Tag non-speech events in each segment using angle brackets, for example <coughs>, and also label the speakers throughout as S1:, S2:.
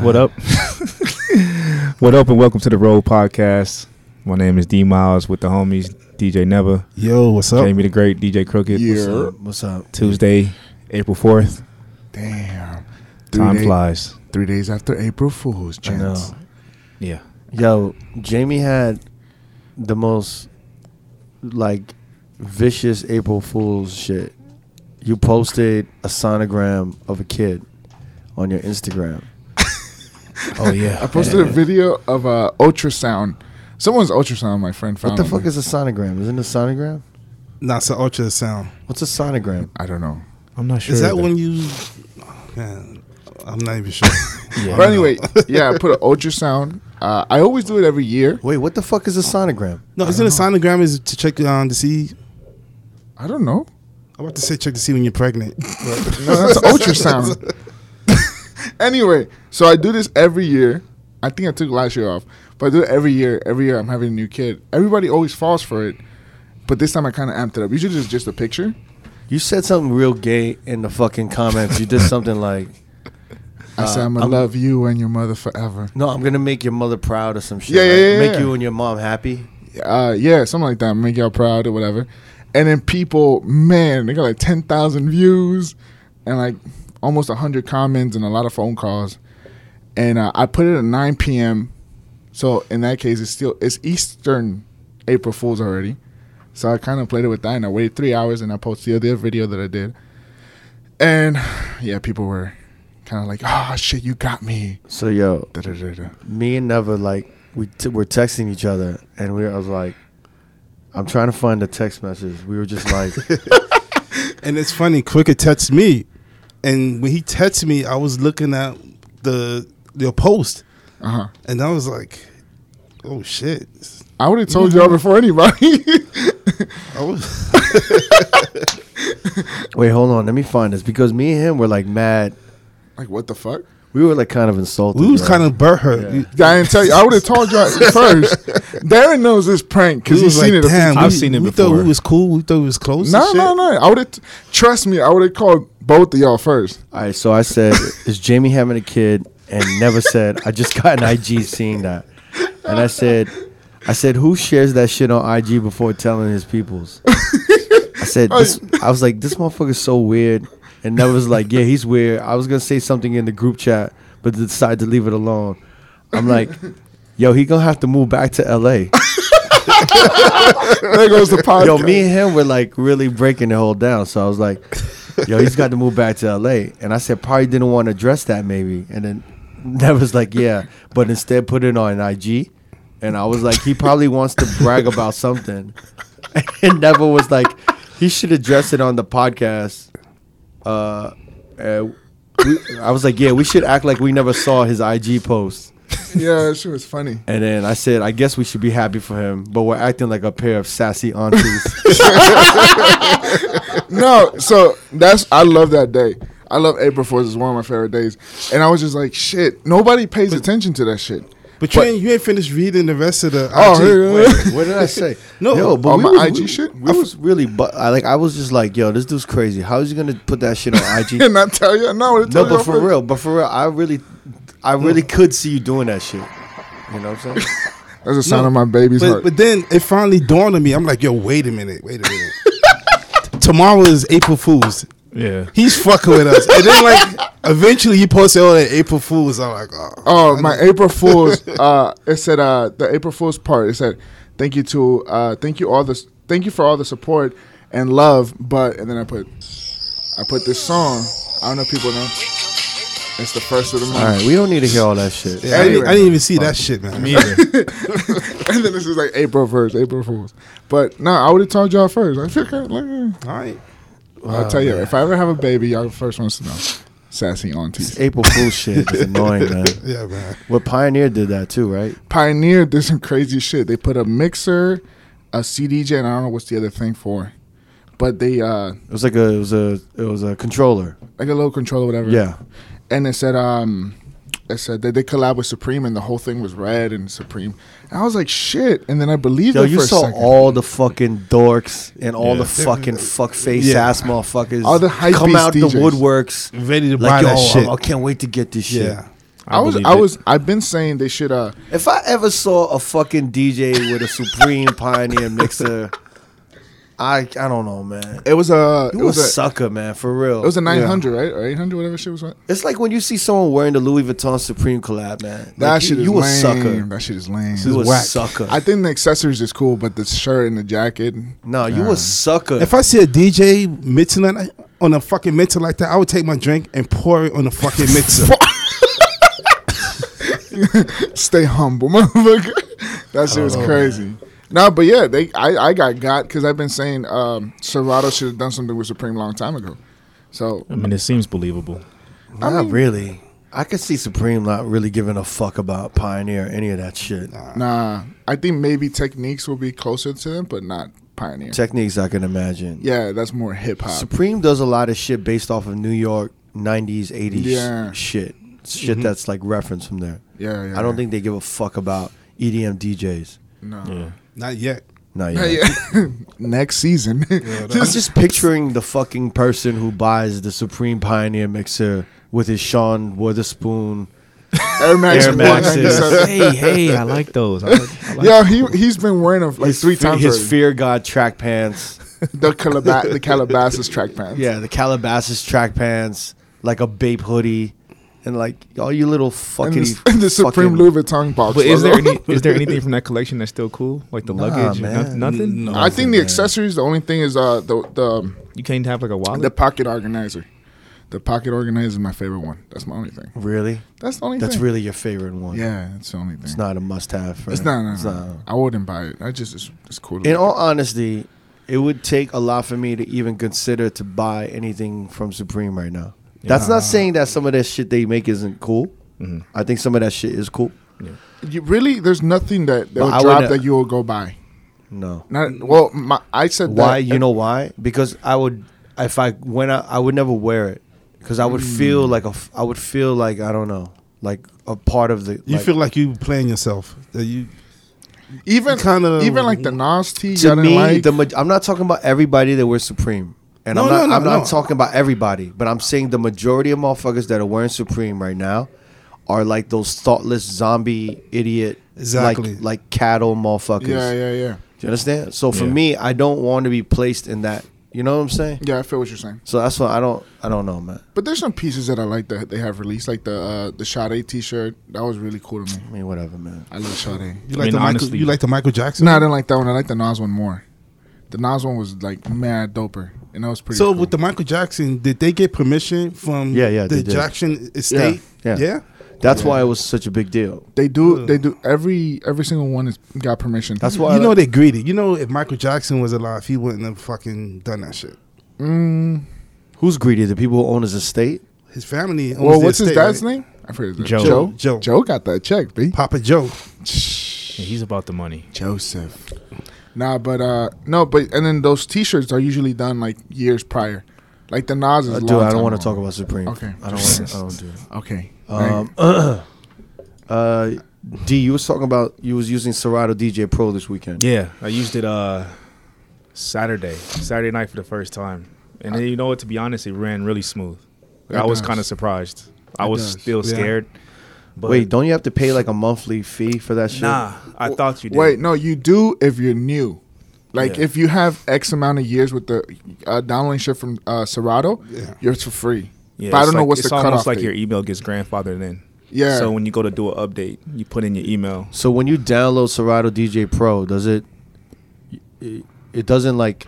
S1: What up?
S2: <laughs> What up, and welcome to the Road Podcast. My name is D Miles with the homies DJ Never,
S3: Yo, what's up?
S2: Jamie the Great, DJ Crooked.
S3: Yeah.
S2: What's up?
S3: What's up?
S2: Tuesday, April fourth.
S3: Damn. Three
S2: Time
S3: day-
S2: flies.
S3: Three days after April Fool's,
S1: I know.
S3: gents.
S2: Yeah.
S1: Yo, Jamie had the most like vicious April Fool's shit. You posted a sonogram of a kid on your Instagram.
S2: Oh yeah.
S3: <laughs> I posted a video of a uh, ultrasound. Someone's ultrasound. My friend
S1: What
S3: found.
S1: the
S3: it.
S1: fuck is a sonogram? Isn't it a sonogram?
S4: Not so ultrasound.
S1: What's a sonogram?
S3: I don't know.
S2: I'm not sure.
S4: Is that
S2: either.
S4: when you? Man, I'm not even sure.
S2: <laughs> Yeah.
S3: But anyway, <laughs> yeah, I put an ultrasound. Uh, I always do it every year.
S1: Wait, what the fuck is a sonogram?
S4: <laughs> No, isn't a
S3: Uh-huh.
S4: sonogram is to check um, to see?
S3: I don't <laughs> know.
S4: I'm about to say check to see when you're pregnant.
S3: <laughs> No, that's an <laughs> ultrasound. anyway, so I do this every year. I think I took last year off, but I do it every year. Every year I'm having a new kid. Everybody always falls for it, but this time I kind of amped it up. Usually it's just a picture.
S1: You said something real gay in the fucking comments. You
S3: <laughs>
S1: did something like,
S3: Uh, I said I'm gonna love you and your mother forever.
S1: "No, I'm gonna make your mother proud" or some shit.
S3: Yeah, yeah,
S1: right?
S3: yeah,
S1: Make
S3: yeah.
S1: you and your mom happy.
S3: uh, yeah, something like that. Make y'all proud or whatever. And then people, man, they got like ten thousand views and like almost hundred comments and a lot of phone calls. And uh, I put it at nine p.m. So in that case, it's still it's Eastern April Fools already. So I kind of played it with that, and I waited three hours, and I posted the other video that I did. And yeah, people were kind of like, "Ah, shit, you got me."
S1: So yo,
S3: Da-da-da-da.
S1: me and Neva like we t- were texting each other, and we I was like, "I'm trying to find the text message." We were just
S4: <laughs>
S1: like,
S4: <laughs> and it's funny. Quicker texted me, and when he texted me, I was looking at the your post,
S3: Uh huh.
S4: and I was like, "Oh shit!"
S3: I would have told y'all before anybody. <laughs>
S2: <laughs>
S4: I was.
S1: "Wait, hold on, let me find this," because me and him were like mad.
S3: like, what the fuck?
S1: We were like kind of insulted.
S4: we was
S1: right?
S4: kind of burnt hurt.
S1: Yeah.
S3: Yeah, I didn't tell you. I would have told y'all first. Darren knows this prank because
S4: We
S3: he's
S4: was
S3: seen
S4: like,
S3: it. a few
S4: damn,
S3: times.
S4: we-
S2: I've seen it
S4: we
S2: before.
S4: thought we was cool. We thought we was close.
S3: No, no,
S4: no.
S3: no. I would have. Trust me. I would have called both of y'all first.
S1: All right, so I said, "Is Jamie having a kid?" And never said. I just got an IG seeing that, and I said, "I said who shares that shit on IG before telling his peoples?" I said, this, "I was like, this motherfucker's so weird," and never was like, "Yeah, he's weird." I was gonna say something in the group chat, but decided to leave it alone. I'm like, "Yo, he gonna have to move back to LA."
S3: There goes the podcast.
S1: Yo, me and him were like really breaking the whole down. So I was like, yo, he's got to move back to LA. And I said, probably didn't want to address that maybe. And then <laughs> Nev was like, yeah, but instead put it on IG. And I was like, he probably wants to brag about something. <laughs> And Neville was like, he should address it on the podcast. Uh, uh, we, I was like, yeah, we should act like we never saw his IG post.
S3: Yeah, that shit was funny.
S1: And then I said, I guess we should be happy for him, but we're acting like a pair of sassy aunties. <laughs>
S3: No, so that's I love that day. I love April Fools. It's one of my favorite days. And I was just like, shit. Nobody pays attention to that shit. <laughs>
S4: But you
S3: But-
S4: ain't you ain't finished reading the rest of the.
S3: Oh,
S4: IG.
S3: here-
S1: <laughs> What did I say?
S4: No,
S1: yo, but
S3: on
S1: we
S3: my
S1: was-
S3: IG
S1: we-
S3: shit?
S1: we was really, but I like, I was just like, yo, this dude's crazy. How is he gonna put that shit on IG?
S3: and I <laughs> tell you, no, I would've
S1: no,
S3: told
S1: but
S3: y'all
S1: for
S3: first.
S1: real, but for real, I really, I really could see you doing that shit. You know what
S3: <laughs>
S1: I'm saying?
S3: That's the sound of my baby's
S4: but,
S3: heart.
S4: but then it finally dawned on me. I'm like, yo, wait a minute, wait a minute. <laughs> Tomorrow is April Fool's.
S2: Yeah.
S4: He's fucking with us. And then like eventually he posted all that April Fool's. I'm like, oh,
S3: Oh, my April Fools! Uh, it said uh, the April Fools part. It said, "Thank you to, uh, thank you all the, thank you for all the support and love." But and then I put, I put this song. I don't know if people know. It's the first of the month,
S1: All right, we don't need to hear all that shit.
S4: Yeah, I, didn't, I
S3: anyway.
S4: didn't even see that shit, man.
S3: <laughs> and then this is like April first, April Fools. But no, I would have told y'all first. I feel kind of like, <laughs>
S4: <laughs>
S3: eh.
S4: All right.
S3: I'll tell you if I ever have a baby, y'all the first ones to know. Sassy aunties
S1: April Fool's shit is annoying, man.
S4: Yeah, man.
S1: Well, Pioneer did that too, right?
S3: Pioneer did some <laughs> crazy shit. They put a mixer, a CDJ, and I don't know what's the other thing for, but they uh
S1: It was like a, it was a, it was a controller.
S3: like a little controller, whatever.
S1: Yeah,
S3: and it said um it said that they collab with Supreme and the whole thing was red and Supreme. And I was like, shit. And then I believed
S1: yo,
S3: it
S1: you
S3: for a
S1: saw
S3: second.
S1: all the fucking dorks and all
S2: Yeah.
S1: the fucking fuck face
S4: Yeah.
S1: ass motherfuckers
S3: All the hype
S1: come
S3: beast
S1: out the
S3: DJs.
S1: woodworks.
S4: Ready to buy
S1: Like yo,
S4: that shit.
S1: I, I can't wait to get this shit.
S4: yeah.
S3: I, was,
S2: believed
S3: I
S2: it.
S3: was, I've been saying they should. Uh,
S1: If I ever saw a fucking DJ with a Supreme Pioneer mixer, I I don't know, man.
S3: it was a, it
S1: You a
S3: was a,
S1: sucker, man, for real.
S3: it was a nine hundred, right, or eight hundred, whatever shit was. What?
S1: it's like when you see someone wearing the Louis Vuitton Supreme collab, man.
S3: That
S1: Like, you-
S3: shit is
S1: you,
S3: lame.
S1: a sucker.
S3: That shit is lame.
S1: You a
S4: whack.
S1: sucker.
S3: I think the accessories is cool, but the shirt and the jacket.
S1: no, you
S3: Nah.
S1: a sucker.
S4: If I see a DJ mixing that on a fucking mixer like that, I would take my drink and pour it on the fucking mixer.
S3: Stay humble, <laughs> motherfucker. That shit was crazy. No, but yeah, they I, I got got because I've been saying um, Serato should have done something with Supreme long time ago. So
S2: I mean, it seems believable.
S1: Not really. I could see Supreme not really giving a fuck about Pioneer or any of that shit.
S3: nah, I think maybe techniques will be closer to them, but not pioneer.
S1: Techniques I can imagine.
S3: yeah, that's more hip hop.
S1: Supreme does a lot of shit based off of New York 90s, 80s
S3: Yeah. Mm-hmm.
S1: shit. Shit that's like reference from there.
S3: yeah, yeah.
S1: I don't think they give a fuck about E EDM DJs.
S3: no.
S2: Yeah.
S4: Not yet.
S1: Not
S3: <laughs> Yeah.
S1: yet.
S3: Next season, <laughs>
S1: I'm just picturing the fucking person who buys the Supreme Pioneer mixer with his Sean Witherspoon
S3: Air Max,
S1: Air
S3: <laughs>
S1: Maxes.
S3: 197.
S2: hey, hey, I like those. I like, I like
S3: Yeah, he he's been wearing them like
S1: his
S3: three
S1: fe-
S3: times
S1: his
S3: already.
S1: Fear God track pants. <laughs>
S3: the Calaba- the Calabasas track pants.
S1: Yeah, the Calabasas track pants, like a Bape hoodie, and like all you little
S3: and
S1: fucking
S3: the, <laughs> the Supreme
S1: fucking-
S3: Louis Vuitton box.
S2: But is there
S3: logo.
S2: any
S3: <laughs>
S2: is there anything from that collection that's still cool? Like the luggage, or
S1: man.
S2: no- nothing.
S4: No.
S3: I think the accessories. The only thing is uh the the
S2: You can't have like a wallet.
S3: the pocket organizer. The pocket organizer is my favorite one. That's my only thing.
S1: Really?
S3: That's the only.
S1: That's
S3: thing.
S1: really your favorite one.
S3: Yeah, it's the only thing.
S1: It's not a must have.
S3: It's not. No, no, no. I wouldn't buy it. I just it's, it's cool. to
S1: In
S3: look
S1: all honesty, it would take a lot for me to even consider to buy anything from Supreme right now. That's not saying that some of that shit they make isn't cool.
S3: Mm-hmm.
S1: I think some of that shit is cool.
S3: at. You really, there's nothing that that
S1: But I
S3: will drop
S1: would, uh,
S3: that you will go buy.
S1: No.
S3: Not well. My, I said
S1: Why?
S3: That,
S1: You know why? Because I would, if I went out, I would never wear it because I would feel
S3: Mm.
S1: like a, f- I would feel like I don't know, like a part of the.
S4: You
S1: like-
S4: feel like you playing yourself. That you
S3: even kind
S4: kinda-
S3: of even like the Nas T.
S1: to me,
S3: like,
S1: the maj- I'm not talking about everybody that wears Supreme, and
S4: No,
S1: I'm not,
S4: no, no,
S1: I'm not
S4: no.
S1: talking about everybody, but I'm saying the majority of motherfuckers that are wearing Supreme right now are like those thoughtless zombie idiot,
S4: Exactly.
S1: like like cattle motherfuckers.
S3: yeah, yeah, yeah,
S1: Do you understand? So for
S2: Yeah.
S1: me, I don't want to be placed in that. You know what I'm saying?
S3: yeah. I feel what you're saying.
S1: So that's why I don't, I don't know, man.
S3: But there's some pieces that I like that they have released, like the uh, the Sade T-shirt. That was really cool to me.
S1: I mean, whatever, man.
S3: I love Sade.
S2: I
S4: you like
S2: mean,
S4: the Michael,
S2: honestly-
S4: you like the Michael Jackson.
S3: No, I didn't like that one. I like the Nas one more. The Nas one was like mad doper, and that was pretty.
S4: so
S3: cool.
S4: with the Michael Jackson, did they get permission from
S1: Yeah, yeah,
S4: the
S1: they did.
S4: Jackson estate?
S1: Yeah. That's why it was such a big deal.
S3: they do they do every every single one has got permission.
S1: That's why
S4: you know they're greedy. You know if Michael Jackson was alive, he wouldn't have fucking done that shit.
S3: mm,
S1: who's greedy? The people who own his estate.
S4: His family. Owns
S3: well,
S4: the
S3: what's his
S4: estate,
S3: dad's
S4: right?
S3: name? I forget his name.
S2: Joe.
S3: Joe.
S4: Joe.
S3: Joe got that check, b.
S4: Papa Joe.
S2: Yeah, he's about the money.
S3: Joseph. Nah, but uh, no, but and then those T-shirts are usually done like years prior, like the Nas is.
S1: Uh,
S3: a
S1: dude,
S3: long
S1: I
S3: time
S1: don't want to
S3: ago.
S1: talk about Supreme.
S3: Okay.
S1: I don't. Wanna, I don't do. It.
S3: Okay,
S1: Um, uh, D, you was talking about you was using Serato DJ Pro this weekend.
S2: Yeah, I used it uh Saturday, Saturday night for the first time, and then, you know what? To be honest, it ran really smooth.
S3: It
S2: I was
S3: does.
S2: kind of surprised. I
S3: It
S2: was
S3: does,
S2: still
S4: yeah.
S2: scared. But
S1: Wait, don't you have to pay like a monthly fee for that shit?
S2: nah, I thought you did.
S3: Wait, no, you do if you're new. Like
S2: Yeah.
S3: if you have X amount of years with the uh, downloading shit from uh, Serato,
S4: Yeah.
S3: you're for free.
S2: Yeah,
S3: but I
S2: it's
S3: don't know
S2: like-
S3: what's
S2: it's
S3: the
S2: almost
S3: cutoff.
S2: like
S3: date.
S2: your email gets grandfathered in.
S3: Yeah.
S2: So when you go to do an update, you put in your email.
S1: So when you download Serato DJ Pro, does it? It, it doesn't like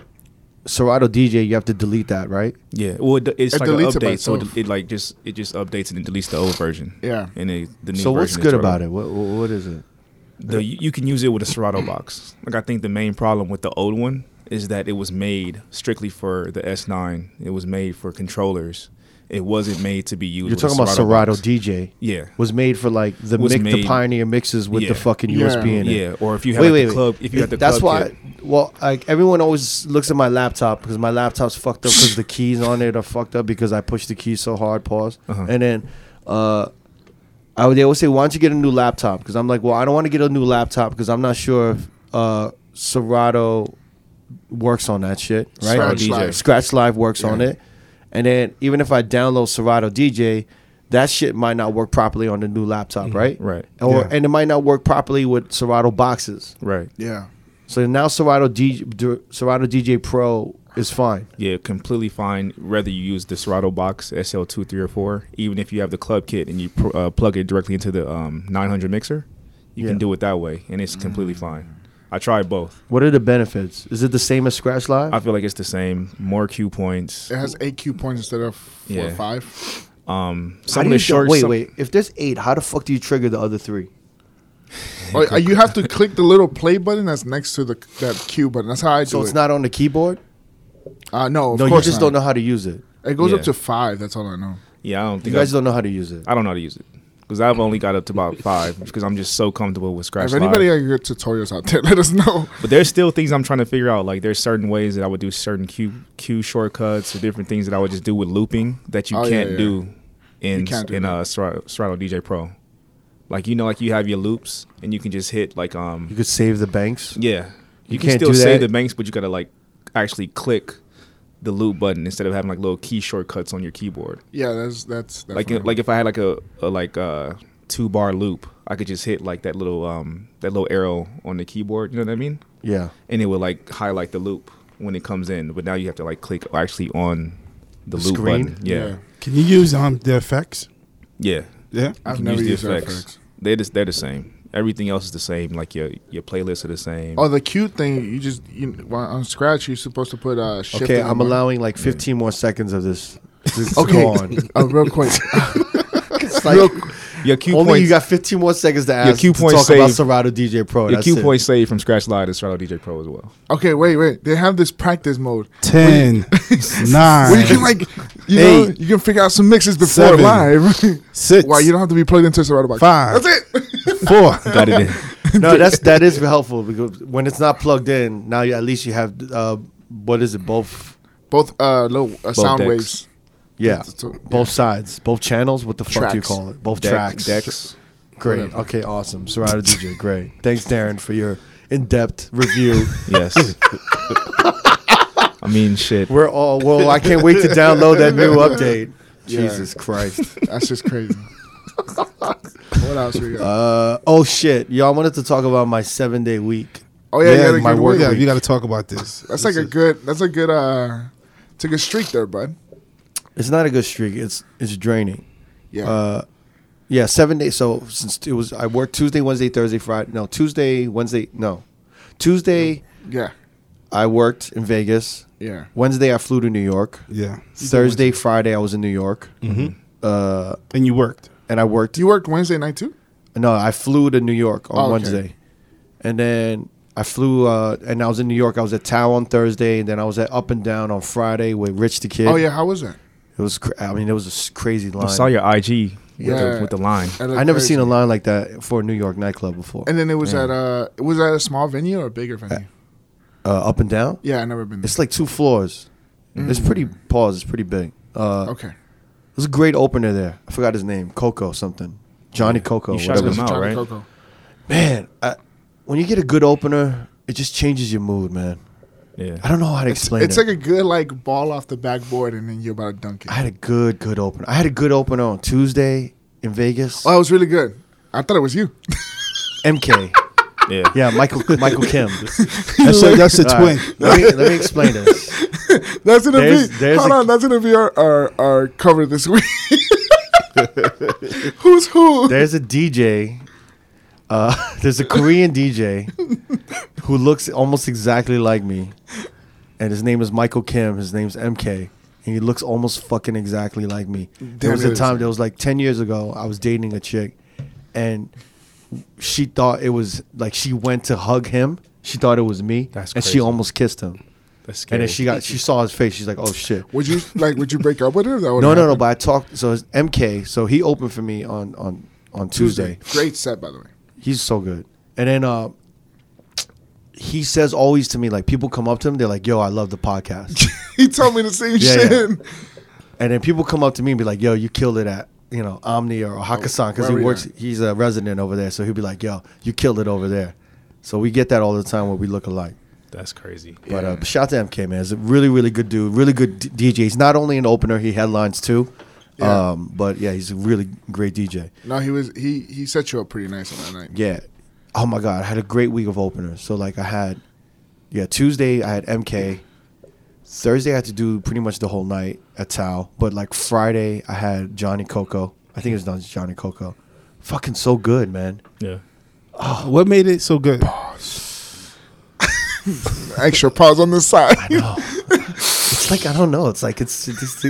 S1: Serato DJ. You have to delete that, right?
S2: Yeah. Well, it, it's
S3: It
S2: like an
S3: deletes it by
S2: update, so
S3: itself.
S2: it, it like just it just updates and it deletes the old version.
S3: Yeah.
S2: And it, the new
S1: so what's
S2: version is
S1: good
S2: thrown.
S1: about it? What what what is it?
S2: The, you you can use it with a Serato box. Like I think the main problem with the old one is that it was made strictly for the S9. It was made for controllers. It wasn't made to be used.
S1: You're
S2: with
S1: talking
S2: a
S1: about
S2: Serato
S1: Serato
S2: box.
S1: DJ.
S2: Yeah.
S1: Was made for like the
S2: Was
S1: mix, the
S2: made-
S1: Pioneer mixes with
S2: Yeah.
S1: the fucking
S3: Yeah.
S1: USB in it.
S2: Yeah. Or if you have like the club, if you have the
S1: that's
S2: club kit.
S1: why. Well, like everyone always looks at my laptop because my laptop's fucked up because the keys on it are fucked up because I pushed the keys so hard. Pause.
S2: Uh-huh.
S1: And then, uh, I would, they always say, "Why don't you get a new laptop?" Because I'm like, "Well, I don't want to get a new laptop because I'm not sure if uh, Serato works on that shit, right?
S3: Scratch
S1: Or
S3: Live.
S1: Scratch Live works on it. And then even if I download Serato DJ, that shit might not work properly on the new laptop, right?
S2: Mm-hmm. Right.
S1: Or
S4: Yeah.
S1: and it might not work properly with Serato boxes.
S2: Right.
S3: Yeah.
S1: So now Serato DJ, D- Serato DJ Pro is fine.
S2: Yeah, completely fine. Whether you use the Serato box SL2, 3, or 4, even if you have the club kit and you pr- uh, plug it directly into the um, 900 mixer, you
S1: Yeah.
S2: can do it that way, and it's completely fine. I tried both.
S1: What are the benefits? Is it the same as Scratch Live?
S2: I feel like it's the same. More cue points.
S3: It has eight cue points instead of four or
S2: Yeah.
S3: five.
S2: <laughs> Um,
S1: How
S2: some of
S1: do you
S2: the
S1: do-
S2: shorts.
S1: wait,
S2: some-
S1: wait. If there's eight, how the fuck do you trigger the other three?
S3: Or, uh, you have to click the little play button that's next to the that cue button. That's how I do
S1: So
S3: it.
S1: it's not on the keyboard.
S3: Uh, no, of
S1: no, you
S3: course
S1: just
S3: not.
S1: don't know how to use it.
S3: It goes up
S2: Yeah.
S3: to five. That's all I know.
S2: Yeah, I don't
S1: You
S2: think
S1: guys
S2: I,
S1: don't know how to use it.
S2: I don't know how to use it because I've only got up to about five because I'm just so comfortable with Scratch.
S3: if anybody
S2: Live.
S3: got good tutorials out there, <laughs> let us know.
S2: But there's still things I'm trying to figure out. Like there's certain ways that I would do certain cue cue shortcuts or different things that I would just do with looping that you
S3: Oh, yeah,
S2: can't
S3: yeah.
S2: do in
S3: You can't do
S2: in
S3: that.
S2: uh Serato, Serato DJ Pro. Like you know, like you have your loops and you can just hit like
S1: You
S2: um
S1: could save the banks.
S2: yeah. You,
S1: You
S2: can
S1: can't
S2: still
S1: do
S2: save
S1: that?
S2: the banks, but you gotta like actually click the loop button instead of having like little key shortcuts on your keyboard.
S3: Yeah, that's that's
S2: Like
S3: definitely-
S2: like if I had like a, a like uh two bar loop, I could just hit like that little um that little arrow on the keyboard. You know what I mean?
S1: Yeah.
S2: and it would like highlight the loop when it comes in. But now you have to like click actually on the,
S1: The
S2: loop
S1: screen?
S2: button. Yeah,
S4: Can you use um the effects?
S2: yeah.
S4: Yeah.
S3: I've
S2: You can
S3: never
S2: use the
S3: used that
S2: effects.
S3: effects.
S2: They're just, they're the same. Everything else is the same. Like your your playlists are the same.
S3: Oh, the cue thing. You just you well, on scratch. You're supposed to put uh. Shift
S1: Okay,
S3: and
S1: I'm
S3: button.
S1: allowing like 15 more seconds of this.
S2: <laughs>
S1: Just
S3: Okay.
S1: go on.
S3: Oh, real
S1: <laughs>
S3: quick.
S1: It's like,
S2: your cue
S1: only
S2: points.
S1: you got 15 more seconds to ask
S2: cue
S1: to
S2: points
S1: talk about
S2: saved.
S1: Serato DJ Pro.
S2: your
S1: That's
S2: cue
S1: it.
S2: points saved from Scratch Live to Serato DJ Pro as
S1: <laughs>
S2: well.
S3: okay, wait, wait. They have this practice mode
S4: Ten, <laughs> nine,
S3: where you can like, you know,
S4: Eight.
S3: you can figure out some mixes before
S4: Seven.
S3: live. <laughs>
S4: six,
S3: Why you don't have to be plugged into a Serato box.
S4: Five.
S3: That's it.
S4: four.
S2: Got
S1: <laughs>
S2: it in.
S1: No, that's
S2: <laughs>
S1: that is helpful because when it's not plugged in, now you, at least you have uh, what is it? Both
S3: <laughs> Both uh, low uh, sound
S2: decks.
S3: waves.
S1: yeah,
S3: That's- that's-
S1: both sides, both channels. What the fuck do you
S3: Tracks.
S1: call it? Both
S2: Deck-
S1: tracks.
S2: Decks.
S1: Great.
S3: Whatever.
S1: Okay. Awesome. Serato DJ. Great. Thanks, Darren, for your in-depth
S2: <laughs>
S1: review. <laughs>
S2: Yes. I mean, shit.
S1: We're all well. I can't wait to download that
S2: <laughs>
S1: new update. Jesus Christ.
S3: That's just <laughs> crazy. what else we got?
S1: Uh, oh shit, y'all wanted to talk about my seven-day week.
S3: oh yeah,
S4: yeah,
S3: yeah,
S1: my
S3: my
S1: work
S3: work.
S4: Yeah, you got to talk about this.
S3: That's like a good. That's a good. uh It's a good streak there, bud.
S1: It's not a good streak. It's it's draining.
S3: Yeah.
S1: Uh, yeah, seven days. So since it was, I worked Tuesday, Wednesday, Thursday, Friday. No, Tuesday, Wednesday. No, Tuesday
S3: yeah.
S1: I worked in Vegas.
S3: Yeah.
S1: Wednesday I flew to New York.
S4: yeah,
S1: Thursday, Friday I was in New York. Mm-hmm. Uh,
S4: and you worked.
S1: and I worked.
S3: You worked Wednesday night too.
S1: No, I flew to New York on
S3: Oh, okay.
S1: Wednesday, and then I flew. Uh, and I was in New York. I was at Tao on Thursday, and then I was at Up and Down on Friday with Rich the Kid.
S3: Oh yeah, how was that?
S1: it was. Cr- I mean, it was a s- crazy line.
S2: I saw your IG with,
S3: Yeah.
S2: the, with the line.
S3: That looked
S1: I never
S3: crazy.
S1: seen a line like that for a New York nightclub before.
S3: And then it was at uh, it was at a small venue or a bigger venue.
S1: Uh, up and Down.
S3: Yeah, I never been there.
S1: It's like two floors. It's pretty pause. It's pretty big. Uh,
S3: Mm. Okay.
S1: There's a great opener there. I forgot his name. Coco something. Johnny Coco.
S2: You shouted
S1: whatever.
S2: him out,
S3: Johnny
S2: right?
S3: Coco.
S1: Man, I, when you get a good opener, it just changes your mood, man. I
S2: Yeah.
S1: don't know how to explain
S3: It's
S1: it.
S3: like a good like ball off the backboard, and then you're about to dunk it.
S1: I had a good, good opener. I had a good opener on Tuesday in Vegas.
S3: Oh, it was really good. I thought it was you.
S1: MK.
S2: Yeah.
S1: <laughs> Yeah, Michael Michael Kim.
S3: <laughs>
S4: That's a, that's a
S1: All
S4: twin.
S1: right, let, me, let me explain this.
S3: That's gonna
S1: There's-
S3: be.
S1: there's
S3: hold
S1: a-
S3: on, that's gonna be our our, our cover this week. <laughs> Who's who?
S1: There's a DJ. Uh, <laughs> there's a Korean DJ who looks almost exactly like me, and his name is Michael Kim. His name's MK, and he looks almost fucking exactly like me. There
S3: Damn,
S1: was
S3: it
S1: a
S3: is.
S1: time that was like ten years ago. I was dating a chick, and she thought it was like she went to hug him. She thought it was me,
S2: That's
S1: and she
S2: crazy.
S1: almost kissed him.
S2: That's scary.
S1: And then she got she saw his face. She's like, "Oh shit."
S3: Would you like? Would you break up with her? That
S1: No, no, no. But I talked. So it's MK. So he opened for me on on on Tuesday.
S3: Great set, by the way. <laughs>
S1: He's so good. And then uh, he says always to me like people come up to him. They're like, "Yo, I love the
S3: <laughs>
S1: podcast."
S3: He told me the same
S1: Yeah,
S3: shit.
S1: yeah. and then people come up to me and be like, "Yo, you killed it at." You know, Omni or Hakusan because
S3: Oh, where
S1: he
S3: we
S1: works.
S3: at?
S1: He's a resident over there, so he'll be like, "Yo, you killed it over there." So we get that all the time where we look alike.
S2: That's crazy.
S1: But uh, shout out to MK, man. He's a really, really good dude. Really good d- DJ. He's not only an opener, he headlines too.
S3: Yeah.
S1: Um, but yeah, he's a really great DJ.
S3: No, he was he he set you up pretty nice on that night.
S1: Yeah. Oh my God, I had a great week of openers. So like I had, yeah, Tuesday I had MK. Thursday I had to do pretty much the whole night at Tao. But like Friday I had Johnny Coco. I think it was not Johnny Coco. Fucking so good, man.
S2: Yeah.
S1: oh,
S4: What made it so good?
S3: Extra pause on the side.
S1: No. it's like I don't know. It's like it's. it's,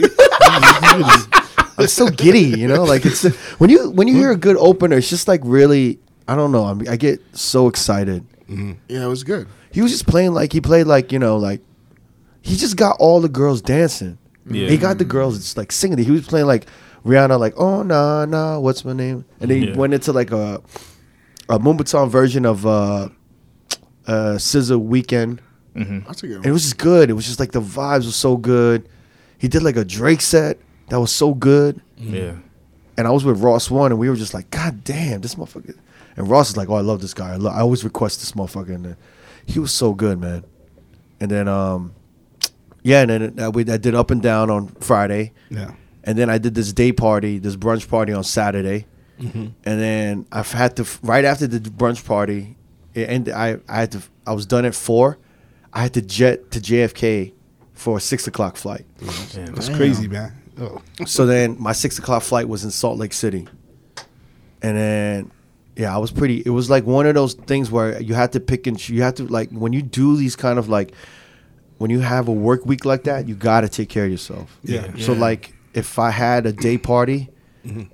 S1: I'm so giddy, you know. Like it's when you when you hear a good opener, it's just like really. I don't know. I'm, I get so excited.
S3: <laughs> yeah, it was good.
S1: He was just playing like he played like you know like he just got all the girls dancing.
S2: Yeah.
S1: He got the girls just like singing. He was playing like Rihanna, like oh nah nah, what's my name? And then he
S2: Yeah.
S1: went into like a a Mumbaton version of uh, uh, Scissor Weekend.
S3: That's a good.
S1: And it was just good. It was just like the vibes were so good. He did like a Drake set that was so good.
S2: Mm-hmm. Yeah.
S1: And I was with Ross one, and we were just like, God damn, this motherfucker. And Ross is like, Oh, I love this guy. I, lo- I always request this motherfucker. And then he was so good, man. And then, um, yeah, and then I, we, I did up and down on Friday.
S4: Yeah.
S1: And then I did this day party, this brunch party on Saturday. And then I've had to right after the brunch party, it ended, I I had to I was done at four. I had to jet to JFK for a six o'clock flight.
S2: Damn.
S4: That's crazy, man. Oh.
S1: So then my six o'clock flight was in Salt Lake City, and then yeah, I was pretty. It was like one of those things where you had to pick and ch- you had to like when you do these kind of like when you have a work week like that, you got to take care of yourself.
S4: Yeah.
S1: So
S2: Yeah.
S1: like if I had a day party,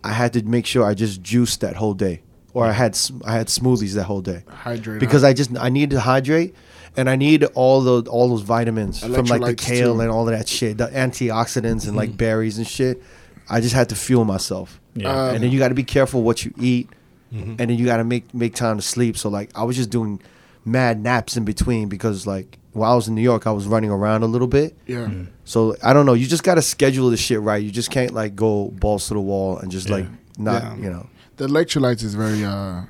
S1: I had to make sure I just juiced that whole day, or I had s- I had smoothies that whole day.
S3: Hydrate
S1: because I just I need to hydrate. And I need all the all those vitamins from like the
S3: Electrolytes,
S1: kale
S3: too.
S1: and all of that shit, the antioxidants and like berries and shit. I just had to fuel myself.
S2: Mm-hmm. Yeah. Mm-hmm.
S3: Uh,
S1: and then you got to be careful what you eat, and then you got to make make time to sleep. So like I was just doing mad naps in between because like while I was in New York, I was running around a little bit.
S3: yeah,
S1: So I don't know. You just got to schedule this shit right. You just can't like go balls to the wall and just like not
S4: Yeah.
S1: you know.
S3: the electrolytes is very uh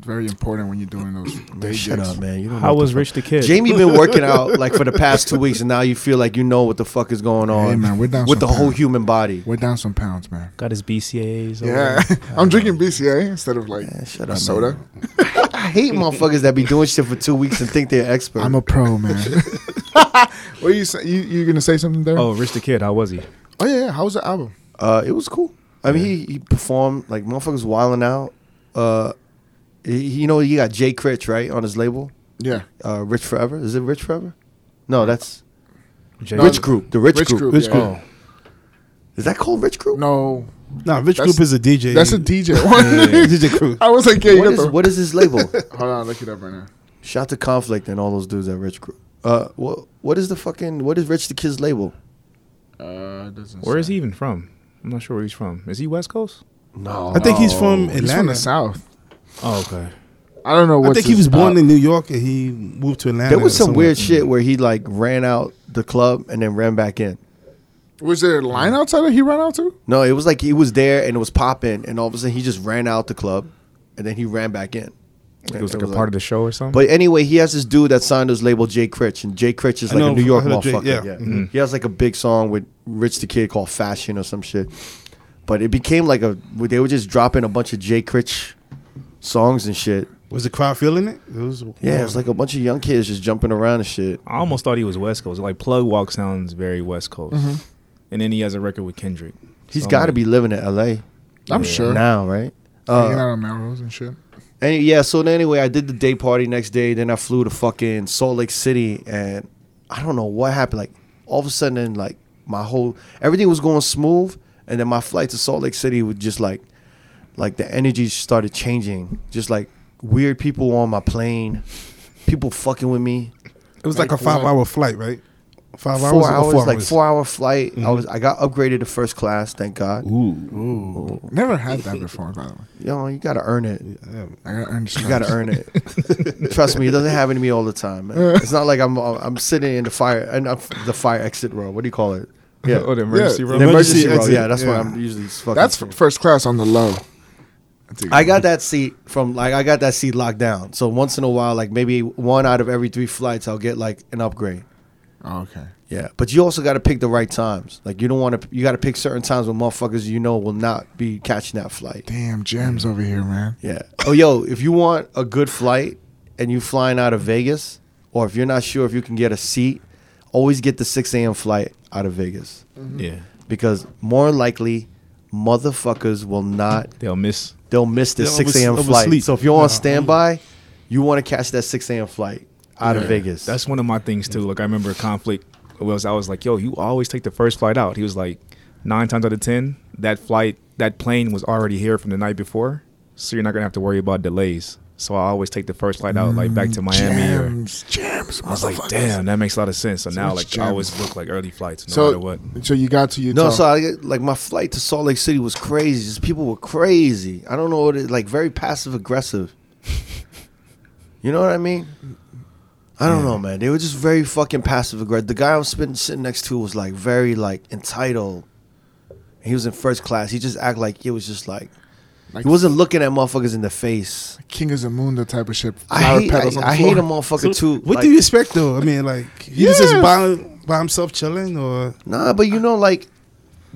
S3: very important when you're doing those day
S1: Shut
S3: jets.
S1: up, man. You don't know
S2: How
S1: what the
S2: was Rich the Kid?
S1: Jamie been working
S2: <laughs>
S1: out like for the past two weeks, and now you feel like you know what the fuck is going on
S3: man, we're down
S1: with the
S3: some
S1: whole
S3: path.
S1: human body.
S3: We're down some pounds, man.
S2: got his BCAAs. over
S3: Yeah,
S2: there.
S3: <laughs> I'm drinking BCA instead of like
S1: shut
S3: a
S1: up,
S3: soda.
S1: I hate motherfuckers that be doing shit for two weeks and think they're expert.
S3: I'm a pro, man. <laughs> what you say? You you gonna say something
S2: <laughs>
S3: there?
S2: Oh, Rich the Kid. How was he?
S3: Oh, yeah. yeah. How was the album?
S1: uh, it was cool. I mean, he, he performed like motherfuckers wilding out. Uh, he, you know, he got Jay Critch right on his label.
S3: Yeah,
S1: Uh, Rich Forever is it Rich Forever? No, that's
S2: Jay-
S1: Rich Group. The Rich,
S3: Rich
S1: Group.
S3: Group, Rich yeah. Group.
S1: Oh. Is that called Rich Group?
S3: no,
S2: Um,
S4: Nah, Rich
S3: That's-
S4: Group is a DJ.
S3: that's a <laughs> DJ one.
S4: DJ crew.
S3: <laughs> I was like, yeah, you
S1: What
S3: got
S1: is,
S3: the.
S1: what is his
S3: <laughs>
S1: label?
S3: Hold on, look it up right now.
S1: Shout to Conflict and all those dudes at Rich Group. Uh, what what is the fucking what is Rich the Kid's label?
S3: Uh, it doesn't
S2: Where is
S3: say.
S2: he even from? I'm not sure where he's from. Is he West Coast?
S1: No,
S4: I think he's from
S3: Oh, He's from the
S4: Atlanta.
S3: south.
S2: Oh, okay.
S3: I don't know.
S4: I
S3: What's
S4: think he
S3: his-
S4: was born
S3: uh,
S4: in New York and he moved to Atlanta.
S1: There was
S4: or
S1: some
S4: somewhere.
S1: weird shit where he like ran out the club and then ran back in.
S3: Was there a line outside that he ran out to?
S1: No, it was like he was there and it was popping, and all of a sudden he just ran out the club, and then he ran back in.
S2: It was like a part of the show or something.
S1: But anyway, he has this dude that signed his label Jay Critch, and Jay Critch is
S4: I
S1: like
S4: know,
S1: a New York
S4: I heard of Jay-
S1: motherfucker.
S4: yeah. Mm-hmm.
S1: yeah,
S2: Mhm.
S1: he has like a big song with Rich the Kid called Fashion or some shit. But it became like a they were just dropping a bunch of Jay Critch songs and shit.
S4: Was the crowd feeling it? It was.
S1: Yeah, it was like a bunch of young kids just jumping around and shit.
S2: I almost thought he was West Coast. Like Plug Walk sounds very West Coast. And then he has a record with Kendrick.
S1: He's
S2: So I'm
S1: got to
S2: like,
S1: be living in L.A.
S3: I'm sure.
S1: now, right?
S3: Hanging
S1: Uh,
S3: out on Melrose and shit.
S1: any, yeah. So then anyway, I did the day party next day. Then I flew to fucking Salt Lake City, and I don't know what happened. Like all of a sudden, like my whole everything was going smooth, and then my flight to Salt Lake City was just like, like the energy started changing. Just like weird people on my plane, people fucking with me.
S4: It was like, a
S3: Like what?
S4: five-hour flight, right? Five hours.
S1: Four
S4: or
S1: hours, like
S4: hours?
S1: four hour flight. I was I got upgraded to first class. Thank God.
S2: Ooh.
S3: Never had that before, by the way.
S1: You know, you gotta earn it.
S4: Yeah.
S3: I gotta earn
S1: You gotta earn it. Trust me, it doesn't happen to me all the time. Man. It's not like I'm I'm sitting in the fire and the fire exit row. What do you call it? Yeah,
S2: Oh, the emergency
S3: Yeah.
S1: the
S2: room.
S1: emergency,
S4: emergency
S1: row.
S4: exit,
S1: Yeah, that's what
S4: yeah.
S1: I'm usually fucking.
S3: <laughs> That's
S1: saying.
S3: first class on the low. think-
S1: I got that seat from like I got that seat locked down. So once in a while, like maybe one out of every three flights, I'll get like an upgrade.
S3: Oh, okay.
S1: Yeah, but you also got to pick the right times. Like you don't want to. You got to pick certain times when motherfuckers you know will not be catching that flight.
S3: Damn, gems over here, man.
S1: Yeah. <laughs> Oh, yo, if you want a good flight and you flying out of Vegas, or if you're not sure if you can get a seat, always get the 6 a.m. flight out of Vegas
S4: Mm.
S2: Yeah,
S1: because more likely, motherfuckers will not.
S2: they'll miss.
S1: They'll miss the
S4: They'll
S1: 6 a.m.
S4: overs-
S1: flight.
S4: oversleep.
S1: So if you're on standby, you want to catch that 6 a.m. flight out of Vegas.
S2: That's one of my things too. Like I remember a conflict was I was like, "Yo, you always take the first flight out." He was like, nine times out of ten, that flight, that plane was already here from the night before, so you're not gonna have to worry about delays." So I always take the first flight out, like
S1: Mm,
S2: back to Miami. Or,
S3: Gems, gems.
S2: I was like, "Damn, that makes a lot of sense." So, now,
S3: it's
S2: like,
S3: gems.
S2: I always book like early flights, no matter
S3: So,
S2: what.
S3: so you got to Utah.
S1: No, so I, like my flight to Salt Lake City was crazy. Just people were crazy. I don't know what it like very passive aggressive. you know what I mean? I don't know, man. They were just very fucking passive aggressive. The guy I was sitting, sitting next to was like very like entitled. He was in first class. He just act like it was just like,
S3: Like-
S1: he wasn't looking at motherfuckers in the face.
S3: King of Zamunda type of shit.
S1: I
S3: Flower
S1: hate,
S3: petals on the
S1: I, I <laughs>
S3: floor.
S1: hate a motherfucker
S3: <laughs>
S1: too.
S4: What
S1: like-
S4: do you expect though? I mean, like he was
S3: Yeah.
S4: just by by himself chilling, or
S1: Nah, but you know, like,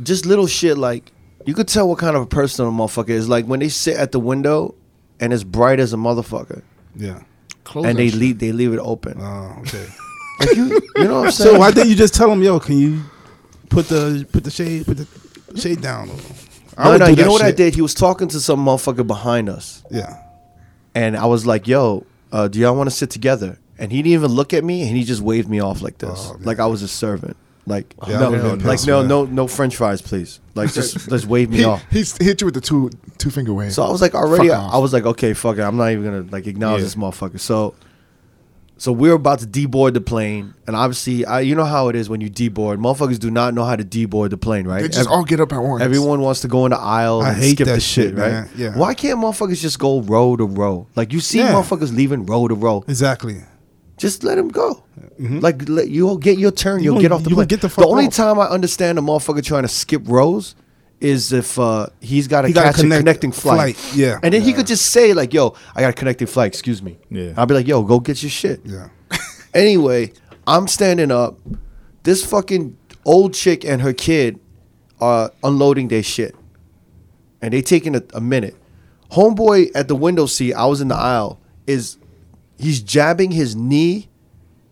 S1: just little shit. Like, you could tell what kind of a person a motherfucker is. Like when they sit at the window and it's bright as a motherfucker,
S4: yeah.
S3: Close
S1: and
S3: that
S1: they
S3: shit.
S1: leave they leave it open.
S4: Oh,
S1: <laughs>
S4: okay.
S1: Like, you, you know
S4: <laughs>
S1: what I'm saying?
S4: so why didn't you just tell him, yo? Can you put the put the shade put the shade down? Or, I
S1: no,
S4: would
S1: no,
S4: do
S1: you
S4: that
S1: know what I
S4: shit.
S1: did? He was talking to some motherfucker behind us,
S4: Yeah.
S1: and I was like, "Yo, uh, do y'all want to sit together?" And he didn't even look at me, and he just waved me off like this,
S4: Oh, man.
S1: like I was a servant. Like
S4: Yeah, I
S1: no,
S4: would've been
S1: like
S4: pissed,
S1: no,
S4: man.
S1: no, no French fries, please. Like
S4: <laughs>
S1: just just wave me
S3: He,
S1: off.
S3: he's- he hit you with the two two finger wave.
S1: So I was like, already,
S3: Fuck off.
S1: I was like, okay, fuck it. I'm not even gonna like acknowledge
S2: Yeah.
S1: this motherfucker. So, so we are about to deboard the plane, and obviously, I you know how it is when you deboard. Motherfuckers do not know how to deboard the plane, right?
S3: they just
S1: Ev-
S3: all get up at once.
S1: everyone wants to go in the aisle.
S4: I
S1: and
S4: hate
S1: skip
S4: that
S1: the
S4: shit,
S1: shit,
S4: man.
S1: right?
S4: Yeah.
S1: Why can't motherfuckers just go row to row? Like you see
S4: Yeah.
S1: motherfuckers leaving row to row.
S4: Exactly.
S1: Just let them go. Like let, you'll get your turn.
S4: Mm-hmm. You
S1: You'll
S4: gon-
S1: get off the
S4: you gon'
S1: plane.
S4: get the
S1: the
S4: fuck
S1: only
S4: off.
S1: time I understand a motherfucker trying to skip rows is if uh, he's got to
S4: He gotta
S1: catch a
S4: connect-
S1: connecting flight.
S4: flight, yeah.
S1: and then he could just say like, "Yo, I got a connecting flight. Excuse me."
S2: Yeah.
S1: I'll be like, "Yo, go get your shit."
S4: Yeah.
S1: Anyway, I'm standing up. This fucking old chick and her kid are unloading their shit. And they taking a, a minute. Homeboy at the window seat, I was in the aisle, is he's jabbing his knee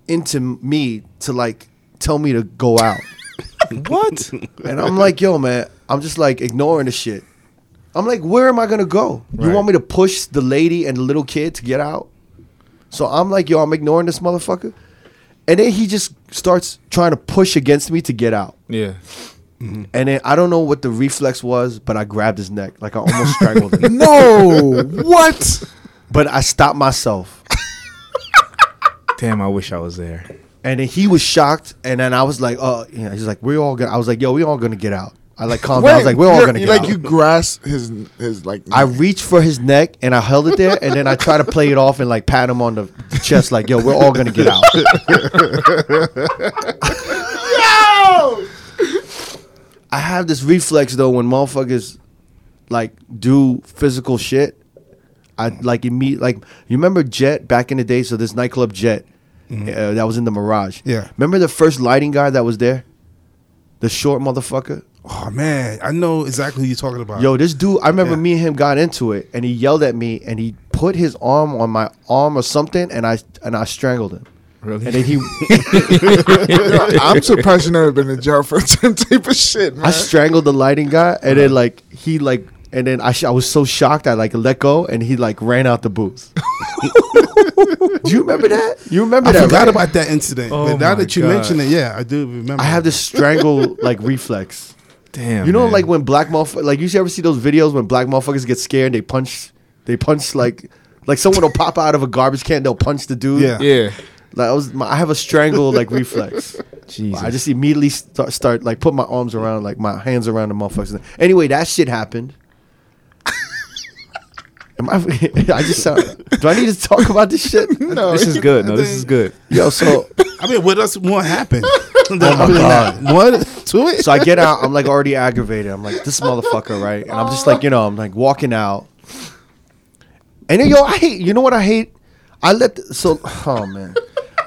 S1: into me to like tell me to go out.
S4: <laughs> What?
S1: and I'm like, yo, man, I'm just like ignoring the shit. I'm like, where am I gonna go? You
S2: Right.
S1: want me to push the lady and the little kid to get out? So I'm like, yo, I'm ignoring this motherfucker. And then he just starts trying to push against me to get out.
S2: Yeah,
S1: And then I don't know what the reflex was, but I grabbed his neck. Like I almost strangled him.
S3: <laughs>
S4: Oh,
S3: No, what?
S1: But I stopped myself.
S2: damn, I wish I was there.
S1: And then he was shocked. And then I was like, uh, you know, he's like, we're all gonna I was like, yo, we all gonna get out. I like calmed down. I was like, we're all
S3: you're-
S1: gonna get
S3: like
S1: out.
S3: you grasp his his like.
S1: I reached for his neck and I held it there, and then I tried to play it off and like pat him on the chest, like, "Yo, we're all gonna get out." <laughs> I have this reflex though when motherfuckers like do physical shit. I like immediate like you remember Jet back in the day. So this nightclub Jet uh, that was in the Mirage.
S4: Mm-hmm. Yeah.
S1: remember the first lighting guy that was there, the short motherfucker.
S4: Oh man, I know exactly who you're talking about.
S1: Yo, this dude, I remember
S4: Yeah.
S1: me and him got into it, and he yelled at me, and he put his arm on my arm or something, and I and I strangled him.
S2: Really?
S1: And then he,
S3: <laughs> I'm surprised you never been in jail for <laughs> some type of shit, man.
S1: I strangled the lighting guy, and then like he like, and then I, sh- I was so shocked I like let go, and he like ran out the booth. Do you remember that? You remember
S4: I
S1: that?
S4: forgot
S1: right?
S4: about that incident,
S2: Oh
S4: but now
S2: my
S4: that you
S2: God.
S4: mention it, yeah, I do remember.
S1: I have this strangle like reflex.
S2: Damn,
S1: You know,
S2: man.
S1: like when black motherfuckers, like you ever see those videos when black motherfuckers get scared and they punch, they punch like, like someone will pop out of a garbage can, they'll punch the dude.
S4: Yeah.
S2: yeah,
S1: Like I was, my, I have a strangle like reflex.
S2: Jesus.
S1: I just immediately start, start like put my arms around, like my hands around the motherfuckers. Anyway, that shit <laughs> happened. Am I? <laughs> I just sound. Do I need to talk about this shit? <laughs>
S3: no,
S2: this is good. No, this is good.
S1: Yo, <laughs> so
S4: I mean, what else more
S1: <laughs>
S4: happened? <laughs>
S1: Oh my God. <laughs>
S4: What to it?
S1: so I get out. I'm like already aggravated. I'm like this motherfucker, right? And I'm just like, you know, I'm like walking out. And then, yo, I hate. You know what I hate? I let. The, so, oh man,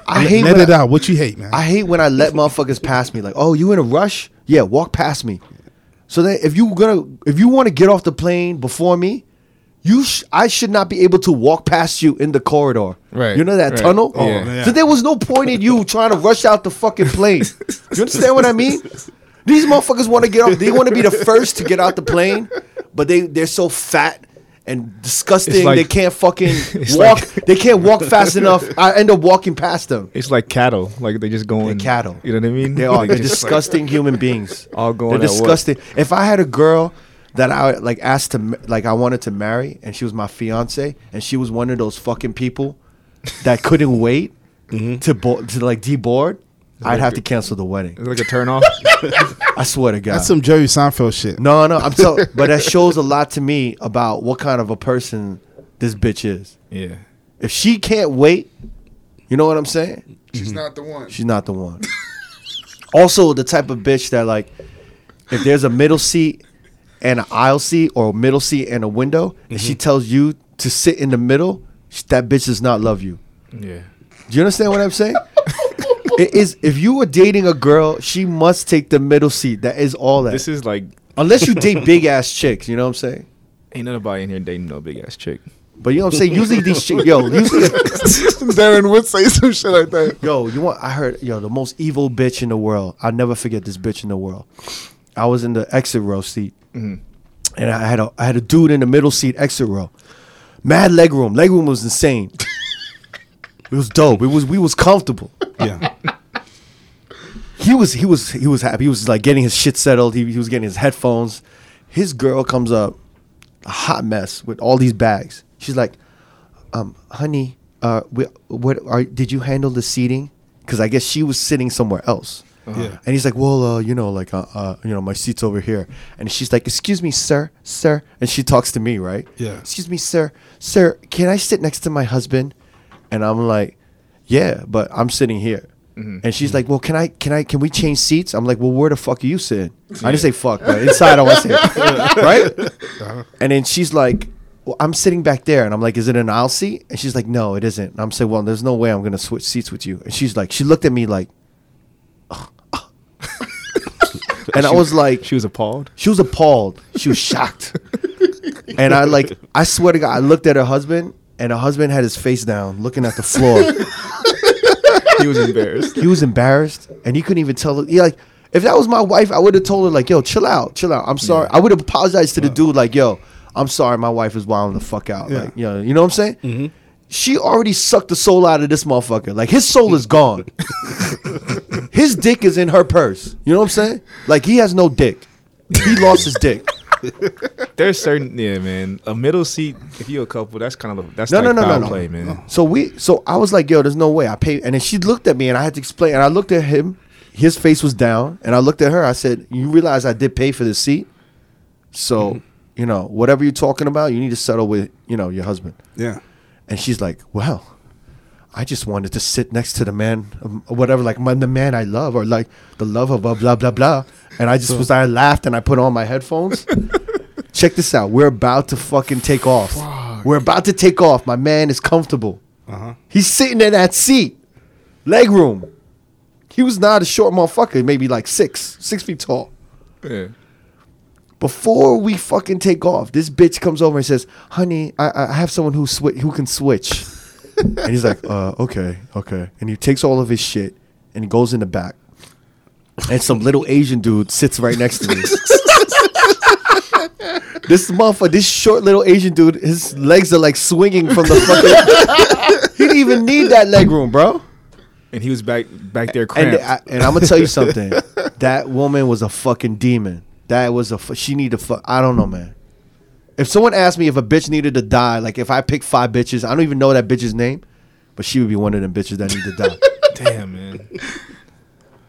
S1: I
S4: Let-
S1: hate
S4: let
S1: when
S4: it
S1: I-
S4: out. What you hate, man?
S1: I hate when I let motherfuckers pass me. Like, oh, you in a rush? Yeah, walk past me. So that if you gonna if you want to get off the plane before me, you sh- I should not be able to walk past you in the corridor.
S3: Right,
S1: You know that
S3: right.
S1: tunnel.
S3: Oh,
S4: Yeah.
S1: So there was no point in you trying to rush out the fucking plane. You understand what I mean? These motherfuckers want to get off. They want to be the first to get out the plane, but they they're so fat. And disgusting.
S2: like-
S1: they can't fucking
S2: it's
S1: walk.
S2: like-
S1: they can't walk fast enough. I end up walking past them.
S2: It's like cattle. Like they just going
S1: They're cattle.
S2: You know what I mean? <laughs>
S1: They are.
S2: They
S1: They're disgusting
S2: <laughs>
S1: human beings.
S2: All going
S1: They're
S2: at once.
S1: disgusting. If I had a girl that I like asked to ma- like I wanted to marry, and she was my fiance, and she was one of those fucking people that couldn't wait
S2: Mm-hmm.
S1: to bo- to like deboard, I'd have to cancel the wedding.
S2: It's like a turn off.
S1: <laughs> I swear to God.
S4: That's some Jerry Seinfeld
S1: <laughs>
S4: shit.
S1: no, no. I'm
S2: <laughs>
S1: so. but that shows a lot to me about what kind of a person this bitch is.
S2: yeah.
S1: If she can't wait, you know what I'm saying?
S3: She's not the one.
S1: She's not the one. <laughs> also, the type of bitch that like, if there's a middle seat and an aisle seat or a middle seat and a window,
S2: Mm-hmm.
S1: and she tells you to sit in the middle, sh- that bitch does not love you.
S2: Yeah.
S1: Do you understand what
S2: <laughs>
S1: I'm saying? it is if you are dating a girl, she must take the middle seat. That is all that.
S2: This is like <laughs>
S1: Unless you date big ass chicks, you know what I'm saying?
S2: ain't nobody in here dating no big ass chick.
S1: But you know what I'm saying. Usually these chicks, yo, usually
S3: <laughs>
S2: <laughs>
S3: Darren would say some shit like that.
S1: <laughs> Yo, you want? I heard yo the most evil bitch in the world. I'll never forget this bitch in the world. I was in the exit row seat, and I had a I had a dude in the middle seat exit row. Mad leg room. Leg room was insane. <laughs> it was dope. It was we was comfortable.
S4: Yeah.
S1: He was he was he was happy. He was like getting his shit settled. He, he was getting his headphones. His girl comes up, a hot mess with all these bags. She's like, um, "Honey, uh, we, what are did you handle the seating? Because I guess she was sitting somewhere else."
S4: Yeah.
S1: And he's like, "Well, uh, you know, like, uh, uh, you know, my seat's over here." And she's like, "Excuse me, sir, sir." And she talks to me, right?
S4: Yeah.
S1: Excuse me, sir, sir. Can I sit next to my husband? And I'm like, "Yeah, but I'm sitting here." And she's like, "Well, can I? Can I? Can we change seats?" I'm like, "Well, where the fuck are you sitting?" I didn't say fuck, but inside I was here, right? And then she's like, well, I'm sitting back there. And I'm like, is it an aisle seat? And she's like, no, it isn't. And I'm saying, well, there's no way I'm going to switch seats with you. And she's like, she looked at me like, <laughs> and I was like,
S2: She was appalled.
S1: she was appalled. She was shocked. and I like, I swear to God, I looked at her husband and her husband had his face down looking at the floor.
S2: He was
S1: <laughs>
S2: embarrassed.
S1: he was embarrassed and he couldn't even tell her. He like, if that was my wife, I would have told her like, "Yo, chill out, chill out. I'm sorry." I would have apologized to the dude like, "Yo, I'm sorry, my wife is wilding the fuck out." Like, you know, you know what I'm saying? She already sucked the soul out of this motherfucker. Like his soul is gone. his dick is in her purse. You know what I'm saying? Like he has no dick. He lost his dick.
S2: There's certain yeah, man. A middle seat, if you a couple, that's kind of a, that's
S1: No,
S2: like
S1: no, no, no,
S2: foul
S1: no.
S2: play, man.
S1: So we, so I was like, "Yo, there's no way." I paid, and then she looked at me, and I had to explain. And I looked at him; his face was down, and I looked at her. I said, "You realize I did pay for the seat,
S2: Mm-hmm.
S1: so you know whatever you're talking about, you need to settle with you know your husband."
S4: Yeah.
S1: And she's like, "Well, I just wanted to sit next to the man, um, or whatever, like my, the man I love, or like the love of uh, blah blah blah blah." And I just was, I laughed, and I put on my headphones. Check this out. We're about to fucking take off. We're about to take off. My man is comfortable.
S4: Uh-huh.
S1: He's sitting in that seat, leg room. He was not a short motherfucker, maybe like six, six feet tall.
S2: Yeah.
S1: Before we fucking take off, this bitch comes over and says, "Honey, I- I, I have someone who swi- who can switch." and he's like, uh, "Okay, okay." And he takes all of his shit and he goes in the back. And some little Asian dude sits right next to me. this motherfucker, this short little Asian dude, his legs are like swinging from the fucking. he didn't even need that leg room, bro.
S2: And he was back back there
S1: And,
S2: cramped.
S1: I, and I'm gonna
S3: <laughs>
S1: tell you something. That woman was a fucking demon. That was a. fu- She needed to fuck. I don't know, man. If someone asked me if a bitch needed to die, like if I pick five bitches, I don't even know that bitch's name, but she would be one of them bitches that need to die.
S2: Damn, man.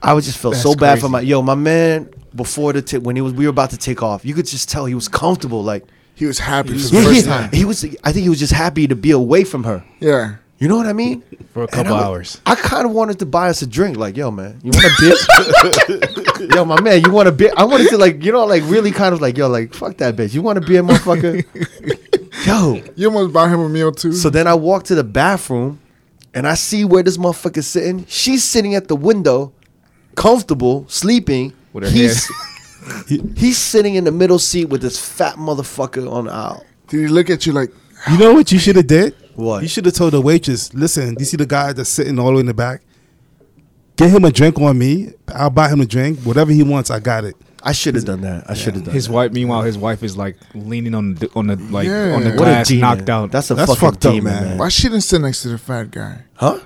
S1: I would just feel so bad for
S4: crazy.
S1: my yo, my man. Before the tip, when he was, we were about to take off. You could just tell he was comfortable. Like
S3: He was happy for the
S1: yeah,
S3: first
S1: yeah,
S3: time.
S1: he was. I think he was just happy to be away from her.
S3: Yeah.
S1: You know what I mean?
S2: <laughs> For a
S1: And
S2: couple
S1: I-
S2: hours.
S1: I kind of wanted to buy us a drink. Like, yo, man, you want a beer? <laughs> yo, my man, you want a beer? I wanted to like, you know, like really kind of like, yo, like fuck that bitch. You want a
S2: <laughs>
S1: beer, motherfucker? yo.
S3: You almost bought him a meal too.
S1: So then I walked to the bathroom, and I see where this motherfucker's sitting. She's sitting at the window, comfortable, sleeping.
S2: With her
S1: he's, he- <laughs> he's sitting in the middle seat with this fat motherfucker on the aisle.
S3: Did he look at you like,
S4: You know what you should have did?
S1: What?
S4: You should have told the waitress, listen, you see the guy that's sitting all the way in the back? Get him a drink on me. I'll buy him a drink. Whatever he wants, I got it.
S1: I should have done that. I should have done
S2: His
S1: that.
S2: wife. Meanwhile, his wife is like leaning on the on the like
S3: Yeah.
S2: on the
S3: What a
S2: glass,
S1: demon.
S2: knocked out.
S1: That's a
S4: That's
S1: fucking
S4: fucked up,
S1: demon,
S4: man.
S1: man.
S3: why she didn't sit next to the fat guy?
S1: Huh?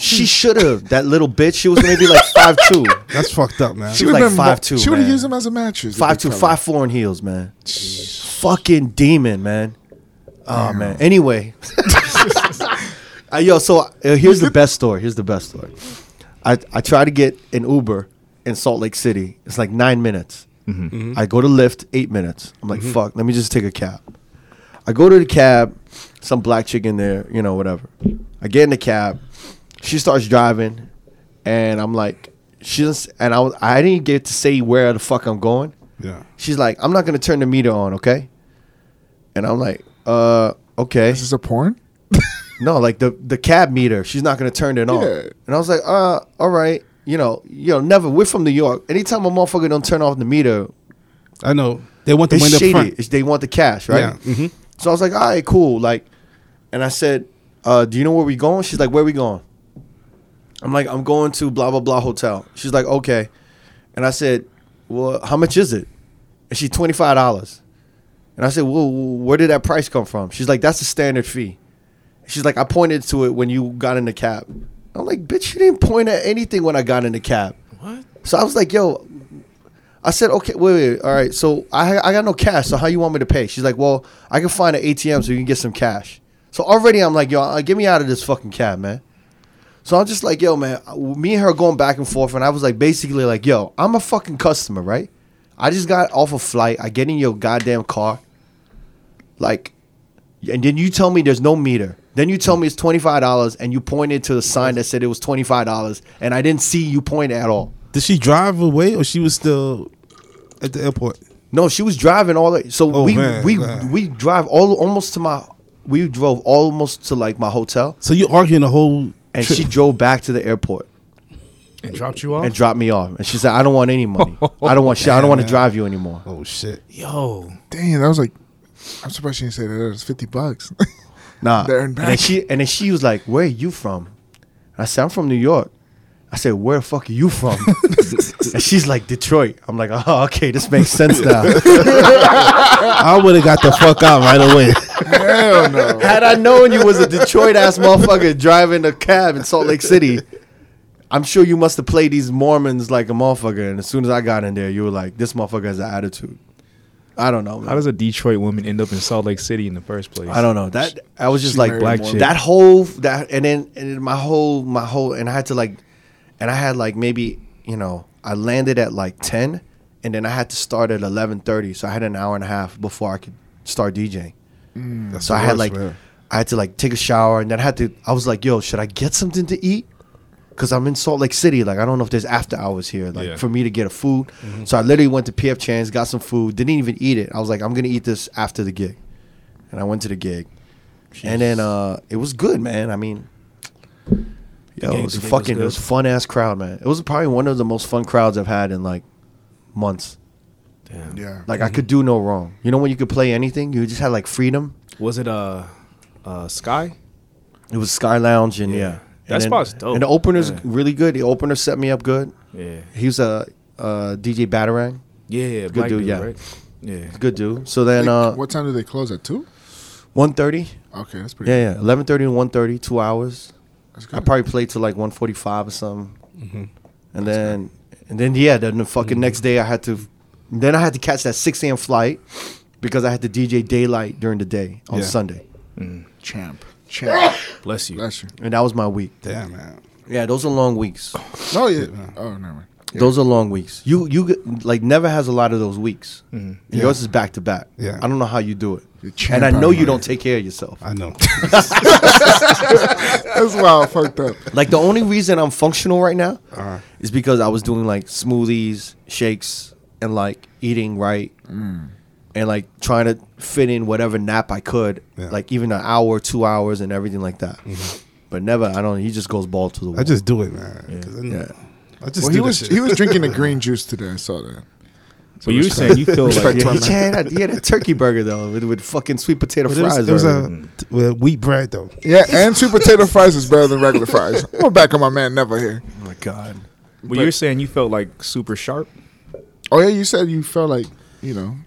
S1: She should have. That little bitch. She was maybe like five two.
S4: That's fucked up, man.
S1: She
S3: would've
S1: like
S3: been mo-
S1: 5'2",,
S3: She would have
S1: man.
S3: used him as a mattress. the
S1: five
S3: big
S1: two,
S3: fella.
S1: five four in heels, man. Fucking demon, man. Oh man. Anyway, Uh, yo, so uh, here's the best story. Here's the best story. I I try to get an Uber in Salt Lake City. It's like nine minutes. I go to Lyft, eight minutes. I'm like, fuck. Let me just take a cab. I go to the cab. Some black chick in there, you know, whatever. I get in the cab. She starts driving, and I'm like, she just and I was, I didn't get to say where the fuck I'm going.
S4: Yeah.
S1: She's like, I'm not gonna turn the meter on, okay? And I'm like, uh, okay.
S3: Is this a porn?
S1: No, like the the cab meter, she's not gonna turn it on.
S3: Yeah.
S1: And I was like, uh, all right, you know, you know, never. We're from New York. Anytime a motherfucker don't turn off the meter,
S4: I know. They want the
S1: it's
S4: win up
S1: shady.
S4: front.
S1: It's- they want the cash, right?
S4: Yeah. Mhm.
S1: So I was like, all right, cool. Like, and I said, uh, do you know where we going? She's like, where we going? I'm like, I'm going to blah blah blah hotel. She's like, okay. And I said, well, how much is it? And she twenty five dollars. And I said, well, where did that price come from? She's like, that's the standard fee. She's like, I pointed to it when you got in the cab. I'm like, bitch, you didn't point at anything when I got in the cab. What? So I was like, yo, I said, okay, wait, wait, all right. So I I got no cash. So how you want me to pay? She's like, well, I can find an ATM so you can get some cash. So already I'm like, yo, uh, get me out of this fucking cab, man. So I'm just like, yo, man, uh, me and her going back and forth, and I was like, basically, like, yo, I'm a fucking customer, right? I just got off a flight. I get in your goddamn car, like, and then you tell me there's no meter. Then you tell me it's twenty five dollars, and you pointed to the sign that said it was twenty five dollars, and I didn't see you point at all.
S4: Did she drive away or she was still at the airport?
S1: No, she was driving all the so
S4: Oh,
S1: we
S4: man,
S1: we
S4: man.
S1: we drive all almost to my we drove almost to like my hotel
S4: So you arguing the whole
S1: and
S4: trip. <laughs>
S1: she drove back to the airport
S2: and dropped you off.
S1: and dropped me off and she said I don't want any money. I don't want shit. I don't want to drive you anymore.
S4: Oh shit.
S2: Yo,
S3: Damn, that was like, I'm surprised she didn't say that. It was 50 bucks.
S1: Nah.
S3: There and
S1: and, then
S3: back.
S1: she and then she was like, "Where are you from?" And I said, "I'm from New York." I said, "Where the fuck are you from?" and she's like, "Detroit." I'm like, "Oh, okay, this makes sense now."
S4: I would have got
S1: <laughs>
S4: the fuck out right away.
S3: <laughs> Hell no.
S1: Had I known you was a Detroit ass motherfucker driving a cab in Salt Lake City, I'm sure you must have played these Mormons like a motherfucker. And as soon as I got in there, you were like, "This motherfucker has an attitude." I don't
S2: <laughs>
S1: know.
S2: how
S1: Man.
S2: does a Detroit woman end up in Salt Lake City in the first place?
S1: I don't know. That I was just
S3: She
S1: like
S3: married
S2: Black
S1: black
S2: a chick.
S1: That whole that and then and then my whole my whole and I had to like, and I had like maybe you know I landed at like ten, and then I had to start at eleven thirty, so I had an hour and a half before I could start DJing.
S4: That's
S1: So
S4: the
S1: I had
S4: worst,
S1: like,
S4: man.
S1: I had to like take a shower, and then I had to. I was like, "Yo, should I get something to eat?" Because I'm in Salt Lake City. Like, I don't know if there's after hours here. Like,
S2: Yeah.
S1: for me to get a food.
S4: Mm-hmm.
S1: So I literally went to PF Chang's, got some food, didn't even eat it. I was like, "I'm gonna eat this after the gig," and I went to the gig, and then uh, it was good, man. I mean. Yo,
S2: gig-
S1: it was
S2: the gig was
S1: a fucking it was
S2: good.
S1: fun ass crowd, man. It was probably one of the most fun crowds I've had in like months.
S3: <laughs> Yeah.
S1: Like
S4: Mm-hmm.
S1: I could do no wrong. You know when you could play anything, you just had like freedom.
S2: Was it uh, uh, Sky?
S1: It was Sky Lounge and yeah.
S2: Yeah. That
S1: And
S2: spot's dope.
S1: And the opener's
S2: Yeah.
S1: really good. The opener set me up good.
S2: Yeah,
S1: He was a, uh DJ Batarang.
S2: yeah, yeah. Good
S1: dude, yeah.
S2: Yeah,
S1: Good dude. So then uh
S3: what time do they close at? 2?
S1: one thirty.
S3: Okay, that's pretty
S1: Yeah, yeah. Eleven thirty and one thirty, two hours.
S3: That's good.
S1: I probably played till like one forty five or something.
S2: Mm-hmm.
S1: And then and then yeah, then the fucking next day I had to then I had to catch that six AM flight because I had to DJ daylight during the day on
S4: Yeah.
S1: Sunday.
S3: Champ. Champ.
S2: bless you.
S3: Bless you.
S1: And that was my week.
S4: Damn man.
S1: Yeah, those are long weeks.
S3: No, yeah. Oh, never mind.
S1: Those are long weeks. You you get- like never has a lot of those weeks. And Yours is back to back.
S4: Yeah.
S1: I don't know how you do
S3: You're
S1: it, and I
S3: champ
S1: know
S3: out
S1: you
S3: here.
S1: don't take care of yourself.
S4: I
S1: <laughs>
S4: know. <laughs>
S3: That's why I fucked
S1: <laughs>
S3: up.
S1: Like the only reason I'm functional right now is because I was doing like smoothies, shakes, and like eating right,
S4: Mm.
S1: and like trying to fit in whatever nap I could,
S4: Yeah. Mm-hmm.
S1: like even an hour, two hours, and everything like that. but never. I don't. He just goes ball to the wall.
S4: I just do it, man.
S2: Yeah.
S4: 'Cause I,
S1: yeah.
S4: I just
S3: Well,
S4: do
S3: he
S4: that
S3: was
S4: shit.
S3: he was drinking the green juice today. I saw that.
S2: But you were saying you feel
S4: <laughs>
S1: Yeah,
S2: like
S3: Respect.
S1: he,
S3: to him,
S1: had a, he had a turkey burger though with, with fucking sweet
S4: <laughs>
S1: potato
S4: But it was,
S1: fries.
S4: it was
S1: on it.
S4: a well, wheat bread though.
S3: <laughs> Yeah, and sweet potato fries is better than regular <laughs> fries. I'm back on my man never here.
S1: oh my god!
S2: well, you were saying you felt like super sharp.
S3: Oh yeah, you said you felt like you know. Oh,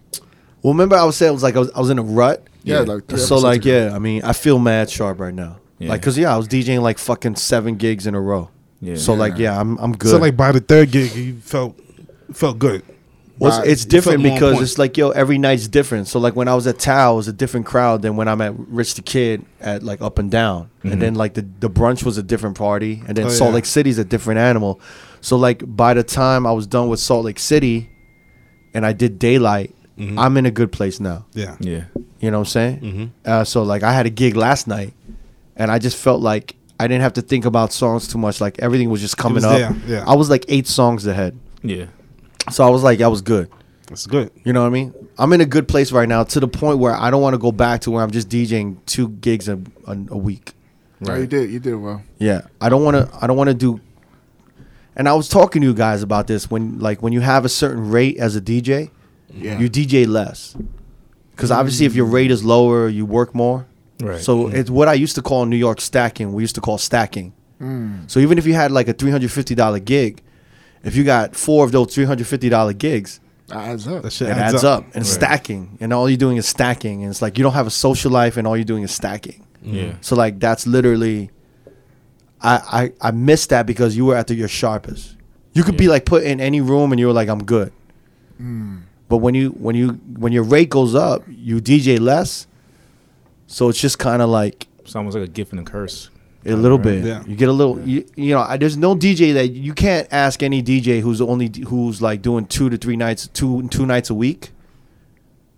S1: Well, remember I was saying it was like I was, I was in a rut.
S3: Yeah, like three
S1: so
S3: episodes
S1: like
S3: ago.
S1: yeah. I mean, I feel mad sharp right now.
S2: Yeah.
S1: Like cause yeah, I was DJing like fucking seven gigs in a row.
S2: Yeah.
S1: So like yeah, I'm I'm good.
S4: So like by the third gig, you felt felt good.
S1: Well,
S3: Right.
S4: uh,
S1: it's, it's
S4: You
S1: different
S4: felt more on
S1: because
S4: point.
S1: it's like yo, every night's different. So like when I was at Tao, it was a different crowd than when I'm at Rich the Kid at like Up and Down,
S3: Mm-hmm.
S1: and then like the the brunch was a different party, and then
S4: Oh,
S1: Salt
S4: yeah.
S1: Lake City's a different animal. So like by the time I was done with Salt Lake City, and I did Daylight,
S3: Mm-hmm.
S1: I'm in a good place now.
S4: Yeah.
S2: Yeah.
S1: You know what I'm saying?
S4: Mm-hmm.
S1: Uh, so like I had a gig last night, and I just felt like I didn't have to think about songs too much. Like everything was just coming
S4: was
S1: up.
S4: there, yeah.
S1: I was like eight songs ahead,
S2: Yeah.
S1: so I was like I was good.
S4: That's good.
S1: You know what I mean? I'm in a good place right now to the point where I don't want to go back to where I'm just DJing two gigs a, a, a week.
S3: No, you did you did well.
S1: Yeah, I don't want to. I don't want to do. And I was talking to you guys about this when, like, when you have a certain rate as a DJ,
S3: Yeah.
S1: you DJ less, because obviously if your rate is lower, you work more.
S2: Right.
S1: So it's what I used to call in New York stacking. We used to call stacking. So even if you had like a three hundred fifty dollar gig, if you got four of those three hundred fifty dollar gigs,
S3: That adds up.
S4: That shit
S1: it adds, up. and stacking and all you're doing is stacking and it's like you don't have a social life and all you're doing is stacking
S2: Yeah.
S1: so like that's literally i i, I missed that because you were at the, your sharpest you could be like put in any room and you were like i'm good
S4: Hmm.
S1: but when you when you when your rate goes up you dj less so it's just kind of like
S2: It's almost like a gift and a curse.
S1: a little bit.
S4: Yeah.
S1: You get a little. You, you know, I, there's no DJ that you can't ask any DJ who's only who's like doing two to three nights, two two nights a week,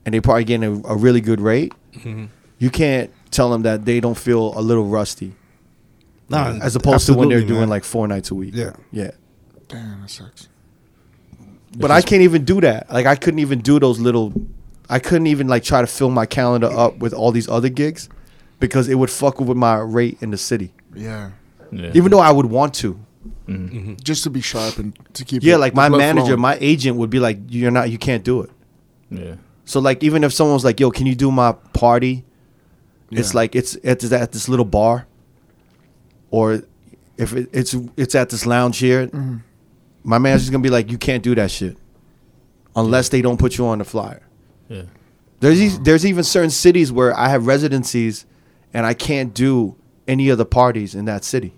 S1: and they probably getting a, a really good rate.
S4: Mm-hmm.
S1: You can't tell them that they don't feel a little rusty,
S4: Nah,
S1: Uh, as opposed to when they're
S4: absolutely,
S1: doing
S4: man.
S1: like four nights a week.
S4: Yeah.
S1: yeah.
S3: Damn, that sucks.
S1: But I can't even do that. Like I couldn't even do those little. I couldn't even like try to fill my calendar up with all these other gigs, because it would fuck with my rate in the city.
S3: Yeah.
S2: Yeah.
S1: Even though I would want to,
S3: Just to be sharp and to keep
S1: Yeah,
S3: it-
S1: like
S3: the
S1: my
S3: blood
S1: manager,
S3: flowing.
S1: my agent would be like, "You're not, you can't do it."
S2: yeah.
S1: So like, even if someone's like, "Yo, can you do my party?" It's
S3: Yeah.
S1: like it's at this, at this little bar, or if it, it's it's at this lounge here,
S3: Mm-hmm.
S1: my manager's gonna be like, "You can't do that shit," unless they don't put you on the flyer.
S2: Yeah.
S1: There's these,
S3: Mm-hmm.
S1: there's even certain cities where I have residencies, and I can't do any of the parties in that city.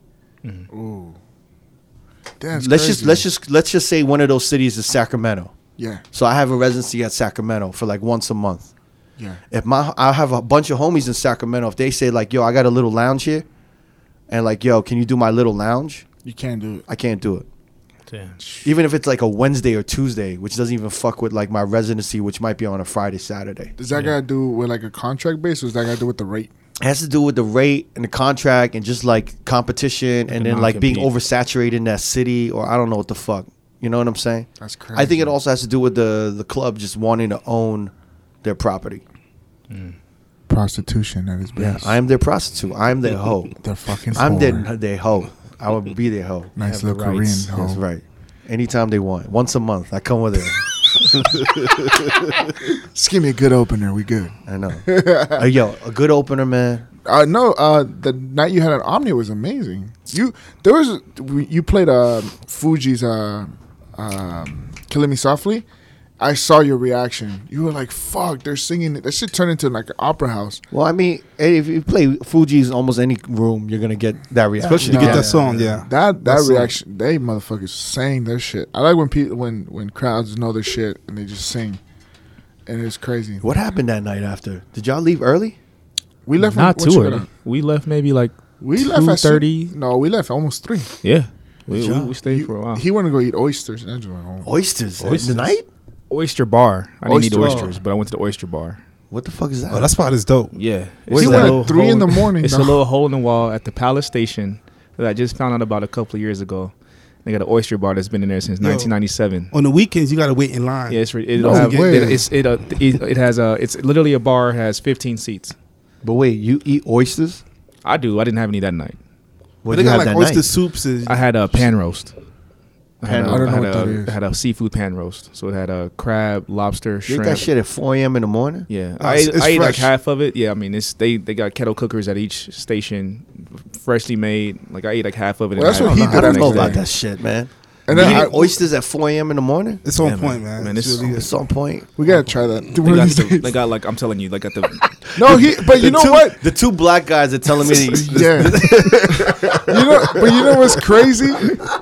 S3: Damn, it's
S1: let's just
S3: crazy.
S1: let's just let's just say one of those cities is Sacramento.
S3: yeah
S1: So I have a residency at Sacramento for like once a month.
S3: yeah
S1: If my I have a bunch of homies in Sacramento, if they say like, "Yo, I got a little lounge here," and like, "Yo, can you do my little lounge?"
S3: you can do it.
S1: I can't do it.
S2: Damn.
S1: Even if it's like a Wednesday or Tuesday, which doesn't even fuck with like my residency, which might be on a Friday, Saturday.
S3: Does that got to do with like a contract base, or does that got to do with the rate?
S1: It has to do with the rate and the contract and just like competition and then like being
S2: non-compete.
S1: oversaturated in that city or I don't know what the fuck. You know what I'm saying?
S3: That's crazy.
S1: I think it also has to do with the the club just wanting to own their property.
S3: prostitution at its
S1: Yeah,
S3: best.
S1: I am their prostitute. I am their hoe.
S3: They're fucking.
S1: I'm their
S3: whore.
S1: their hoe. I would be their hoe.
S2: have
S3: Nice
S2: the
S3: little Korean.
S2: rights.
S3: hoe.
S1: That's right. Anytime they want, once a month, I come with it.
S3: Just give me a good opener. We good.
S1: I know. Uh, yo, a good opener, man.
S3: Uh, no, uh, the night you had an Omni was amazing. You there was you played uh, Fuji's uh, um, "Killing Me Softly." I saw your reaction. You were like, "Fuck!" They're singing it. That shit turned into like an opera house.
S1: Well, I mean, eh, if you play Fuji's almost any room, you're gonna get that reaction.
S4: especially to
S3: Yeah.
S4: get that song. Yeah.
S3: That that
S4: That's
S3: reaction, they motherfuckers sang their shit. I like when people when when crowds know their shit and they just sing, and it's crazy.
S1: What happened that night after? Did y'all leave early?
S3: We left
S2: Not
S3: when- what
S2: too
S3: you got
S2: early.
S3: on?
S2: We left maybe like
S3: We left
S2: 2:30.
S3: at thirty. No, we left almost three.
S2: yeah. We, we,
S1: Yeah.
S2: we stayed
S3: You-
S2: for a while.
S3: He wanted to go eat oysters. And I just went home.
S1: Oysters.
S2: Oysters.
S1: Oysters. Tonight?
S2: oyster bar. I didn't need
S3: Oyster
S2: oysters, but I went to the oyster bar.
S1: What the fuck is that?
S4: Oh, that spot is dope.
S2: Yeah.
S1: Where's
S2: It's a
S1: that?
S2: little
S3: Three in the morning,
S2: It's a
S3: dog.
S2: little hole in the wall at the Palace Station that I just found out about a couple of years ago. They got an oyster bar that's been in there since
S4: Yo.
S2: 1997.
S4: On the weekends, you gotta wait in line.
S2: Yeah, it's, re- it'll
S3: No
S2: have,
S3: way.
S2: it, it's, it, uh, it, it has a, it's literally a bar, has 15 seats.
S1: but wait, you eat oysters?
S2: I do. I didn't have any that night.
S1: What
S4: they
S1: do you
S4: got
S1: have
S4: like
S1: that
S4: oyster
S1: night?
S4: soups and
S2: I had a pan roast. I had
S1: Pan
S2: a-
S1: roast.
S3: I don't know
S2: had
S3: what
S2: a-
S3: that is.
S2: Had a seafood pan roast, so it had a crab, lobster,
S1: You ate
S2: shrimp.
S1: that shit at 4 a.m. in the morning?
S2: Yeah,
S3: Ah,
S4: Oh,
S2: I,
S4: it's-
S2: ate,
S4: it's
S2: I ate like
S4: fresh.
S2: half of it. Yeah, I mean, it's they they got kettle cookers at each station, freshly made. Like I ate like half of it.
S3: Well, that's
S2: and I-
S3: what he
S2: I
S3: did
S1: I
S2: don't
S3: the
S1: don't know
S3: next
S1: about
S3: day.
S1: that shit, man. And
S3: And then
S1: you
S3: I-
S1: eat oysters at 4 a.m. in the morning?
S4: it's on
S2: Yeah,
S4: point,
S2: man.
S4: man.
S2: Man,
S4: it's
S2: it's-
S4: really
S1: It's on point.
S3: We gotta try that. Do
S2: They
S3: one <laughs>
S2: got,
S3: of these
S2: the,
S3: days.
S2: they got like I'm telling you, like at the
S3: <laughs> No, he. But
S1: the
S3: you know
S1: two, <laughs>
S3: what?
S1: The two black guys are telling me.
S3: <laughs> Yeah. you know, but you know what's crazy?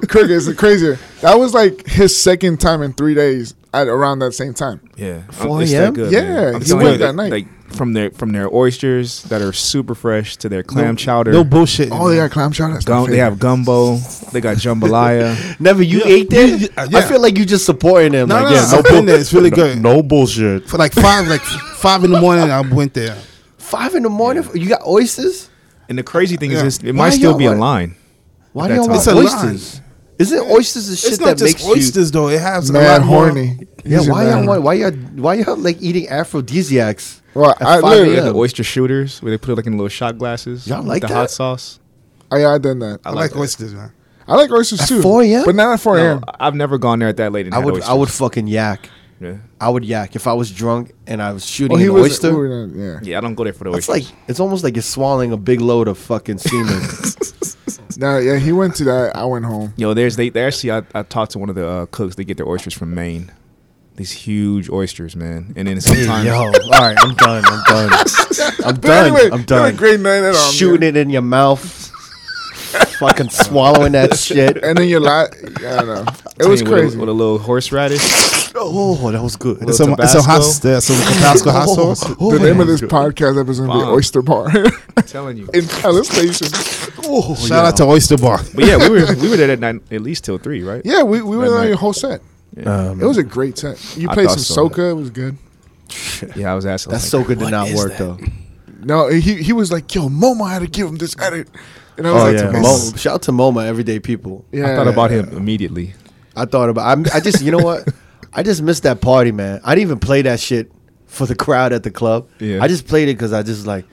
S3: Cricket is crazier. That was like his second time in three days at around that same time.
S2: yeah,
S1: 4
S2: it's that
S1: a.m.?
S2: good,
S3: Yeah,
S2: man. I'm
S3: he
S2: telling
S3: went
S2: you, like-
S3: that night.
S2: Like from their from their oysters that are super fresh to their clam chowder.
S4: No bullshit.
S3: Oh, they got clam chowder. That's my
S2: Gum, they
S3: favorite.
S2: have gumbo. They got
S1: <laughs>
S2: jambalaya.
S1: Never, you
S4: Yeah.
S1: ate there?
S4: You- uh,
S1: I
S4: yeah.
S1: feel like you just supporting them.
S4: No,
S1: like,
S4: no,
S1: yeah,
S4: no, I've been there. It's really good.
S1: No bullshit.
S4: for like five, like five in the morning. I went there.
S1: Five in the morning? You got oysters?
S2: and the crazy thing
S4: Yeah.
S2: is, it's, it
S1: Why
S2: might still
S1: y'all
S2: be
S1: like-
S2: online.
S1: Why
S2: At
S1: do
S2: that
S1: y'all want
S4: time. It's a
S1: oysters? Isn't oysters the shit
S4: it's not
S1: that
S4: just
S1: makes
S4: oysters though. It has a
S3: mad
S4: lot more-
S3: horny.
S1: you? Yeah,
S3: He's
S1: why
S3: mad
S1: y'all
S3: horny.
S1: want, why y'all why y'all like eating aphrodisiacs?
S3: Well,
S1: at
S3: I,
S1: 5
S3: literally-
S2: They got
S1: Yeah.
S2: the oyster shooters where they put it like in little shot glasses.
S1: Y'all
S2: with
S1: like
S2: the
S1: that?
S2: hot sauce?
S3: I, Oh, I done that.
S4: I
S3: I,
S4: like
S2: that.
S4: oysters, man.
S3: like oysters too.
S1: 4 a.m.?
S3: But not at four
S2: No,
S3: a.m.
S2: I've never gone there at that late. And
S1: I
S2: had
S1: would I
S2: oysters.
S1: would fucking yak.
S2: Yeah.
S1: I would yak if I was drunk and I was shooting
S3: Oh, he
S1: an
S3: was.
S1: oyster.
S3: we were not- yeah.
S2: Yeah, I don't go there for the
S1: It's
S2: oysters.
S1: like it's almost like you're swallowing a big load of fucking semen.
S3: No, yeah. He went to that. I went home.
S2: Yo, there's they, they actually I, I talked to one of the uh, cooks. They get their oysters from Maine. These huge oysters, man. And then sometimes
S1: Yo, all right, I'm done. I'm done. I'm
S3: But
S1: done.
S3: anyway,
S1: I'm
S3: it was a
S1: done.
S3: great night at um, all.
S1: Shooting it in your
S3: <laughs>
S1: mouth, fucking swallowing that shit.
S3: And then your lot. Yeah,
S2: <laughs>
S3: I know. It
S2: With
S3: was
S2: a-
S3: crazy.
S2: With a, little horseradish.
S1: Oh, that was good.
S4: It's
S2: Little
S4: a, it's a hot,
S2: Tabasco.
S4: there's some Tabasco <laughs> hot sauce.
S1: Oh,
S3: the name
S1: yeah.
S3: of this podcast episode is gonna be
S2: Bomb.
S3: Oyster Bar <laughs>
S2: I'm telling
S1: <laughs>
S2: you.
S3: in Palace Station.
S1: Oh,
S4: Shout out to Oyster Bar.
S2: But yeah, we were we were there that night at least till three, right?
S3: Yeah, we, we were
S2: That
S3: there your
S2: night.
S3: whole set.
S1: Um,
S3: It was a great set. You
S2: I
S3: played some
S2: thought so.
S3: soca. It was good.
S2: Yeah, I was asking.
S1: that soca did not work though.
S3: No, he he was like, "Yo, Momo had to give him this edit," and I was
S1: Oh
S3: like,
S1: yeah,
S3: "Yes."
S1: Mo- shout out to MoMA, everyday people.
S3: yeah.
S2: I thought about him immediately.
S1: I thought about. I, I just, you know what? I just missed that party, man. I didn't even play that shit for the crowd at the club.
S2: Yeah.
S1: I just played it because I just like,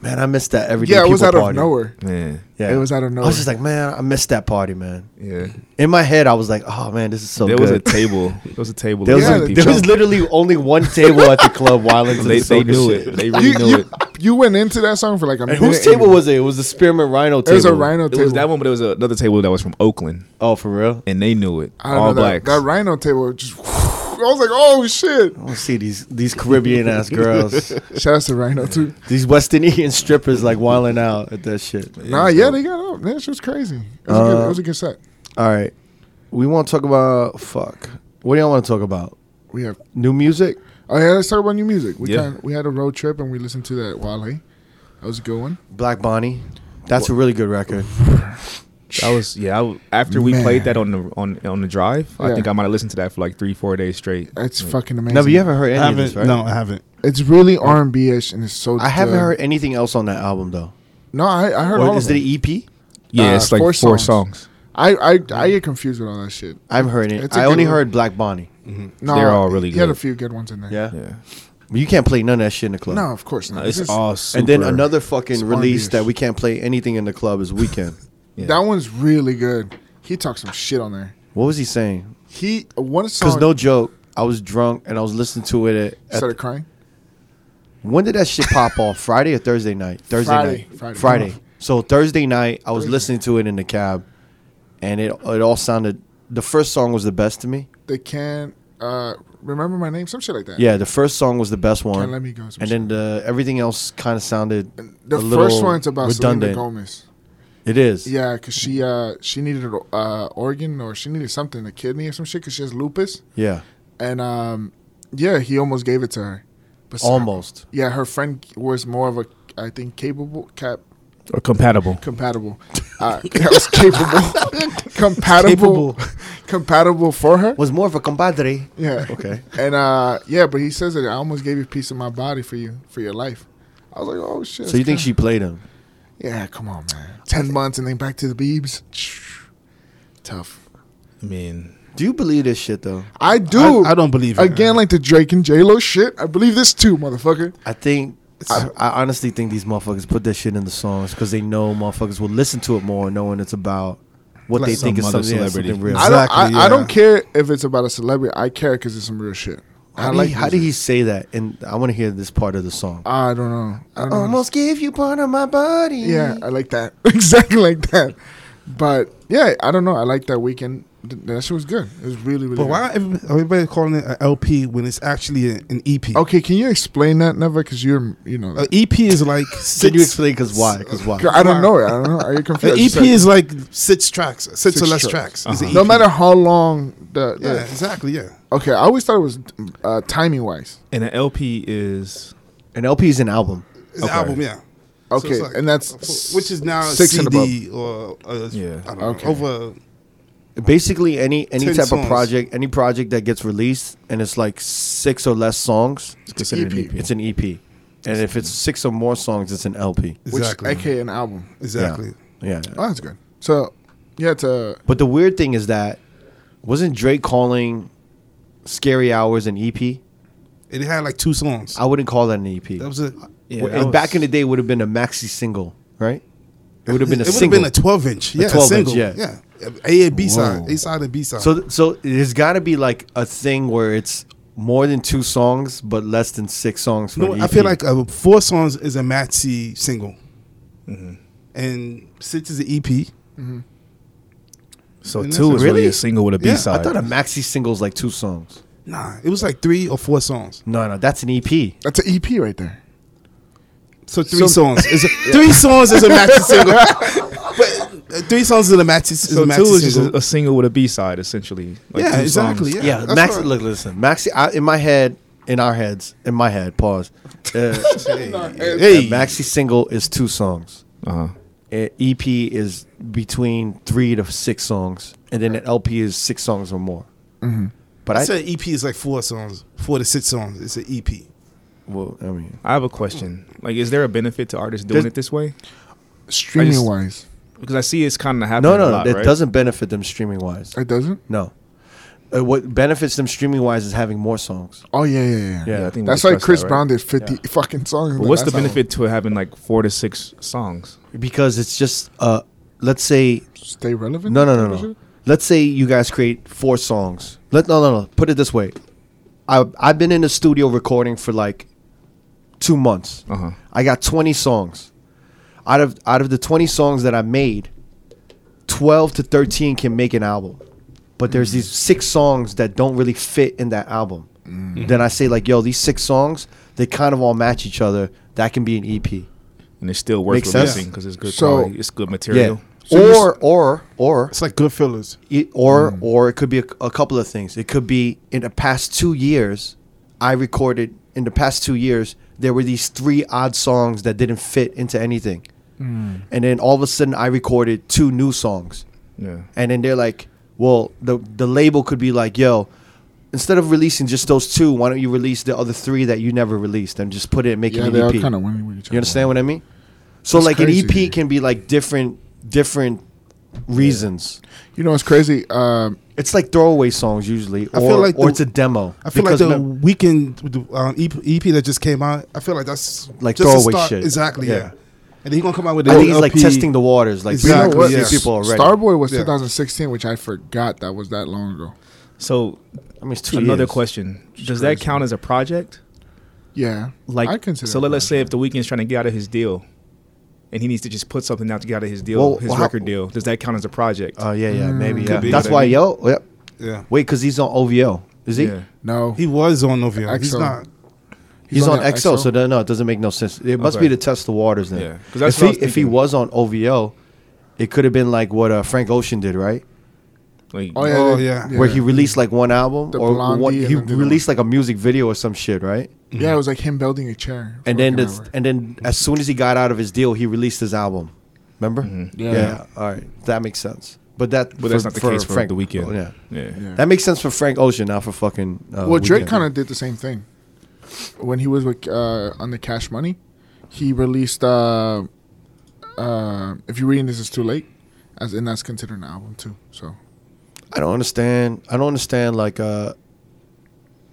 S1: man, I missed that everyday.
S3: Yeah, it was
S1: people
S3: out of
S1: party.
S3: nowhere.
S2: Man.
S1: Yeah,
S3: It was out of
S1: I
S3: nowhere.
S1: was just like, man, I missed that party, man.
S2: Yeah.
S1: In my head, I was like, oh man, this is so
S2: there
S1: good.
S2: was a table. There was a table.
S1: there was,
S2: of
S3: Yeah,
S1: a-
S2: white
S3: the
S1: there
S2: people.
S1: was literally only one table at the club.
S3: <laughs>
S1: While into
S2: they,
S1: the
S2: they
S1: soca
S2: knew
S1: shit.
S2: it. They really
S3: you,
S2: knew
S3: you,
S2: it.
S3: you went into that song for like a
S1: And
S3: minute.
S1: whose table was it? It was the Spearman Rhino table.
S3: It was a rhino
S2: It
S3: table.
S2: was that one, but there was another table that was from Oakland,
S1: Oh, for real?
S2: and they knew it.
S3: I don't
S2: All
S3: know, that-
S2: blacks.
S3: That, rhino table just. I was like, "Oh shit!"
S1: I don't see these these Caribbean <laughs> ass girls,
S3: Shout out to Rhino too.
S1: these West Indian strippers like wilding out at that shit.
S3: nah, yeah, they got up. That shit was crazy. It was, a good, it
S1: Uh,
S3: was a good set.
S1: All right. We want to talk about fuck. What do y'all want to talk about?
S3: We have.
S1: New music?
S3: Oh yeah, let's talk about new music. We
S2: Yeah.
S3: kind we had a road trip and we listened to that Wale. That was a good one.
S1: Black Bonnie. That's a really good record.
S2: That was yeah. I w after we
S3: Man.
S2: played that on the on on the drive, I
S3: Yeah.
S2: think I might have listened to that for like three four days straight.
S3: That's fucking amazing.
S1: No, but you haven't heard
S4: I
S1: any of
S4: haven't.
S1: this, right?
S4: No, I haven't.
S3: It's really R and B ish, and it's so.
S1: I haven't
S3: good.
S1: heard anything else on that album though.
S3: No, I, I heard
S1: Or
S3: all
S1: is
S3: of
S1: it
S3: it.
S1: an E EP?
S2: Yeah,
S3: Uh,
S2: it's like
S3: four
S2: four,
S3: songs.
S2: songs.
S3: I, I I get confused with all that shit.
S1: I haven't heard it.
S3: It's a
S1: I
S3: good
S1: only
S3: one.
S1: heard Black Bonnie.
S3: No,
S2: They're all really
S3: He had a
S2: good.
S3: few good ones in there.
S1: Mm-hmm. Yeah?
S2: Yeah,
S1: You can't play none of that shit in the club.
S3: No, of course not.
S2: it's
S4: Oh,
S3: This is-
S2: all super.
S1: and then another fucking
S3: Smart
S1: release
S3: beers.
S1: that we can't play anything in the club is Weekend.
S2: yeah.
S3: That one's really good. He talks some shit on there.
S1: what was he saying?
S3: He uh, one song
S1: Because no joke, I was drunk and I was listening to it. At,
S3: started crying.
S1: when did that shit pop off? Friday or Thursday night? Thursday
S3: Friday.
S1: night.
S3: Friday.
S1: So Thursday night, I was
S3: Thursday.
S1: listening to it in the cab, and it it all sounded. The first song was the best to me.
S3: They can't uh, remember my name, some shit like that.
S1: Yeah, the first song was the best one.
S3: Can't let me go. some
S1: and
S3: shit.
S1: then the everything else kind of sounded
S3: the
S1: a
S3: first
S1: little
S3: one's about Selena
S1: redundant.
S3: Gomez.
S1: It is.
S3: Yeah, because she uh, she needed an uh, organ or she needed something, a kidney or some shit, because she has lupus.
S1: Yeah.
S3: And um, yeah, he almost gave it to her. But some- <laughs>
S1: Almost.
S3: yeah, her friend was more of a, I think, capable, cap,
S2: or compatible.
S1: <laughs>
S3: compatible. Uh, <laughs> that was capable, compatible, <laughs> compatible for her.
S1: Was more of a compadre.
S3: Yeah. <laughs>
S1: Okay.
S3: And uh, yeah, but he says that I almost gave you a piece of my body for you, for your life. I was like, oh shit.
S1: So you think
S3: that's
S1: she played him?
S3: kinda- Yeah, come on, man. Ten months and then back to the Biebs. Tough.
S2: I mean,
S1: Do you believe this shit though?
S3: I do.
S4: I, I don't believe it.
S3: Again,
S4: man.
S3: like the Drake and J Lo shit. I believe this too, motherfucker.
S1: I think I, I honestly think these motherfuckers put that shit in the songs because they know motherfuckers will listen to it more knowing it's about what
S4: Like
S1: they think
S2: some
S1: is
S2: other
S1: something, yeah,
S2: celebrity.
S1: something real.
S3: I don't. I,
S4: Exactly,
S3: I
S4: yeah.
S3: don't care if it's about a celebrity. I care because it's some real shit. I
S1: How, did
S3: like.
S1: he, how did he say that? And I want to hear this part of the song.
S3: I don't know. I don't know.
S4: Oh,
S1: gave you part of my body.
S3: Yeah, I like that. <laughs> exactly like that. But yeah, I don't know. I like that weekend. Th- That shit was good. It was really really.
S4: But why every- everybody calling it an LP when it's actually a- an E EP?
S3: Good. Okay, can you explain that, Never? Because you're you know.
S4: An EP E is
S1: <laughs>
S4: like six,
S1: Can you explain? Because why? Because why?
S3: I don't know. I don't know. Are
S4: <laughs>
S3: you confused?
S4: An
S3: I just
S4: EP
S3: said-
S4: E is like six tracks, six,
S3: Six
S4: or less
S3: tracks. Uh-huh.
S4: tracks. It's an
S3: no
S4: EP.
S3: matter how long the,
S4: Yeah,
S3: the
S4: exactly. Yeah.
S3: okay. I always thought it was uh, timing wise.
S2: And an LP is
S1: An LP is an album.
S4: It's
S2: Okay.
S4: an album. Yeah. So
S3: Okay,
S4: it's like-
S3: and that's
S4: which is now a
S3: six and
S4: CD or uh,
S2: Yeah.
S4: I don't
S3: Okay.
S4: know, over
S1: Basically, any any
S4: Ten
S1: type of
S4: songs.
S1: project, any project that gets released and it's like six or less songs,
S2: it's considered
S3: EP.
S2: an EP.
S1: it's an EP. And if it's six or more songs, it's an LP.
S4: exactly
S3: Which aka an album.
S4: exactly.
S1: Yeah.
S3: Oh, that's good. So yeah, it's a
S1: But the weird thing is that wasn't Drake calling Scary Hours an EP?
S4: And it had like two songs.
S1: I wouldn't call that an EP.
S4: That was it.
S2: Yeah,
S1: Well,
S2: that
S1: and
S2: was-
S1: back in the day, it would have been a maxi single, right? It would have been a
S4: it would have
S1: single.
S4: been a twelve inch. Yeah,
S1: 12 inch,
S4: single.
S1: yeah.
S4: yeah. A and B side,
S1: Whoa.
S4: A side and B side.
S1: so, so there's got to be like a thing where it's more than two songs, but less than six songs for
S4: You know
S1: an
S4: what?
S1: E
S4: I
S1: EP.
S4: feel like uh, four songs is a maxi single, and six is E an EP.
S2: So
S4: And
S2: two
S4: that's
S2: is really,
S1: a- Really?
S2: a single with a B
S4: Yeah, I
S1: I
S2: side.
S1: thought a maxi single is like two songs.
S4: Nah, it was like three or four songs.
S1: No, no, that's an E EP.
S3: that's an EP right there.
S4: So three songs. <laughs> Is a, Three songs is a maxi single. <laughs> but uh, three songs is a maxi. Is
S2: so
S4: a
S2: two
S4: maxi
S2: is just
S4: single.
S2: a, a single with a B side, essentially. Like
S4: yeah,
S2: two
S4: exactly.
S2: songs.
S1: Yeah,
S4: Yeah, that's
S1: maxi.
S4: what-
S1: Look, listen, maxi. I, in my head, in our heads, in my head. Pause.
S4: <laughs>
S1: Uh,
S4: Hey.
S1: a maxi single is two songs.
S2: Uh-huh.
S1: A EP E is between three to six songs, and then an LP is six songs or more.
S2: Mm-hmm.
S1: But I,
S4: I said EP is E like four songs, four to six songs. It's an E EP.
S1: well, I mean,
S2: I have a question. Like, is there a benefit to artists doing
S1: There's-
S2: it this way?
S3: Streaming
S2: I just-
S3: wise,
S2: Because I see it's kind of
S1: no,
S2: happening.
S1: no,
S2: a
S1: no,
S2: lot,
S1: it
S2: right?
S1: doesn't benefit them streaming wise.
S3: it doesn't.
S1: No, uh, what benefits them streaming wise is having more songs.
S3: Oh yeah, yeah, yeah.
S1: Yeah,
S2: Yeah, I think we
S3: That's why
S2: discussed
S3: Chris
S2: that, right?
S3: Brown did fifty fucking songs.
S2: But what's the
S3: last album.
S2: benefit to having like four to six songs?
S1: because it's just, uh, let's say
S3: Stay relevant.
S1: No, no, no, no. Let's say you guys create four songs. Let no, no, no. Put it this way: I I've been in the studio recording for like two months.
S2: Uh-huh.
S1: I got twenty songs. Out of out of the twenty songs that I made, twelve to thirteen can make an album. But there's these six songs that don't really fit in that album.
S3: Mm-hmm.
S1: Then I say like, yo, these six songs they kind of all match each other. That can be an E EP.
S2: And it's still worth
S1: Makes sense.
S2: releasing because it's good
S3: So-
S2: quality. It's good material.
S3: So you
S1: or or or
S4: It's like Goodfellas.
S1: it, or
S3: Mm.
S1: or it could be a, a couple of things. It could be in the past two years, I recorded in the past two years there were these three odd songs that didn't fit into anything,
S3: Mm.
S1: and then all of a sudden I recorded two new songs,
S2: Yeah.
S1: and then they're like, well, the the label could be like, yo. Instead of releasing just those two, why don't you release the other three that you never released and just put it and make
S3: Yeah,
S1: it
S3: they
S1: an
S2: E
S3: are
S1: EP?
S3: kind of winning with each other.
S1: You understand what I mean? So
S3: That's
S1: like an EP
S3: crazy.
S1: can be like different different reasons.
S3: You know what's crazy? Um,
S1: It's like throwaway songs usually, or,
S4: I feel like
S1: or
S4: the-
S1: it's a demo.
S4: I feel like
S1: Because
S4: the
S1: mem-
S4: weekend the, um, EP, EP that just came out. I feel like that's
S1: Like
S4: just a
S1: throwaway
S4: start.
S1: shit.
S4: Exactly.
S1: Yeah.
S4: Yeah. And then he's gonna come out with.
S1: I
S4: a
S1: think he's
S4: LP.
S1: like testing the waters, like
S4: But you know
S1: exactly,
S4: what?
S1: seeing
S4: Yeah.
S1: people already.
S3: Starboy was
S4: Yeah.
S3: 2016, which I forgot that was that long ago.
S2: So
S1: I mean, it's two
S2: another
S1: years.
S2: question: Does that count as a project?
S3: Yeah,
S2: Like,
S3: I consider.
S2: so. Let,
S3: it
S2: us say if the weekend's trying to get out of his deal, and he needs to just put something out to get out of his deal,
S1: Well,
S2: his
S1: well, how-
S2: record deal. Does that count as a project?
S1: Oh yeah, yeah, maybe.
S3: Mm.
S1: Yeah.
S2: be,
S1: That's
S2: Mm, could
S1: why
S2: be.
S1: yo, yep.
S4: Yeah.
S1: Wait, because he's on OVO, is he?
S2: yeah.
S3: no.
S4: He was on OVO. He's
S3: XO.
S4: not.
S1: He's,
S3: He's
S1: on,
S3: on that
S1: XO,
S3: XO?
S1: so then, no, it doesn't make no sense. It must
S2: Okay.
S1: be to test the waters then.
S2: Yeah, 'cause that's
S1: if
S2: what I
S1: he
S2: was
S1: if he
S2: thinking.
S1: was on OVO, it could have been like what uh, Frank Ocean did, right?
S2: Like,
S3: Oh yeah,
S4: Oh,
S3: they-
S4: yeah.
S1: Where he released like one album,
S3: The
S1: or
S3: Blondie
S1: one,
S3: and
S1: he
S3: then did
S1: released like a music video or some shit, right?
S3: yeah, it was like him building a chair. for
S1: and then
S3: like an
S1: the,
S3: hour.
S1: and then as soon as he got out of his deal, he released his album. Remember?
S3: Yeah.
S1: All right, that makes sense. But that
S2: Mm-hmm. but that's not the case for
S1: Frank
S2: the
S1: Oh,
S2: weekend.
S1: Yeah.
S2: yeah.
S3: Yeah.
S1: that makes sense for Frank Ocean, not for fucking. Uh,
S3: well, Drake
S1: Weeknd.
S3: kind of did the same thing when he was with uh, on the Cash Money. He released uh, uh, if you're reading this, it's too late, as and that's considered an album too. So
S1: I don't understand. I don't understand like. uh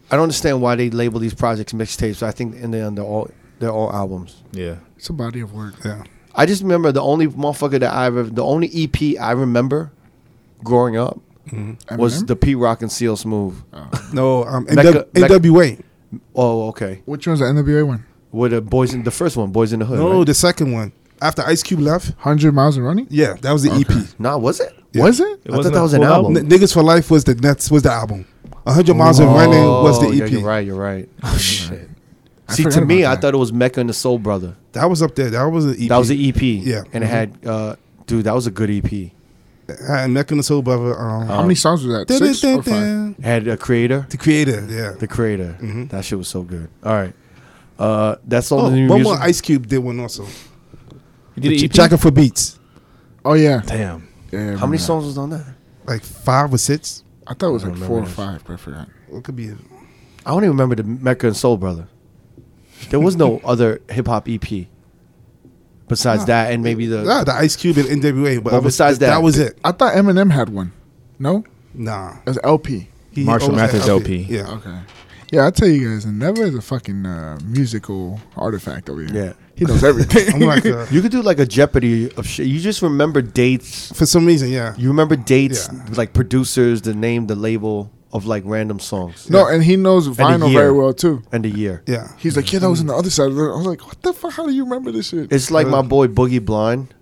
S1: I don't understand why they label these projects mixtapes. I think in the end they're all They're all albums.
S2: Yeah.
S3: It's a body of work.
S4: Yeah.
S1: I just remember the only motherfucker that I ever, the only EP I remember growing up was
S2: Mm-hmm.
S3: Eminem? Oh.
S1: the P Rock and Seal Smooth.
S4: No, um,
S1: Mecca-
S4: NW, NWA.
S1: Oh, okay.
S3: Which one's the NWA one?
S1: With the boys in the first one, Boys in the Hood.
S4: No,
S1: right?
S4: the second one. After Ice Cube left,
S3: Hundred miles and running.
S4: yeah, that was the E EP.
S1: nah, was it?
S4: Yeah.
S3: Was it?
S1: I thought
S2: wasn't
S1: that
S2: a
S1: was an
S2: full
S1: album.
S4: N- Niggas for Life was the next was the album. hundred miles and running was
S1: Oh,
S4: the E
S1: yeah,
S4: EP.
S1: you're right. You're right. shit.
S3: I
S1: See,
S3: forgot
S1: to me,
S3: about
S1: I
S3: that.
S1: thought it was Mecca and the Soul Brother.
S4: That was up there. That was an E EP.
S1: That was E the EP.
S4: Yeah.
S1: And it had, uh, dude, that was a good E EP.
S4: And Mecca and the Soul Brother. Um,
S3: How many songs was that?
S4: dun-
S3: Uh-huh. Six
S4: dun-
S3: or five?
S4: dun.
S1: Had a creator,
S4: The creator. Yeah.
S1: the creator. That shit was so good. All right. Uh, that's all
S4: Oh,
S1: the new
S4: one
S1: music.
S4: more Ice Cube did one also.
S2: You did an EP?
S4: Chaka for Beats.
S3: Oh yeah.
S2: Damn.
S3: yeah
S1: How many
S3: yeah.
S1: songs was on that?
S4: Like five or six.
S3: I thought it was
S1: I don't
S3: like four or
S1: remember
S3: five, but I forgot.
S4: It could be.
S1: I don't even remember the Mecca and Soul Brother. There was no other hip hop EP besides that, and maybe the
S4: Nah, the Ice Cube and NWA. But
S1: Well,
S4: I was-
S1: besides that-
S4: that was it.
S3: I thought Eminem had one. No,
S4: Nah.
S3: it was LP.
S4: He
S2: Marshall
S4: always had
S2: Mathers LP.
S4: Yeah.
S3: Okay. Yeah, I tell you guys, Never is a fucking uh, musical artifact over here.
S1: yeah.
S3: He knows
S4: <laughs>
S3: everything.
S4: I'm like, uh,
S1: You could do like a Jeopardy of shit. You just remember dates.
S4: for some reason, yeah.
S1: You remember dates,
S4: Yeah.
S1: like producers, the name, the label of like random songs
S3: no, and he knows vinyl
S1: year.
S3: very well too.
S1: and the year.
S4: Yeah.
S3: He's like, yeah, that was on the other side. of the-" I was like, what the fuck? How do you remember this shit?
S1: It's like my boy Boogie Blind,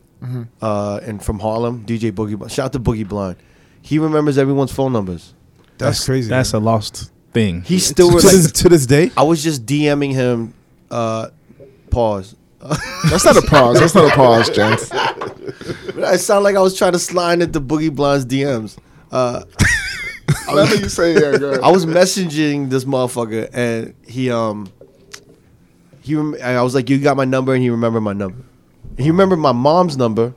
S1: uh, and from Harlem, DJ Boogie. Blind. Shout out to Boogie Blind. He remembers everyone's phone numbers.
S4: That's, crazy.
S2: That's a lost thing.
S1: He still <laughs>
S4: to,
S1: was
S4: this,
S1: like,
S4: to this day.
S1: I was just DMing him. Uh, pause.
S3: That's not a pause. That's not a pause, Jens.
S1: I sound like I was trying to slide into Boogie Blind's DMs. Uh,
S3: That's what you say, yeah, girl.
S1: I was messaging this motherfucker, and he um he rem- and I was like, "You got my number," and he remembered my number. He remembered my mom's number,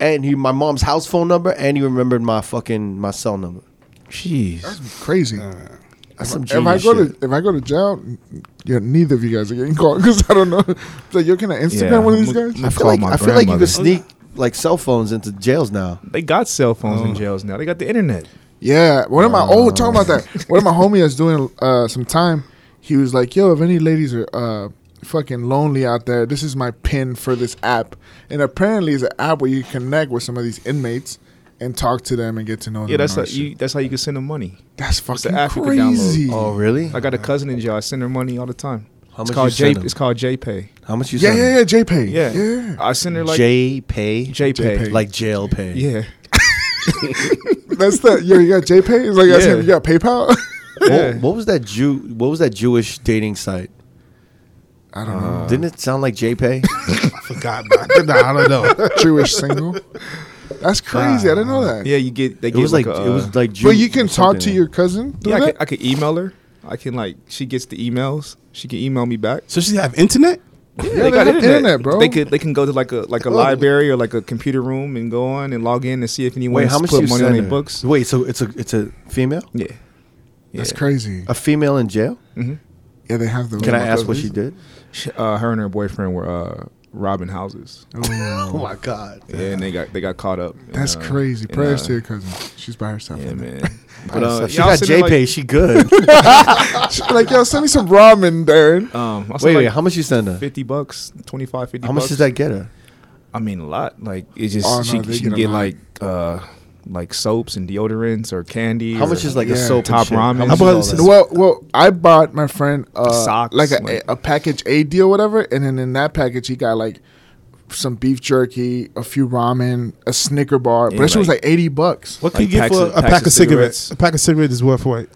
S1: and he my mom's house phone number, and he remembered my fucking my cell number.
S2: Jeez.
S3: crazy.
S4: Uh,
S1: That's some
S3: if I
S1: genius
S3: go
S1: shit.
S3: to if I go to jail, yeah, neither of you guys are getting caught because I don't know. It's like, yo, can I Instagram
S2: Yeah,
S3: one of these
S2: I'm-
S3: guys?
S1: I
S2: I've
S1: feel
S2: called
S1: like
S2: my
S1: I feel like you
S2: grandmother.
S1: could sneak like cell phones into jails now.
S2: They got cell phones
S1: Oh.
S2: in jails now. They got the internet.
S3: Yeah, one of my oh, talking
S2: <laughs>
S3: about that. One of my homies that's doing uh, some time. He was like, "Yo, if any ladies are uh, fucking lonely out there, this is my pin for this app." And apparently, it's an app where you connect with some of these inmates and talk to them and get to know them.
S2: Yeah, that's
S3: and all
S2: like
S3: that
S2: you,
S3: shit.
S2: that's how you can send them money.
S3: That's
S2: the
S3: fucking
S2: app you could download.
S3: crazy.
S1: Oh, really?
S2: I got a cousin in jail. I send her money all the time.
S1: How
S2: it's
S1: much
S2: called
S1: you send
S2: J.
S1: them?
S2: It's called JPay.
S1: How much you?
S3: yeah, yeah,
S1: send
S3: yeah. JPay.
S2: Yeah.
S3: yeah.
S2: I send her
S1: them?
S2: like
S1: J pay
S2: JPay.
S3: JPay.
S1: like jail pay.
S2: Yeah.
S3: That's the yo. You got JPay? It's like I said,
S2: Yeah.
S3: you
S2: <laughs>
S3: got PayPal.
S2: yeah.
S1: What, what was that Jew? What was that Jewish dating site?
S3: I don't know.
S1: Didn't it sound like JPay?
S4: I forgot. About it. <laughs> Nah, I don't know.
S3: Jewish single. That's crazy. I didn't know that.
S2: Yeah, you get they
S1: It
S2: get
S1: was like,
S2: a, uh,
S1: it was like Jew.
S3: But you can
S1: or
S3: talk to
S1: something.
S3: your cousin through
S2: yeah, I
S3: that.
S2: could, I could email her. I can like she gets the emails. She can email me back.
S4: So she have internet?
S2: Yeah,
S3: they got internet, bro.
S2: They could they can go to like a like a library or like a computer room and go on and log in and see if anyone
S1: Wait, how
S2: has
S1: much
S2: put
S1: you
S2: money on
S1: send
S2: their
S1: her?
S2: books.
S1: Wait, so it's a it's a female,
S2: Yeah.
S3: That's
S2: Yeah. Uh, Mm-hmm.
S3: crazy.
S1: a female in jail.
S3: Yeah, they have those.
S1: Can I ask what she did?
S2: She- Uh, her and her boyfriend were uh, robbing houses.
S1: Oh my god!
S2: Yeah, and they got they got caught up. And,
S3: <laughs> That's
S2: uh,
S3: crazy.
S2: and,
S3: Prayers
S2: uh,
S3: to your cousin. She's by herself.
S2: Yeah, <laughs> man.
S1: But, uh,
S2: y'all
S1: she got
S2: sending,
S1: JPay.
S2: like-
S1: she <laughs> good.
S3: She's like, yo, send me some ramen, Darren.
S2: Um, I
S1: wait,
S2: wait,
S1: wait.
S2: like
S1: How much you send her?
S2: 50 bucks, 25, 50
S1: How much
S2: bucks.
S1: does that get her?
S2: I mean, a lot. Like, it's just,
S3: Oh, no,
S2: she,
S3: they
S2: she can
S3: get a
S2: get
S3: lot.
S2: like, uh, like soaps and deodorants or candy.
S1: How
S2: or
S1: much is like a
S3: Yeah.
S1: soap? and
S2: Top
S1: shit?
S2: ramen.
S1: How
S2: How
S1: much
S4: about-
S1: is all that?
S3: Well, well, I bought my friend uh,
S2: Socks,
S3: like, a,
S2: like-
S3: a package A deal, whatever, and then in that package he got like some beef jerky, a few ramen, a Snicker bar, but
S2: Yeah,
S3: that shit was
S2: like-
S3: like eighty bucks.
S4: What
S2: Like
S4: can you get
S2: packs
S4: for
S2: of-
S4: a
S2: packs
S4: pack
S2: of
S4: of, cigarettes?
S2: cigarettes.
S4: A pack of cigarettes is worth what?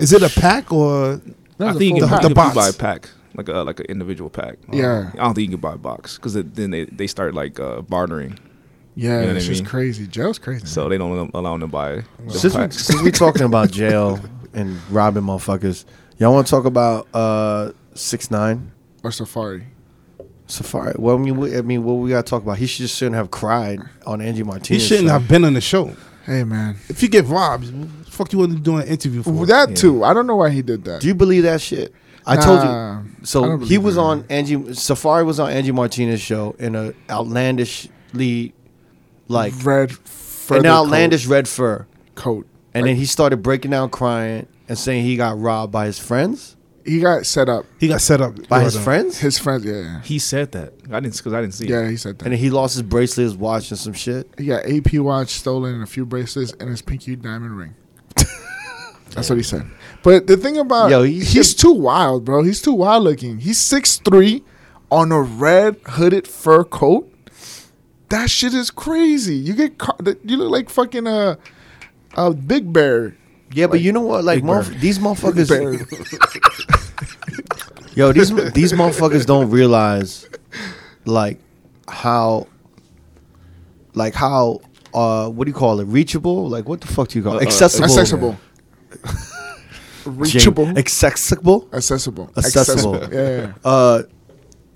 S4: Is it a pack or?
S3: That
S2: I
S3: was a
S2: think you
S3: full
S2: can,
S4: the
S2: you can
S3: pack.
S4: box.
S2: buy a pack, like a like an individual pack. Um,
S3: Yeah.
S2: I don't think you can buy a box because then they, they start like uh, bartering,
S3: Yeah,
S2: You know what
S3: it's
S2: I
S3: just
S2: mean?
S3: crazy. Joe's crazy.
S2: so they don't allow them to buy. the
S1: Since we,
S2: packs.
S1: since we talking about jail and robbing motherfuckers, y'all want to talk about uh six nine
S3: or Safari.
S1: Safari? Well, I mean, we, I mean, what we gotta talk about? He should- just shouldn't have cried on Angie Martinez.
S4: He shouldn't
S1: show.
S4: have been on the show.
S3: Hey man,
S4: If you get robbed, what the fuck you want to do an interview for?
S3: that too. I don't know why he did that.
S1: Do you believe that shit? I
S3: Nah,
S1: told you.
S3: I
S1: So
S3: don't
S1: he
S3: believe
S1: was
S3: that.
S1: on Angie Safari was on Angie Martinez show in a outlandishly like
S3: red, fur
S1: an
S3: coat-
S1: outlandish red fur,
S3: coat.
S1: and then he started breaking down crying and saying he got robbed by his friends
S3: he got set up.
S4: He got set up
S1: by
S4: Yeah,
S1: his
S4: though.
S1: friends,
S3: His friends, yeah,
S2: He said that. I didn't because I didn't see.
S3: yeah,
S2: it.
S3: yeah. He said
S1: and
S3: that.
S1: then he lost his bracelet, his watch, and some shit.
S3: He got AP watch stolen and a few bracelets and his pinky diamond ring. That's what he said. But the thing about
S1: Yo, he
S3: he's
S1: should-
S3: too wild, bro. He's too wild looking. He's six three on a red hooded fur coat. That shit is crazy. You get ca- that- you look like fucking a a big bear.
S1: Yeah, but you know what? Like
S3: Big Bird.
S1: motherf- these
S3: <laughs> Big
S1: motherfuckers,
S3: bear.
S1: <laughs> Yo, these these motherfuckers don't realize, like, how, like how, uh, what do you call it? Reachable? Like, what the fuck do you call it?
S2: Uh, uh,
S1: accessible?
S3: accessible.
S1: Jane-
S3: Reachable.
S1: Accessible.
S3: accessible.
S1: Accessible.
S3: Yeah.
S1: Uh,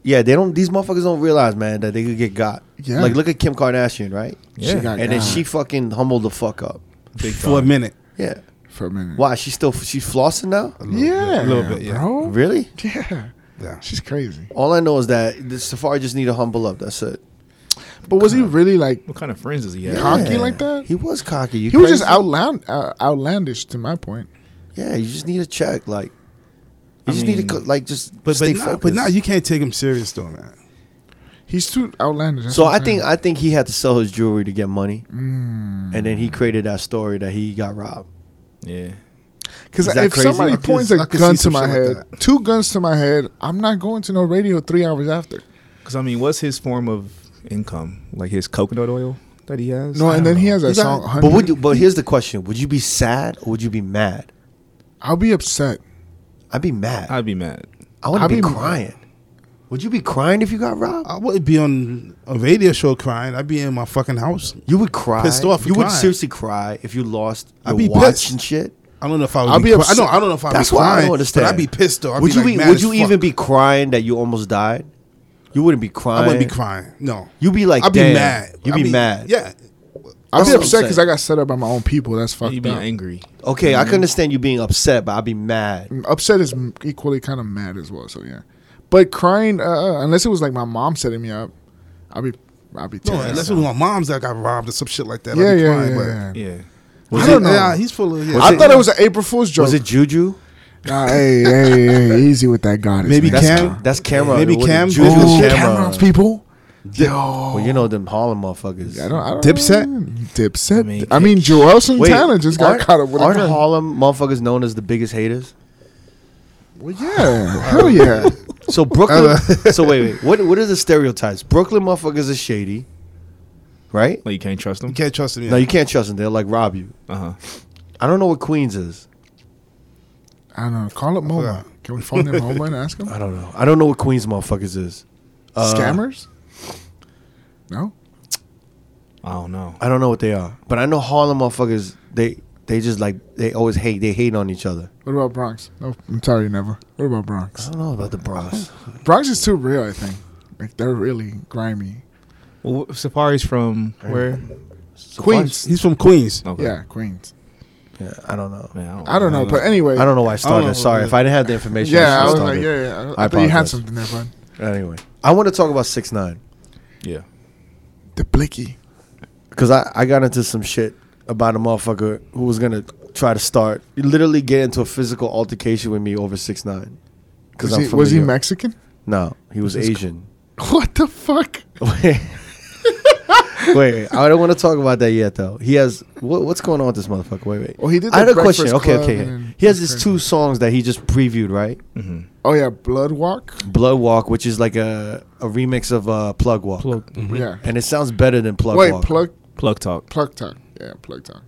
S1: yeah, they don't. These motherfuckers don't realize, man, that they could get got.
S3: Yeah.
S1: Like, look at Kim Kardashian, right?
S2: Yeah.
S3: She got
S1: and then
S3: God.
S1: she fucking humbled the fuck up.
S2: Big
S4: for a
S2: time.
S4: minute.
S1: Yeah.
S3: for a minute.
S1: Why? She still she's flossing now.
S3: Yeah,
S4: A little bit, yeah.
S3: bro.
S1: Really?
S3: Yeah,
S4: Yeah.
S3: she's crazy.
S1: All I know is that the Safari just need to humble up. That's it.
S3: But was he really like
S2: What kind of friends does he have?
S3: cocky like that?
S1: He was cocky. You
S3: He was just
S1: crazy?
S3: outland, uh, outlandish to my point.
S1: Yeah, you just need to check. Like,
S2: I
S1: you just need
S2: mean,
S1: to co- like just
S4: But
S1: stay
S4: but now,
S1: focused.
S4: but now you can't take him serious though, man.
S3: He's too outlandish. that's
S1: so
S3: what
S1: I
S3: I'm
S1: think
S3: saying.
S1: I think he had to sell his jewelry to get money, and then he created that story that he got robbed.
S2: Yeah.
S3: because
S1: is that
S3: if
S1: crazy? I
S3: somebody
S1: could-
S3: points
S4: I
S3: a
S4: could
S3: gun
S4: see
S3: to
S4: some
S3: my
S4: shit like
S3: head, two guns to my head, I'm not going to no radio three hours after.
S2: Because I mean, what's his form of income? Like his coconut oil that he has.
S3: No,
S2: I
S3: and
S2: don't
S3: then he
S2: know.
S3: has that
S1: He's
S3: song.
S1: like- but would you,
S3: 100.
S1: but here's the question: Would you be sad or would you be mad?
S3: I'll be upset.
S1: I'd be mad. I,
S2: I'd be mad.
S1: want to
S3: I'd
S1: be,
S3: be mad.
S1: crying. Would you be crying if you got robbed?
S4: I wouldn't be on a radio show crying. I'd be in my fucking house.
S1: You would cry.
S4: Pissed off and
S1: You would
S4: crying.
S1: seriously cry if you lost your
S4: I'd be
S1: watch
S4: pissed.
S1: and shit.
S4: I don't know if I would.
S3: I'll
S4: be.
S3: be
S4: cry- I
S3: upset.
S4: don't. I don't know if I'd
S1: That's
S4: be
S1: why I
S4: crying.
S1: don't understand.
S4: But I'd be pissed though. I'd
S1: would
S4: be
S1: you
S4: like,
S1: be?
S4: mad
S1: Would
S4: as
S1: you
S4: fuck.
S1: even be crying that you almost died? You wouldn't be crying.
S4: I wouldn't be crying. No,
S1: You'd be like,
S4: I'd be
S1: damn.
S4: mad.
S1: You'd
S4: I'd
S1: be mad.
S4: Yeah,
S3: I'll
S1: That's
S3: be
S1: what I'm
S3: upset because I
S1: saying.
S3: got set up by my own people. That's
S2: He'd
S3: fucked
S2: be
S3: up.
S2: angry.
S1: Okay, I can understand you being upset, but I'd be mad.
S3: Mm, Upset is m- equally kind of mad as well. So yeah, but crying uh, unless it was like my mom setting me up, I'll be I'll be.
S4: no.
S3: tearing
S4: Unless it
S3: up.
S4: was my mom's that got robbed or some shit like that.
S3: yeah,
S4: I'd be
S3: yeah,
S4: crying,
S3: yeah,
S4: but
S3: yeah.
S2: Yeah.
S4: I
S3: Was
S4: don't
S3: it-
S4: know. Yeah, he's full of. Yeah.
S1: Was
S3: I thought it was an April Fool's joke.
S1: Was it Juju?
S3: Nah, hey, hey, hey, easy with that goddess.
S4: Maybe
S3: man.
S4: Cam-
S1: That's Cameron.
S4: Maybe
S1: What-
S4: Cam-
S1: Juju
S4: Ooh,
S1: was Cameron.
S3: Cameron's people. Yo,
S1: uh, Well, you know them Harlem motherfuckers.
S3: I don't, I don't
S4: Dipset?
S3: know. Dipset.
S2: I
S3: I
S2: mean,
S3: mean, I mean Joel Santana just got
S1: aren't-
S3: caught up with
S1: aren't
S3: a gun.
S1: Harlem motherfuckers known as the biggest haters?
S3: Well, yeah, hell yeah.
S4: <laughs>
S1: So Brooklyn. so wait, wait. What what are the stereotypes? Brooklyn motherfuckers are shady, right?
S2: Like you can't trust him.
S4: You can't trust him.
S1: No, you can't trust them. They'll like rob you.
S2: Uh huh.
S1: I don't know what Queens is.
S3: I don't know. Call up MoMA. Can we phone in MoMA and ask him?
S1: I don't know. I don't know what Queens motherfuckers is. Uh,
S3: Scammers? No.
S2: I don't know.
S1: I don't know what they are, but I know Harlem motherfuckers. They they just like they always hate. They hate on each other.
S3: What about Bronx? No, I'm sorry, never. What about Bronx?
S1: I don't know about the Bronx.
S3: Bronx is too real. I think like they're really grimy.
S2: Well, wh- Safari's from where?
S4: Queens. He's from Queens.
S2: Okay.
S3: Yeah, Queens.
S1: Yeah, I don't know.
S2: Man,
S3: I don't know, but anyway,
S1: I don't know why I
S4: I
S1: started.
S4: don't know.
S1: Sorry, if I didn't have the information.
S3: Yeah, I was
S1: should have
S3: like,
S1: started.
S3: yeah, yeah. I,
S1: I
S3: I thought you had
S1: apologize.
S3: something there, bud.
S1: Anyway, I want to talk about six nine
S2: Yeah.
S3: The blicky.
S1: because I, I got into some shit about a motherfucker who was gonna try to start literally get into a physical altercation with me over six nine.
S3: Was he, was he Mexican? <laughs>
S1: No, he was Asian.
S3: What the fuck?
S1: Wait, <laughs> wait, I don't want to talk about that yet though. He has what, what's going on with this motherfucker? Wait, wait.
S3: Well, Oh, he did
S1: I had
S3: the
S1: a question.
S3: Breakfast
S1: Okay,
S3: Club
S1: okay.
S3: and-
S1: He has
S3: that's
S1: his
S3: crazy.
S1: two songs that he just previewed, right?
S2: Mm-hmm.
S3: Oh yeah, Blood Walk.
S1: Blood Walk, which is like a, a remix of uh, Plug Walk,
S2: Plug.
S3: Yeah.
S1: and it sounds better than Plug
S3: Wait,
S1: Walk.
S3: plug
S2: Plug talk.
S3: plug talk. Yeah, plug talk.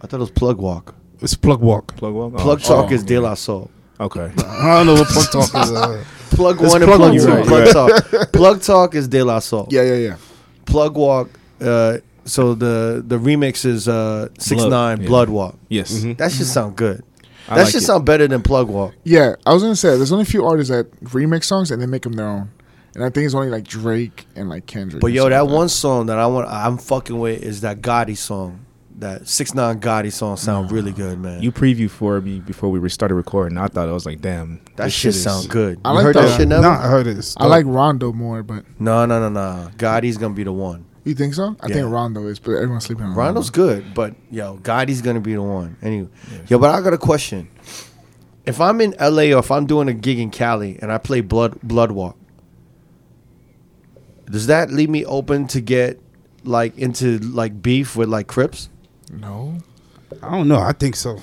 S1: I thought it was Plug Walk.
S4: It's plug walk.
S2: Plug walk. Oh,
S1: Plug
S2: oh,
S1: Talk is
S2: okay.
S1: De La Soul.
S2: Okay.
S4: I don't know what plug talk is.
S3: <laughs>
S4: Uh,
S1: Plug
S4: It's
S1: One and
S4: Plug
S1: Plug
S4: Walk.
S1: Two.
S2: You're right,
S1: Plug Talk. Plug Talk is De La Soul.
S3: Yeah, yeah, yeah.
S1: Plug Walk. Uh, so the the remix is uh, Six
S2: Blood,
S1: Nine
S2: yeah.
S1: Blood Walk.
S2: <laughs> Yes.
S1: That should sound
S2: I
S1: good. Mm-hmm. that
S2: like
S1: should
S2: it.
S1: sound better than Plug Walk.
S3: Yeah, I was gonna say there's only a few artists that remix songs and they make them their own, and I think it's only like Drake and like Kendrick.
S1: But
S3: and
S1: yo,
S3: stuff
S1: that
S3: like
S1: one song that I want, I'm fucking with is that Gotti song. That Six Nine Gotti song sound really good, man.
S2: You preview for me before we re- started recording. I thought I was like, damn.
S1: that
S2: this
S1: shit
S2: is-
S1: sound good.
S3: I
S1: you
S3: like
S1: heard
S3: that.
S1: that shit? Never?
S4: Nah, I heard it. It's
S3: I like Rondo more, but
S1: No, no, no, no. Gotti's gonna be the one.
S3: you think so? I
S1: Yeah.
S3: think Rondo is, but everyone's sleeping on
S1: Rondo's good, but yo, Gotti's gonna be the one. Anyway, yo, but I got a question. if I'm in LA or if I'm doing a gig in Cali and I play Blood Blood Walk, does that leave me open to get like into like beef with like Crips?
S3: No.
S4: I don't know. I think so.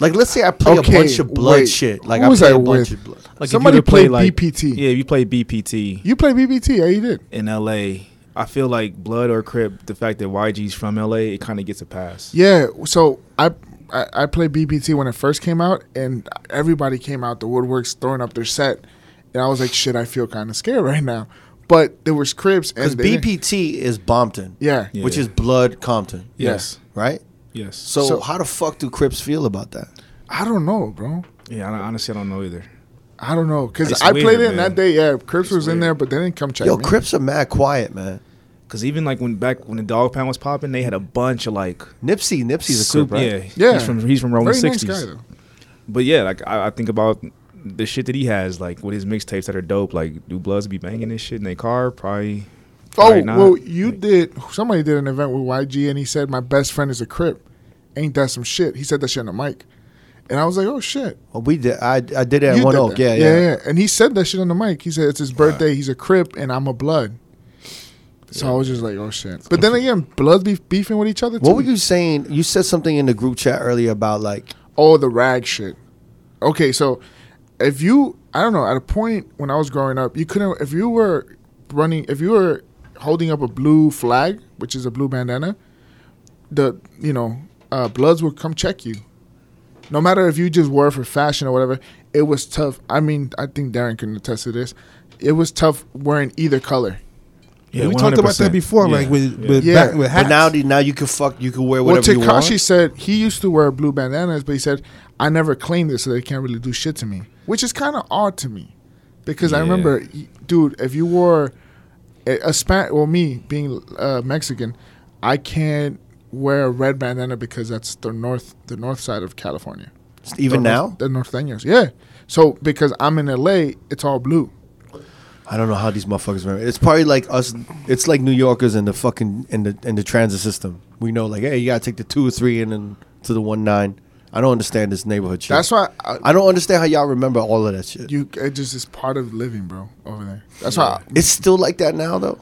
S1: Like let's say I play
S3: Okay,
S1: a bunch of blood
S3: wait.
S1: shit.
S3: Who
S1: Like I
S3: was
S1: play
S3: I
S1: a bunch
S3: with?
S1: of blood.
S2: Like if you
S3: Somebody
S2: were to play,
S3: played
S2: like-
S3: BPT.
S2: Yeah, if you play BPT
S3: You play BBT. Yeah, you did.
S2: in LA, I feel like Blood or Crip. The fact that YG's from LA, it kind of gets a pass.
S3: Yeah. So I, I I played BBT when it first came out, and everybody came out the woodworks throwing up their set, and I was like, shit, I feel kind of scared <laughs> right now. But there was Crips and
S1: Because
S3: they didn't-
S1: BPT is Bompton,
S3: Yeah.
S2: Yeah.
S1: which is Blood Compton,
S2: Yes.
S1: right?
S2: Yes.
S1: So,
S3: So-
S1: how the fuck do Crips feel about that?
S3: I don't know, bro.
S2: yeah, I don't- honestly, I don't know either.
S3: I don't know because
S2: It's
S3: I
S2: weird,
S3: played it
S2: man.
S3: and that day. Yeah, Crips was in
S2: weird.
S3: there, but they didn't come check.
S1: Yo,
S3: me.
S1: Crips are mad quiet, man.
S2: Because even like when back when the Dog Pound was popping, they had a bunch of like
S1: Nipsey, Nipsey's a Crip,
S2: super.
S1: right?
S2: Yeah,
S3: Yeah.
S2: He's from he's from
S3: Very
S2: Rolling
S3: nice
S2: Sixties.
S3: guy though.
S2: but yeah, like I, I think about the shit that he has, like with his mixtapes that are dope. Like, do Bloods be banging this shit in their car? Probably.
S3: Oh
S2: probably not.
S3: well, you did. Somebody did an event with YG, and he said, "My best friend is a Crip." Ain't that some shit? He said that shit on the mic, and I was like, "Oh shit!"
S1: Well, we did. I I did it at
S3: You
S1: one
S3: did
S1: oak.
S3: that.
S1: Yeah, yeah.
S3: And he said that shit on the mic. He said it's his birthday. He's a Crip, and I'm a Blood. So I was just like, "Oh shit!" But then again, Bloods be beefing with each other too.
S1: What were you saying? You said something in the group chat earlier about like
S3: Oh, the rag shit. Okay, so if you, I don't know, at a point when I was growing up, you couldn't, if you were running, if you were holding up a blue flag, which is a blue bandana, the, you know, uh, Bloods would come check you. No matter if you just wore it for fashion or whatever, it was tough. I mean, I think Darren can attest to this. It was tough wearing either color.
S2: Yeah,
S4: we talked about that
S2: 100%.
S4: before,
S2: Yeah,
S4: like with
S2: yeah.
S4: with,
S3: Yeah.
S4: back, with hats.
S1: But now, the- now you can fuck. You can wear
S3: Well,
S1: whatever you want.
S3: Takashi said he used to wear blue bandanas, but he said I never claimed it, so they can't really do shit to me, which is kind of odd to me, because I
S2: Yeah.
S3: remember, y- dude, if you wore a, a span, well, me being uh, Mexican, I can't wear a red bandana because that's the north, the north side of California.
S1: Even
S3: The
S1: now,
S3: north, the norteños, yeah. So because I'm in LA, it's all blue.
S1: I don't know how these motherfuckers remember. It's probably like us. It's like New Yorkers in the fucking in the in the transit system. We know like, hey, you gotta take the two or three and then to the one nine. I don't understand this neighborhood shit.
S3: That's why I,
S1: I don't understand how y'all remember all of that shit.
S3: you it just is part of living, bro, over there. That's why
S1: it's still like that now though.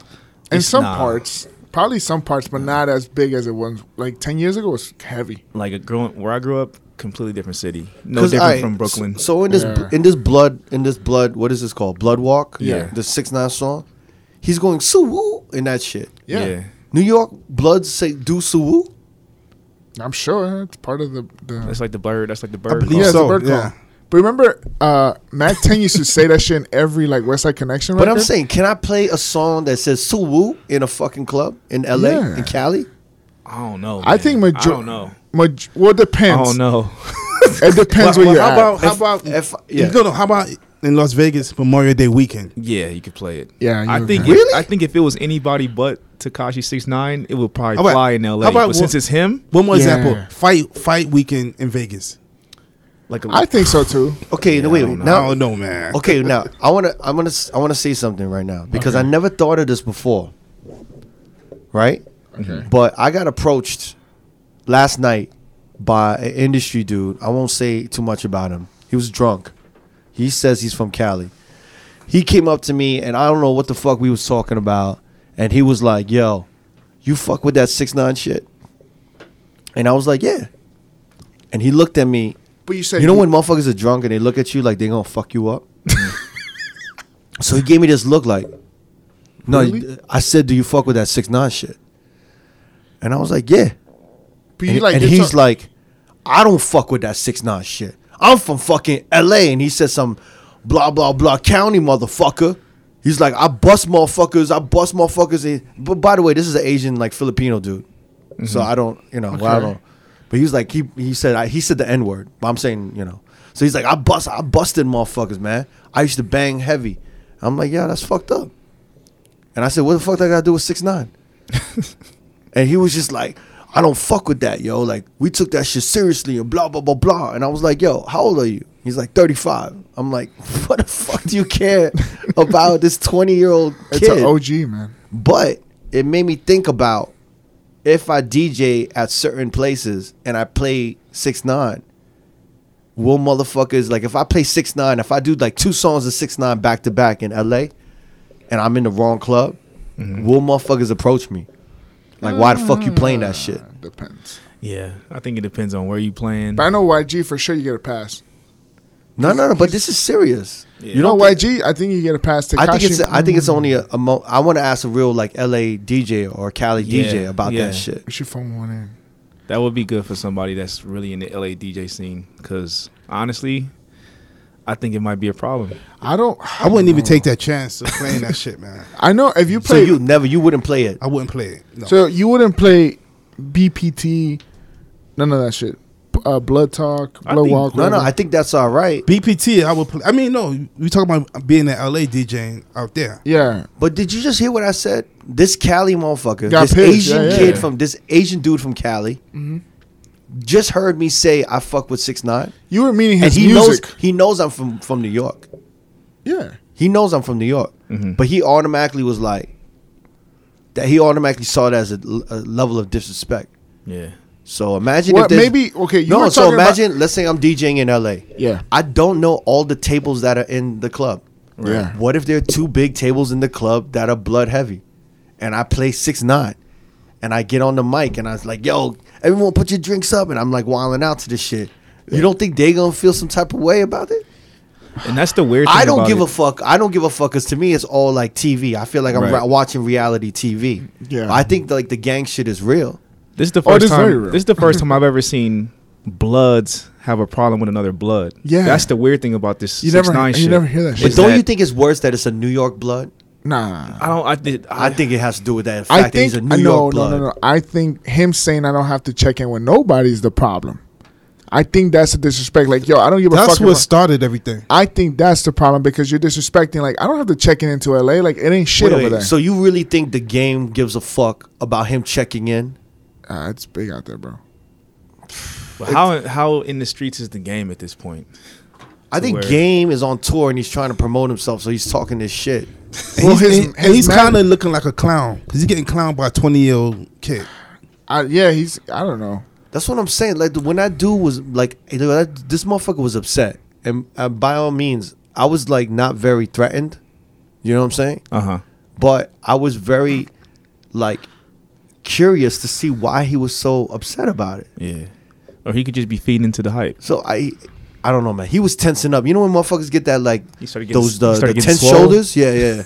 S3: in
S2: It's
S3: some
S2: not.
S3: parts, probably some parts, but not as big as it was. Like ten years ago, it was heavy.
S2: like a growing where I grew up, completely different city. No
S1: 'Cause,
S2: different
S1: alright,
S2: from
S1: so-
S2: Brooklyn.
S1: So, in this
S3: Yeah.
S1: in this blood in this blood, what is this called? Blood Walk.
S3: Yeah.
S1: The six nine song. He's going soo woo in that shit.
S3: Yeah,
S1: New York Bloods say do soo woo.
S3: I'm sure it's part of the the.
S2: That's like the bird. That's like the bird.
S4: believe
S3: Yeah,
S2: call.
S3: it's a
S4: so,
S3: bird call.
S4: yeah.
S3: But remember, uh, Matt Ten used to say that shit in every like West Side Connection.
S1: But I'm
S3: record?
S1: saying, can I play a song that says "Soo Woo" in a fucking club in L.A.
S3: Yeah.
S1: in Cali?
S2: I don't know.
S3: I think
S2: man.
S3: major-
S2: I don't know.
S3: Maj- well, it
S2: I
S3: depends.
S2: don't know. <laughs>
S3: It depends
S4: Well,
S3: where you're
S4: well, how
S3: at.
S4: about how about
S1: If yeah,
S4: no no how about in Las Vegas Memorial Day weekend?
S2: yeah, you could play it.
S3: Yeah,
S2: I
S3: you
S2: think.
S3: can.
S2: If, I think if it was anybody but Takashi Six Nine, it would probably
S4: How about-
S2: fly in L.A.
S4: how about
S2: but
S4: wha-
S2: since it's him,
S4: One more
S3: Yeah.
S4: example: fight fight weekend in Vegas.
S2: like a,
S3: I think so too.
S1: okay. no, wait,
S2: I don't know.
S4: I
S1: now
S4: don't know, man.
S1: okay, now I want to, I'm gonna, s- I want to say something right now because I never thought of this before, right?
S3: Okay.
S1: But I got approached last night by an industry dude. I won't say too much about him. He was drunk. He says he's from Cali. He came up to me and I don't know what the fuck we was talking about, and he was like, "Yo, you fuck with that six nine shit," and I was like, "Yeah," and he looked at me
S3: But you said
S1: You know when motherfuckers are drunk and they look at you like they gonna fuck you
S3: <laughs>
S1: up. so he gave me this look like, no,
S3: Really?
S1: I said, do you fuck with that six nine shit? And I was like, yeah.
S3: but
S1: And,
S3: you like
S1: and
S3: you're
S1: he's
S3: talk-
S1: like, I don't fuck with that six nine shit. I'm from fucking L.A. And he said some blah blah blah county motherfucker. He's like, I bust motherfuckers. I bust motherfuckers. And- But by the way, this is an Asian like Filipino dude, so I don't, you know, well, I
S3: Okay.
S1: don't. But he was like, he he said I, he said the n word. But I'm saying, you know, so he's like, I bust, I busted motherfuckers, man. I used to bang heavy. I'm like, yeah, that's fucked up. And I said, what the fuck that got to do with six nine? And he was just like, I don't fuck with that, yo. Like, we took that shit seriously and blah, blah, blah, blah. And I was like, yo, how old are you? He's like, 35. I'm like, <laughs> what the fuck do you care about this 20 year old
S3: it's
S1: kid?
S3: an OG man.
S1: But it made me think about if I DJ at certain places and I play 6 9 will motherfuckers like if I play six nine, if I do like two songs of six nine back to back in LA, and I'm in the wrong club,
S2: Mm-hmm.
S1: will motherfuckers approach me? Like, why the fuck you playing that shit?
S3: Depends.
S2: Yeah, I think it depends on where you playing.
S3: But I know YG for sure. You get a pass.
S1: No, no, no. But this is serious.
S3: You know YG. I think you get a pass. Tekashi,
S1: I think it's I think it's only a, a mo- I want to ask a real like LA DJ or Cali DJ
S2: Yeah,
S1: about
S2: yeah.
S1: that shit.
S3: We should phone one in.
S2: That would be good for somebody that's really in the LA DJ scene. Because honestly, I think it might be a problem.
S3: I don't.
S4: I wouldn't
S3: Oh.
S4: even take that chance of playing that shit, man.
S3: I know if you
S1: So
S3: play,
S1: you never you wouldn't play it.
S4: I wouldn't play it. No.
S3: So you wouldn't play BPT, none of that shit. Uh, blood talk,
S2: I
S3: blood
S2: think-
S3: walk.
S1: No, no.
S3: whatever.
S1: I think that's all right.
S4: BPT, I would play. I mean, no, we talking about being an LA DJing out there.
S3: yeah,
S1: But did you just hear what I said? This Cali motherfucker,
S3: Got
S1: this
S3: pissed.
S1: Asian
S3: Yeah, yeah, Mm-hmm.
S1: kid
S2: yeah.
S1: from this Asian dude from Cali, just heard me say I fuck with six nine,
S3: you were meaning
S1: and
S3: his
S1: he
S3: music.
S1: knows he knows I'm from from New York.
S3: yeah,
S1: He knows I'm from New York, but he automatically was like that. He automatically saw it as a, l- a level of disrespect.
S2: Yeah.
S1: So imagine
S3: What-
S1: if there's-
S3: maybe- okay, you
S1: no.
S3: were
S1: So
S3: talking about-
S1: imagine, let's say I'm DJing in LA.
S3: Yeah.
S1: I don't know all the tables that are in the club.
S3: yeah.
S1: What if there are two big tables in the club that are blood heavy, and I play six nine, and I get on the mic and I was like, "Yo, everyone, put your drinks up," and I'm like wilding out to this shit. You don't think they gonna feel some type of way about it?
S2: And that's the weird thing.
S1: I don't
S2: about
S1: give
S2: it.
S1: a fuck. I don't give a fuck because to me it's all like TV. I feel like I'm
S2: Right.
S1: ra- watching reality TV.
S3: Yeah.
S1: I think like the gang shit is real.
S2: This is the
S3: Oh,
S2: first
S3: this is very
S2: time.
S3: real.
S2: This is
S3: <laughs>
S2: the first time I've ever seen bloods have a problem with another blood.
S3: Yeah.
S2: that's the weird thing about this
S3: You
S2: six
S3: never-
S2: nine
S3: you
S2: shit.
S3: never hear that
S2: is
S3: shit.
S1: But don't you think it's worse that it's a New York blood?
S3: Nah.
S2: I don't. I did. I,
S3: <sighs>
S1: I think it has to do with that fact
S3: I
S1: that
S3: think
S1: he's a New
S3: no,
S1: York
S3: no,
S1: blood.
S3: no, no. I think him saying I don't have to check in with nobody's the problem. I think that's the disrespect. Like, yo, I don't give a
S4: That's
S3: fuck.
S4: what
S3: about-
S4: started everything.
S3: I think that's the problem because you're disrespecting. Like, I don't have to check in into LA. Like, it ain't shit
S1: Wait,
S3: over
S1: wait,
S3: there.
S1: So you really think the game gives a fuck about him checking in?
S3: Ah, it's big out there, bro.
S2: But how how in the streets is the game at this point?
S1: I think
S2: where-
S1: Game is on tour and he's trying to promote himself, so he's talking this shit.
S4: And
S3: Well,
S4: he's,
S3: his-
S4: and- and
S3: his
S4: he's
S3: man-
S4: kind of looking like a clown because he's getting clowned by a 20 year old kid.
S3: I, yeah, he's. I don't know.
S1: That's what I'm saying. Like when that dude was like, you know, that- this motherfucker was upset, and uh, by all means, I was like not very threatened. You know what I'm saying?
S2: Uh
S3: Uh-huh.
S2: huh.
S1: But I was very like curious to see why he was so upset about it.
S2: Yeah. Or he could just be feeding into the hype.
S1: So I, I don't know, man. He was tensing up. You know when motherfuckers get that like
S2: He started getting-
S1: those the,
S2: he started
S1: the
S2: getting
S1: tense
S2: swole?
S1: shoulders?
S2: <laughs>
S1: Yeah, yeah.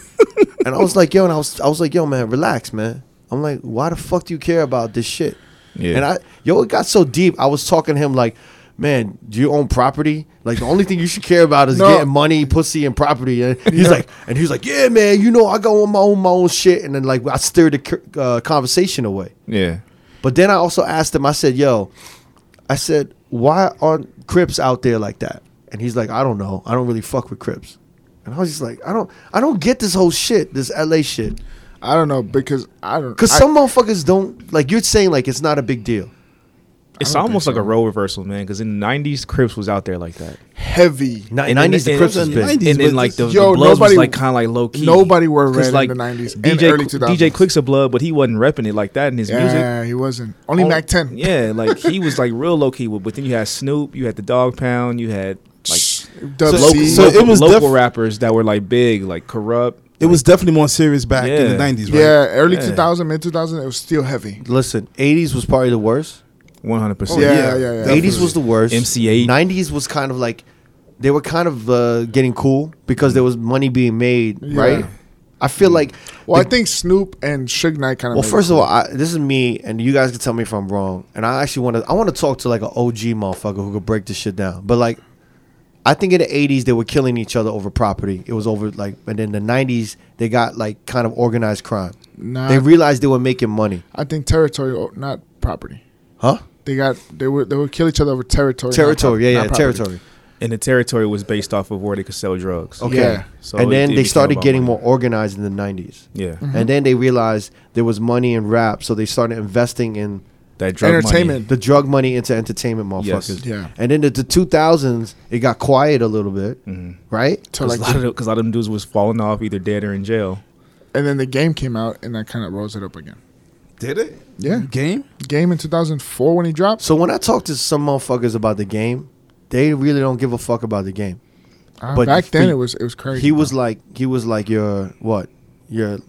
S1: and I was like, yo, and I was I was like, yo, man, relax, man. I'm like, why the fuck do you care about this shit?
S2: Yeah.
S1: And I, yo, it got so deep. I was talking to him like, man, do you own property? Like the only thing you should care
S2: <laughs>
S1: about is
S3: No.
S1: getting money, pussy, and property. And he's like, and he's like, yeah, man, you know, I go on my own, my own shit. And then like, I steered the c- uh, conversation away.
S2: Yeah.
S1: But then I also asked him, I said, yo, I said, why aren't Crips out there like that? And he's like, I don't know. I don't really fuck with Crips. And I was just like, I don't I don't get this whole shit, this LA shit.
S3: I don't know because I don't.
S1: Cause
S3: I-
S1: some motherfuckers don't like you're saying like it's not a big deal.
S2: It's
S3: don't think
S2: almost like
S3: so.
S2: a role reversal, man. Because in the '90s, Crips was out there like that.
S3: heavy.
S2: And
S1: Not
S2: then-
S1: nineties the
S2: and-
S1: Crips was
S4: and-
S1: big.
S4: and-
S2: and then
S4: 90s,
S2: like
S4: but
S2: the,
S3: yo,
S2: the Bloods
S3: nobody-
S2: was like kind of like low key.
S3: nobody wore
S2: 'Cause,
S3: red in the 90s and
S2: DJ
S3: early 2000s.
S2: DJ Quick's a blood, but he wasn't repping it like that in his music.
S3: Yeah, he wasn't. Only
S2: Oh,
S3: Mac 10.
S2: Yeah, like
S3: <laughs>
S2: he was like real low key. But then you had Snoop, you had the Dog Pound, you had like
S3: Dub
S4: So-
S3: C.
S2: local,
S4: so
S2: local,
S4: it was
S2: local
S4: def-
S2: rappers that were like big, like corrupt.
S4: It was definitely more serious back in the
S2: Yeah.
S4: 90s, right?
S3: yeah, early
S2: Yeah.
S3: 2000, mid 2000, it was still heavy.
S1: Listen, eighties was probably the worst.
S2: One hundred percent.
S3: yeah, Oh, yeah, yeah.
S1: Eighties was the worst.
S2: MC8.
S1: Nineties was kind of like they were kind of uh, getting cool because there was money being made,
S3: Yeah.
S1: right? Mm. I feel like
S3: Well,
S1: the-
S3: I think Snoop and Suge Knight kind of.
S1: Well, first of all, I, this is me, and you guys can tell me if I'm wrong. And I actually want to, I want to talk to like an OG motherfucker who could break this shit down. But like, I think in the '80s they were killing each other over property. It was over like, and then the '90s they got like kind of organized crime.
S3: Nah.
S1: They realized they were making money,
S3: I think territory, oh, not property.
S1: huh?
S3: They got they were they would kill each other over territory. not prop-
S1: Territory, yeah,
S3: not
S1: yeah,
S3: property.
S1: territory.
S2: and the territory was based off of where they could sell drugs.
S1: Okay.
S3: Yeah.
S2: So
S1: and
S2: it-
S1: then
S2: it
S1: they
S2: became
S1: started
S2: about
S1: getting
S2: money.
S1: more organized in the '90s.
S2: Yeah,
S1: And then they realized there was money in rap, so they started investing in
S2: that drug money.
S3: Entertainment.
S1: the drug money into entertainment
S2: Yes.
S1: motherfuckers.
S3: Yeah.
S1: And then the, the 2000s, it got quiet a little bit, right?
S3: To
S2: Because
S3: like
S2: Mm. Mm-hmm. a, lot of the- 'cause a lot of them dudes was falling off, either dead or in jail.
S3: and then the game came out, and that kind of rose it up again.
S4: Did it?
S3: Yeah.
S1: Mm-hmm.
S4: Game?
S3: Game in 2004 when he dropped.
S1: So when I talk to some motherfuckers about the game, they really don't give a fuck about the game.
S3: Uh,
S1: But
S3: back then
S1: he-
S3: it was it was crazy.
S1: He
S3: bro.
S1: was like he was like your what? Your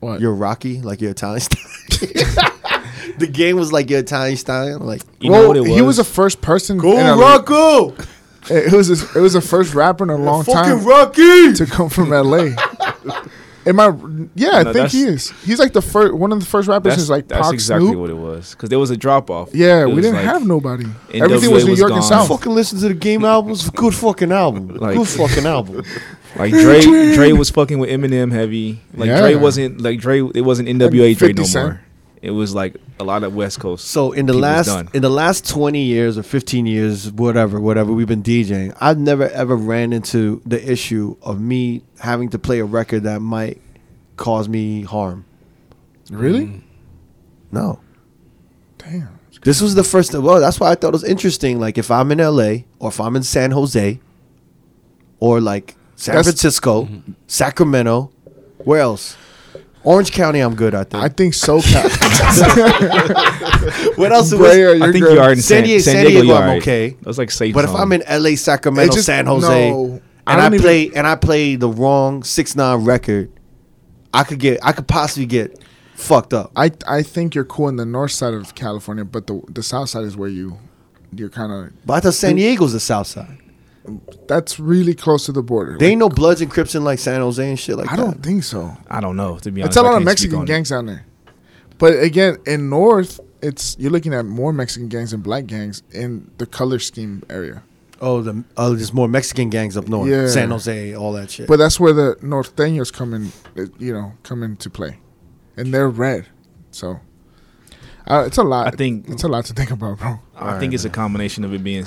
S3: what?
S1: your Rocky, like your Italian style. <laughs> the game was like your Italian style, like
S2: You
S3: well,
S2: know what it was?
S3: he was the first person. in a-
S1: Rocco,
S3: It was his, it was the first rapper in a long time
S1: Rocky.
S3: to come from
S1: <laughs>
S3: L.A. Am I? Yeah, I
S2: No,
S3: think
S2: that's-
S3: he is. He's like the first one of the first rappers
S2: That's,
S3: is like
S2: that's
S3: Pac,
S2: exactly
S3: Snoop.
S2: what it was. Because there was a drop off.
S3: Yeah, we didn't have nobody. Everything was New York and South.
S1: Fucking listen to the game albums. Good fucking album.
S2: Like-
S1: good fucking album.
S3: <laughs>
S2: Like Dre, Dre was fucking with Eminem heavy. Like Dre
S3: Yeah.
S2: wasn't like Dre. It wasn't NWA Dre
S3: 50
S2: no
S3: Cent.
S2: more. It was like a lot of West Coast.
S1: So in the
S2: He was
S1: last
S2: done.
S1: in the last twenty years or fifteen years, whatever, whatever, we've been DJing. I've never ever ran into the issue of me having to play a record that might cause me harm. Mm.
S3: Really?
S1: No.
S3: Damn.
S1: This was the first. Well, that's why I thought it was interesting. Like if I'm in LA or if I'm in San Jose, or like San
S3: That's-
S1: Francisco, Sacramento, where else? Orange County, I'm good. I think.
S3: I think SoCal.
S1: what else? it was-
S3: Brea,
S2: I
S3: you're
S2: think
S3: good.
S2: you are in
S1: San
S2: San,
S1: Diego-
S2: San
S1: San
S2: Diego.
S1: Diego,
S2: you
S1: I'm
S2: are.
S1: okay.
S2: That was like safe.
S1: But if I'm in LA, Sacramento,
S3: It just-
S1: San Jose,
S3: no. I
S1: and I,
S3: don't even-
S1: play and I play the wrong six nine record, I could get I could possibly get fucked up.
S3: I I think you're cool in the north side of California, but the the south side is where you you're kind
S1: But I thought San Diego's the South Side.
S3: of. That's really close to the border.
S1: They
S3: Like,
S1: ain't no Bloods and Crips in like San Jose and shit like
S3: I
S1: that.
S3: don't think so.
S2: I don't know. To be honest,
S3: It's a
S2: I
S3: lot of
S2: can't speak
S3: Mexican
S2: on it.
S3: gangs down there. But again, in north, it's you're looking at more Mexican gangs and black gangs in the color scheme area.
S1: Oh, the oh, there's more Mexican gangs up north,
S3: Yeah.
S1: San Jose, all that shit.
S3: But that's where the norteños come in, uh, you know, come into play, and they're red. So uh, it's a lot.
S2: I think- Uh,
S3: it's a lot to think about, bro.
S2: I think it's a combination of it being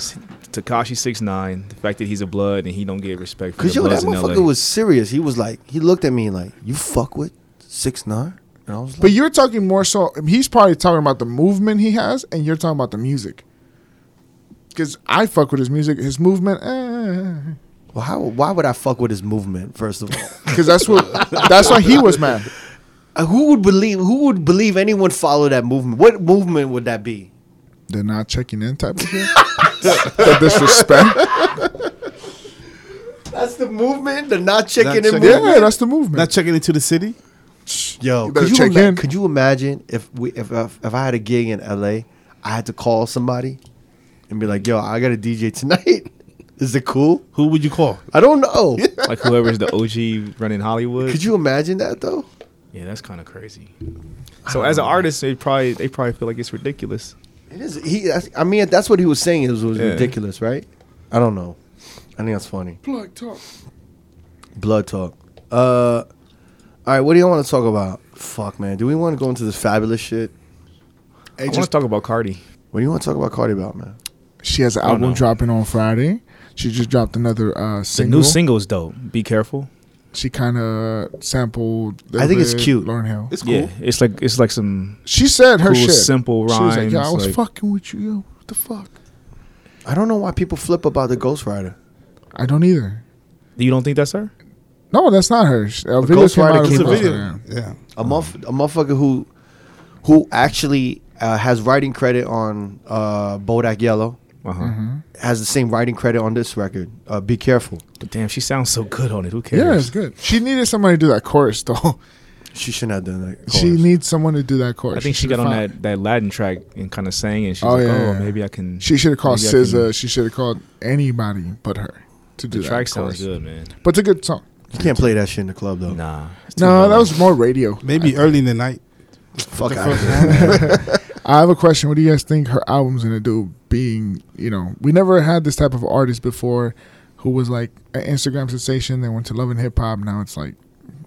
S2: Takashi six nine, the fact that he's a blood and he don't get respect for
S1: Cause
S2: the
S1: yo, that
S2: bloods in
S1: motherfucker
S2: LA.
S1: was serious. He was like, he looked at me like, "You fuck with six nine? and I was like,
S3: But you're talking more so. He's probably talking about the movement he has, and you're talking about the music. Because I fuck with his music, his movement. eh.
S1: "Well, how? Why would I fuck with his movement? First of
S3: <laughs>
S1: all,
S3: Because that's what. that's why he was mad.
S1: Uh, who would believe? Who would believe anyone follow that movement? What movement would that be?
S3: They're not checking in type of shit. <laughs> the disrespect.
S1: That's the movement. The not checking in
S4: checking-
S1: movement.
S3: Yeah, that's the movement.
S4: Not checking into the city.
S1: Yo,
S3: You better
S1: could you,
S3: check
S1: ima-
S3: in.
S1: could you imagine if we if, if if I had a gig in LA, I had to call somebody and be like, "Yo, I got a DJ tonight. <laughs> Is it cool?
S4: Who would you call?
S1: I don't know.
S2: like whoever's the OG running Hollywood.
S1: could you imagine that though?
S2: yeah, that's kind of crazy. So as an artist, they probably they probably feel like it's ridiculous.
S1: It is. He. that's- I mean, that's what he was saying. It was, was
S2: Yeah.
S1: ridiculous, right? I don't know. I think that's funny.
S3: Plug talk.
S1: Blood talk. Uh, all right. What do you want to talk about? Fuck, man. Do we want to go into this fabulous shit?
S2: I
S3: Hey,
S2: want to
S3: just-
S2: talk about Cardi.
S1: What do you want to talk about Cardi about, man?
S3: she has an
S2: Oh,
S3: album
S2: no.
S3: dropping on Friday. She just dropped another uh,
S2: The
S3: single.
S2: new single's dope. Be careful.
S3: She kind of sampled. a
S1: I think it's
S3: bit
S1: cute.
S3: Lauren Hill.
S4: It's cool.
S2: Yeah, it's like it's like some
S3: She said her
S2: cool
S3: shit.
S2: simple
S3: she was like,
S2: rhymes.
S3: "Yo, I was
S2: like-
S3: fucking with you. Yo, what the fuck?
S1: I don't know why people flip about the Ghost Rider.
S3: I don't either."
S2: you don't think that's her?
S3: No, that's not her. Sh- A video
S1: Ghost
S3: came
S1: Rider
S3: out of
S4: It's
S1: came
S4: a
S1: out.
S3: Ghost
S4: video.
S3: Rider.
S4: Yeah.
S1: A muff, a motherfucker who, who actually uh, has writing credit on uh, Bodak Yellow
S2: Uh huh.
S3: Uh-huh.
S1: has the same writing credit on this record. Uh, Be careful.
S2: But damn, she sounds so good on it. Who cares?
S3: Yeah, it's good. She needed somebody to do that chorus though.
S1: She shouldn't have done that.
S3: <laughs> She needs someone to do that chorus.
S2: I think she got
S3: should've
S2: on
S3: found-
S2: that, that Latin track and kind of sang, and she's
S3: Oh,
S2: like,
S3: yeah,
S2: "Oh,
S3: yeah.
S2: maybe I can."
S3: She should have called
S2: maybe I can-
S3: SZA. She should have called anybody but her to do
S2: The
S3: that
S2: track
S3: chorus.
S2: sounds good, man.
S3: But it's a good song.
S1: you can't play that shit in the club though.
S2: Nah, it's too
S3: No, that
S2: mellow.
S3: was more radio.
S4: Maybe early in the night.
S1: Fuck
S4: The
S1: out of
S4: fuck?
S1: here.
S3: I have a question. What do you guys think her album's gonna do? Being, you know, we never had this type of artist before, who was like an Instagram sensation. Then went to Love and Hip Hop. Now it's like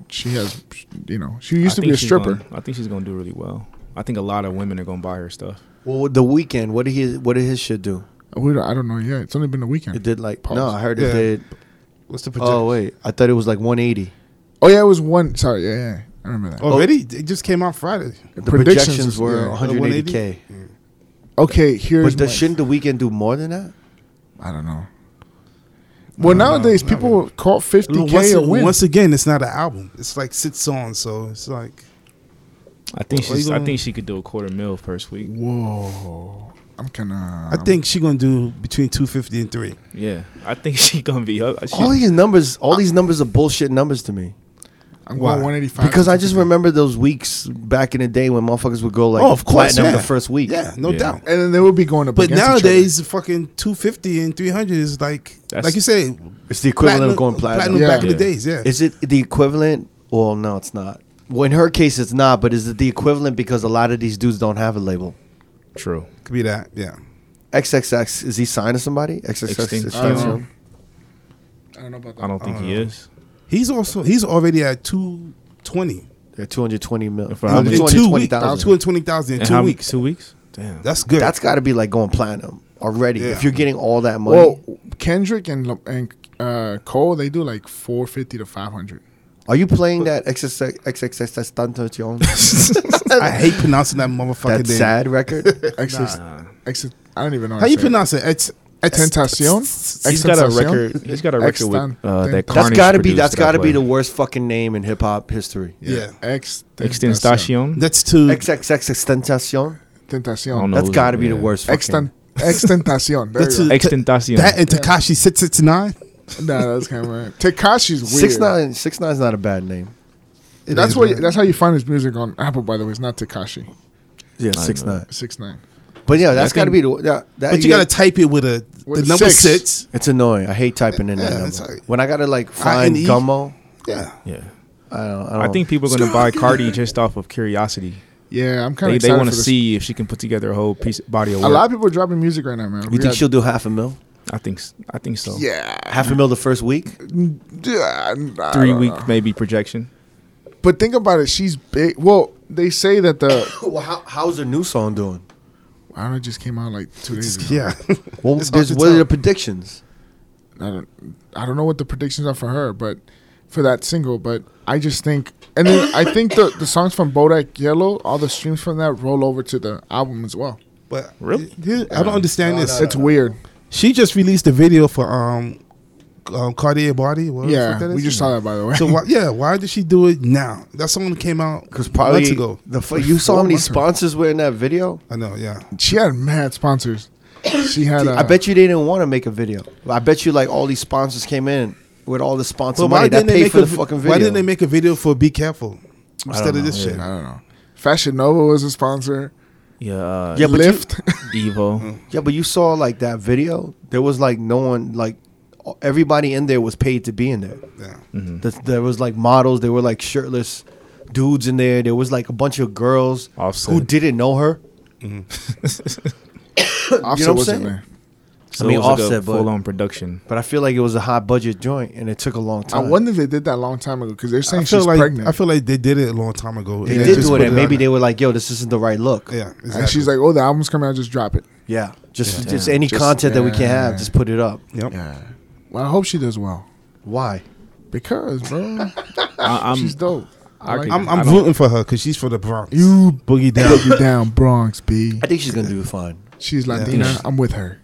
S3: she has, you know, she used
S2: I
S3: to be
S2: think
S3: a
S2: she's
S3: stripper.
S2: gonna- I think she's gonna do really well. I think a lot of women are gonna buy her stuff.
S1: Well, the weekend. What did he? What did his shit do?
S3: We don't, I don't know yet. It's only been a weekend.
S1: It did like.
S3: Pause.
S1: No, I heard it
S4: Yeah.
S1: did.
S4: What's the projection?
S1: Oh wait, I thought it was like 180.
S3: Oh yeah, it was one. Sorry, yeah, yeah. I remember that.
S2: Oh,
S4: Already? It just came out Friday. Uh,
S1: The
S3: Predictions
S1: projections
S3: is-
S1: were
S3: yeah.
S1: 180k.
S3: Okay, here's.
S1: But the,
S3: my-
S1: shouldn't the weekend do more than that?
S3: I don't know. Well, nowadays people call fifty
S4: Once,
S3: k a win.
S4: once again, it's not an album. It's like six songs, so it's like
S2: I think
S4: Well,
S2: she's,
S4: you
S2: I
S4: gonna-
S2: think she could do a quarter mil first week.
S3: Whoa! I'm kind of.
S4: I think she gonna do between two fifty and three.
S2: Yeah, I think <laughs> she gonna be up. She,
S1: All these numbers, all these numbers are bullshit numbers to me.
S3: I'm
S4: Why?
S3: going 185
S1: Because
S3: to
S1: I just
S3: 250.
S1: remember those weeks back in the day when motherfuckers would go like
S4: oh, of course,
S1: platinum
S4: yeah.
S1: the first week.
S4: Yeah, no
S2: Yeah.
S4: doubt.
S3: And then they would be going up.
S4: But
S3: against each
S4: nowadays, fucking two fifty and three hundred is like,
S2: That's-
S4: like you say,
S1: It's the equivalent of going platinum.
S3: Yeah.
S4: back in the
S2: Yeah.
S4: days, yeah.
S1: Is it the equivalent? Well, no, it's not. Well, in her case, it's not. But is it the equivalent because a lot of these dudes don't have a label?
S2: true.
S4: Could be that, yeah.
S1: XXX is he signed to somebody? XXX
S2: Extinction.
S1: Extinction.
S3: other. I don't know about that.
S2: I don't think
S1: Oh.
S2: he is.
S4: He's also he's already at two twenty.
S1: They're two hundred twenty mil.
S2: For how
S4: in
S2: many-
S4: two weeks,
S1: 220,000.
S4: two hundred twenty thousand in
S2: And
S4: two
S2: how many-
S4: weeks.
S2: Two weeks. Damn.
S4: That's good.
S1: That's got to be like going platinum already.
S4: Yeah.
S1: If you're getting all that money,
S3: Well, Kendrick and Lo- and uh, Cole, they do like 450 to 500.
S1: are you playing that XXX XXX Tentacion?
S4: I hate pronouncing that motherfucker
S1: That
S4: name.
S1: sad record.
S3: Exit, exit, I don't even know.
S4: How you
S3: to say it.
S4: pronounce it? It's
S3: Tentacion?
S2: he's got a
S3: Extensacion?
S2: record. He's got a record with
S3: Extant-
S2: uh, that.
S3: That's
S1: That's
S2: Carnage
S1: got to be
S2: produced
S1: that's
S2: that I
S1: got to be
S2: play.
S1: the worst fucking name in hip hop history.
S4: Yeah.
S3: Ex
S2: Extentation.
S4: That's two.
S1: XXX
S2: I
S1: Extentacion.
S4: Oh,
S2: don't
S3: Tentacion.
S2: know
S1: That's
S2: who-
S1: got to be the
S2: yeah.
S1: worst.
S3: Extent-
S4: <laughs>
S1: Fucking.
S3: Extentacion. There
S4: That's
S3: you
S4: a-
S2: Extentation.
S4: that and Takashi six six nine.
S3: go. Nah, that's kind of right. Takashi's
S1: <laughs>
S3: weird.
S1: Six nine six nine's not a bad name.
S3: That's what. That's how you find his music on Apple. By the way, it's not Takashi.
S1: Yeah,
S2: I
S1: six
S2: know.
S1: nine.
S3: Six nine.
S1: But yeah, that's
S2: I
S1: got to be
S2: think-
S1: the that, that
S4: But you
S1: Uh, yeah,
S4: gotta type it with a
S3: With
S4: the number
S3: six.
S4: six.
S1: It's annoying. I hate typing in that
S4: Yeah, it's
S1: number.
S4: like-
S1: when I gotta like find
S4: E.
S1: Gummo,
S4: Yeah.
S2: Yeah.
S1: I don't. I,
S2: I
S1: don't-
S2: think people are gonna buy Cardi just off of curiosity.
S3: Yeah, I'm kind
S2: They
S3: of.
S2: they
S3: want to
S2: see if she can put together a whole piece body of
S3: A
S2: work.
S3: lot of people are dropping music right now, man.
S1: you think she'll do half a mil,
S2: I think. s- I think so.
S3: Yeah.
S1: half a mil the first week.
S3: Yeah, I
S2: Three
S3: don't
S2: week
S3: know.
S2: maybe projection.
S3: But think about it. She's big. Well, they say that the <coughs>
S1: well, how, how's her new song doing?
S3: I don't know. it Just came out like two days ago.
S4: Yeah.
S1: Well,
S4: It's hard
S1: there's,
S4: to
S1: what are
S4: tell.
S1: the predictions?
S3: I don't. I don't know what the predictions are for her, but for that single. But I just think, and then I think the the songs from Bodak Yellow, all the streams from that roll over to the album as well.
S4: But
S2: Really?
S4: Here- I don't understand this.
S3: It's weird.
S4: She just released a video for um, um Cartier Body. What the fuck
S3: Yeah,
S4: that
S3: we
S4: is?
S3: just saw that by the way.
S4: So why, yeah, why did she do it now? That song that came
S1: <laughs>
S4: out
S1: Because probably
S4: months ago.
S1: the fu- you saw how
S3: Four
S1: many
S3: months ago.
S1: sponsors were in that video.
S4: I know. Yeah.
S3: <laughs> she had mad sponsors. She had. Uh,
S1: I bet you they didn't want to make a video. I bet you like all these sponsors came in with all the sponsor
S4: But
S1: money
S4: why
S1: that
S4: didn't they
S1: paid
S4: make
S1: for
S4: a,
S1: the fucking video.
S4: Why didn't they make a video for "Be Careful" instead
S2: know,
S4: of this
S2: yeah.
S4: shit?
S3: I don't know. Fashion Nova was a sponsor.
S2: Yeah. Uh,
S1: Yeah, but you-
S3: Lyft.
S2: <laughs>
S3: <laughs>
S2: Devo.
S1: Yeah, but you saw like that video. There was like no one like everybody in there was paid to be in there.
S4: Yeah.
S3: Mm.
S1: Th- There was like models. There were like shirtless dudes in there. There was like a bunch of girls
S2: Offset.
S1: who didn't know her.
S3: Offset
S1: You know what I'm
S3: wasn't
S1: saying?
S3: there.
S2: So
S1: I mean,
S2: it was like a
S1: Offset, but-
S2: full on production.
S1: But I feel like it was a high budget joint, and it took a long
S3: I
S1: time.
S3: wonder if they did that a long time ago because they're saying
S4: I feel
S3: she's
S4: like
S3: pregnant.
S4: I feel like they did it a long time ago.
S1: they
S4: And
S1: did
S4: just
S1: do it,
S4: put
S1: and maybe
S4: on
S1: they were like, "Yo, this isn't the right look."
S4: there. Yeah. Exactly.
S3: And she's like, "Oh, the album's coming out. Just drop it."
S1: Yeah, just
S2: Yeah.
S1: just any
S3: Just-
S1: content that we can
S3: yeah.
S1: have, just put it up.
S4: Yep.
S3: Yeah. Well, I hope she does well
S1: Why?
S3: because, bro,
S2: I, I'm.
S3: she's dope.
S2: I
S3: I
S2: could-
S3: like
S4: I'm
S2: I
S4: I'm
S2: don't-
S4: rooting for her because she's for the Bronx.
S3: you boogie down,
S4: <laughs>
S3: boogie down, Bronx B.
S1: I think she's gonna do fine.
S3: She's
S2: Yeah.
S3: Latina. I'm with her.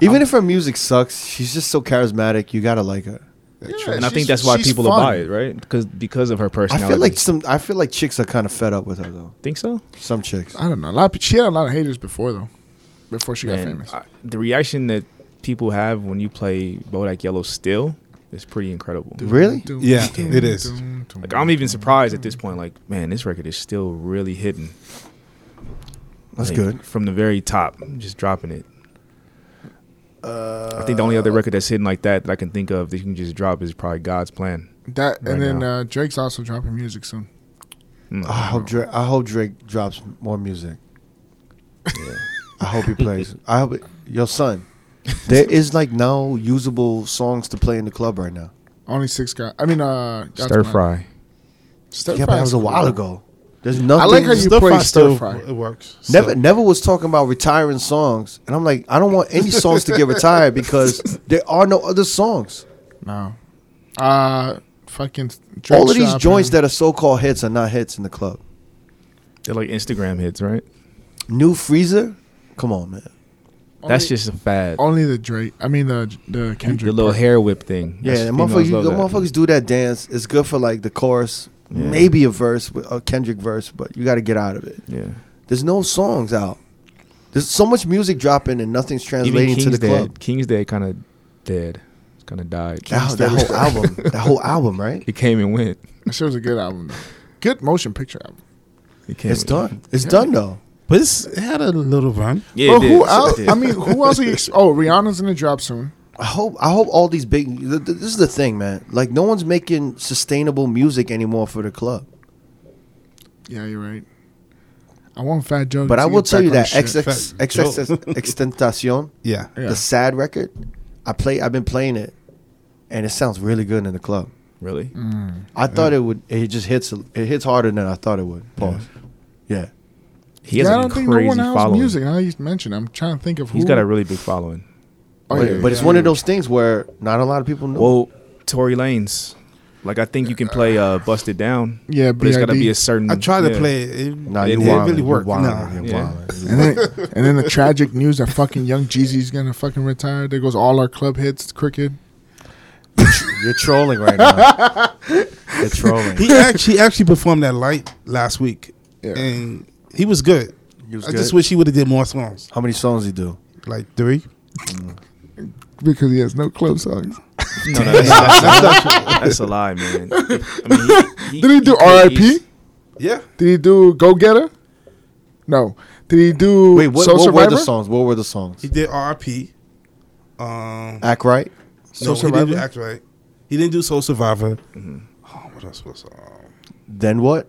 S1: Even if her music sucks, she's just so charismatic. You gotta like her.
S2: And I think that's why people will buy it, right? Because because of her
S1: I
S2: personality.
S1: feel like some. I feel like chicks are kind of fed up with her though.
S2: think so.
S1: Some chicks.
S3: I don't know. A lot. Of, she had a lot of haters before though. Before she got
S2: And
S3: famous.
S2: I- the reaction that people have when you play Bodak Yellow still is pretty incredible.
S1: Really?
S3: Doom,
S4: Yeah,
S3: doom,
S4: it is.
S3: doom, doom.
S2: Like I'm even surprised at this point. Like man, this record is still really hidden.
S1: That's
S2: Like,
S1: good.
S2: From the very top, just dropping it. I think the only
S1: Uh,
S2: other record that's hidden like that that I can think of that you can just drop is probably God's Plan.
S3: that,
S2: right
S3: and then
S2: now.
S3: uh, Drake's also dropping music soon.
S2: Mm.
S1: I hope Drake, I hope Drake drops more music. I hope he plays. I hope it,
S2: <laughs>
S1: your son. There is like no usable songs to play in the club right now.
S3: Only six guys. I mean, uh, God's
S2: Stir
S3: Plan.
S2: Fry.
S3: Stir
S1: yeah,
S3: fry
S1: but that was
S3: is
S1: a
S3: cool.
S1: while ago. There's nothing.
S3: I like how you
S4: Stir
S3: play
S4: fry
S3: stir
S4: still
S3: fry.
S4: it works. So-
S1: Never, never was talking about retiring songs, and I'm like, I don't want any songs to get retired because
S3: <laughs>
S1: there are no other songs.
S3: No. Uh, fucking.
S1: All of these joints that are so-called hits are not hits in the club.
S2: They're like Instagram hits, right?
S1: New Freezer, come on, man.
S2: That's just a fad.
S3: only the Drake. I mean the the Kendrick.
S2: The little
S3: part.
S2: hair whip thing.
S1: Yeah,
S2: That's-
S1: and
S2: females
S1: motherfuckers, you,
S2: love
S1: the
S2: that.
S1: motherfuckers do that dance. It's good for like the chorus,
S2: Yeah.
S1: maybe a verse, with a Kendrick verse, but you got to get out of it.
S2: Yeah.
S1: There's no songs out. There's so much music dropping and nothing's translating to the
S2: Dead,
S1: club.
S2: King's Dead kind of dead. It's kind of died.
S1: That, that whole album, that whole
S2: <laughs>
S1: album, right?
S2: It came and went.
S3: That shit was a good album. though. Good motion picture album.
S2: It came
S1: It's
S2: and
S1: done. It's done though.
S4: But it's, it had a little run.
S2: Went. Yeah, it
S3: Bro,
S2: did.
S3: who
S2: It
S3: else?
S2: did.
S3: I mean, who else? Are you ex- oh, Rihanna's gonna drop soon.
S1: I hope I hope all these big. Th- th- this is the thing, man. Like no one's making sustainable music anymore for the club.
S3: Yeah, you're right. I want Fat Joe.
S1: But
S3: to
S1: I
S3: get
S1: will tell
S3: back
S1: you
S3: on
S1: that
S3: shit.
S1: XX
S4: Fact, Joe.
S1: XX Extentacion,
S4: Yeah.
S3: Yeah.
S1: the sad record, I play. I've been playing it, and it sounds really good in the club.
S2: really?
S1: I thought it would. It just hits. It hits harder than I thought it would. Pause. Yeah.
S2: He has
S3: yeah,
S2: a
S3: I don't
S2: crazy
S3: think no one else
S2: following.
S3: music. I used to mention. I'm trying to think of who.
S2: He's got a really big following.
S3: Oh,
S1: but,
S3: yeah,
S1: but it's
S3: yeah.
S1: one of those things where not a lot of people know.
S2: Well, Tory Lanez. Like I think you can play uh, "Busted Down."
S3: Yeah,
S2: but it's got to
S3: B.I.B..
S2: be a certain.
S4: I tried to
S2: yeah.
S4: play it. It,
S1: nah,
S4: it
S1: you
S4: didn't
S1: wild.
S4: really
S1: you
S4: work.
S1: wild.
S4: No.
S1: You
S2: Yeah.
S1: wildin'.
S3: <laughs> <laughs> And then, and then the tragic news that fucking Young Jeezy's gonna fucking retire. There goes all our club hits. Cricket.
S1: You're trolling right now. You're trolling.
S4: He actually he actually performed that light last week,
S3: Yeah.
S4: and he was good.
S1: He was
S4: I just
S1: good?
S4: wish he would have did more songs,
S1: How many songs he do?
S4: like three.
S3: because he has no club songs.
S2: No,
S4: <laughs>
S2: no, that's, that's, that's- that's a lie, man. I mean, he,
S3: Did he do
S2: could
S3: R.I.P.?
S2: eas-
S4: Yeah,
S3: Did he do Go Getter? No. Did he do
S1: Wait, what,
S3: Soul
S1: what were
S3: Survivor?
S1: the songs? What were the songs?
S4: he did RP. Um,
S1: Act right.
S4: no,
S3: Soul
S4: he didn't do
S3: Survivor?
S4: Act Right. He didn't do Soul Survivor. Oh, what else was um,
S1: Then what?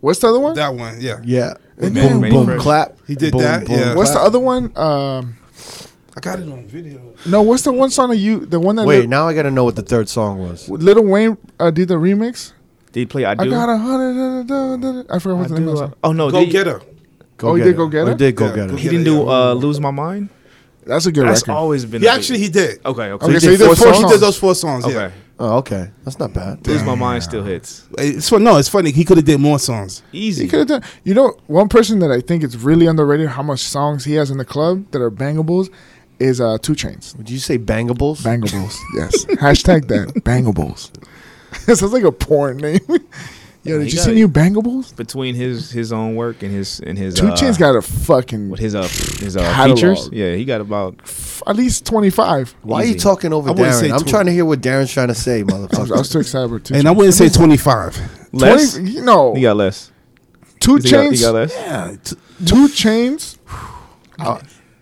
S3: What's the other one?
S4: that one? Yeah,
S1: Yeah. boom,
S3: And
S2: then-
S1: boom,
S2: Manny Fresh.
S1: clap.
S4: He did
S1: boom,
S4: that, yeah.
S3: What's the
S1: clap.
S3: other one? Um,
S4: I got it on video.
S3: no, what's the one song that you? The one that
S1: Wait,
S3: Lil,
S1: now I gotta know what the third song was.
S3: Little Wayne uh, did the remix.
S2: Did he play "I
S3: I
S2: Do"?
S3: got a hundred. da- da- da- da- I forgot what the name of
S2: do
S3: that
S2: uh,
S3: song.
S2: oh no,
S4: Go
S2: did he,
S4: get her.
S3: Oh, he did Go Get
S1: Oh, He
S3: It?
S1: did go
S4: Yeah,
S1: get
S4: Go
S1: it.
S2: He didn't
S4: Yeah,
S2: do
S4: yeah.
S2: uh, "Lose My Mind."
S3: That's a good
S2: That's
S3: record.
S2: always been.
S4: He
S2: a big-
S4: actually he did.
S2: Okay, okay.
S3: Okay,
S2: so
S4: He
S3: so Oh, he did
S4: did,
S3: four
S4: four, he
S3: songs.
S4: did those four songs. Yeah,
S2: okay.
S1: Oh, okay. That's not bad.
S2: "Lose My Mind" still hits.
S4: it's fun. No, it's funny. He could have did more songs.
S2: Easy.
S3: He could have done. You know, one person that I think is really underrated. How much songs he has in the club that are bangables is uh, Two Chains.
S1: Did you say bangables?
S3: Bangables. yes. Hashtag that. Bangables. <laughs> it sounds like a porn name. <laughs> Yo,
S2: he
S3: did you
S2: got
S3: see
S2: it.
S3: new Bangables?
S2: Between his his own work and his and his
S3: Two
S2: uh,
S3: Chains got a fucking
S2: with his uh his uh,
S3: Catalog.
S2: features. Yeah, he got about
S3: f- at least twenty five.
S1: Why are you
S2: Easy.
S1: talking over
S4: I wouldn't say
S1: Darren? I'm
S4: tw-
S1: trying to hear what Darren's trying to say,
S3: <laughs> I was, I was
S1: motherfucker.
S3: too excited about two.
S4: And uh, I
S3: Chainz.
S4: wouldn't say twenty five.
S2: less.
S3: Twenty, you know,
S2: He got less.
S3: two
S2: He got, he
S3: chains,
S2: got less.
S4: Yeah. t-
S3: two chains.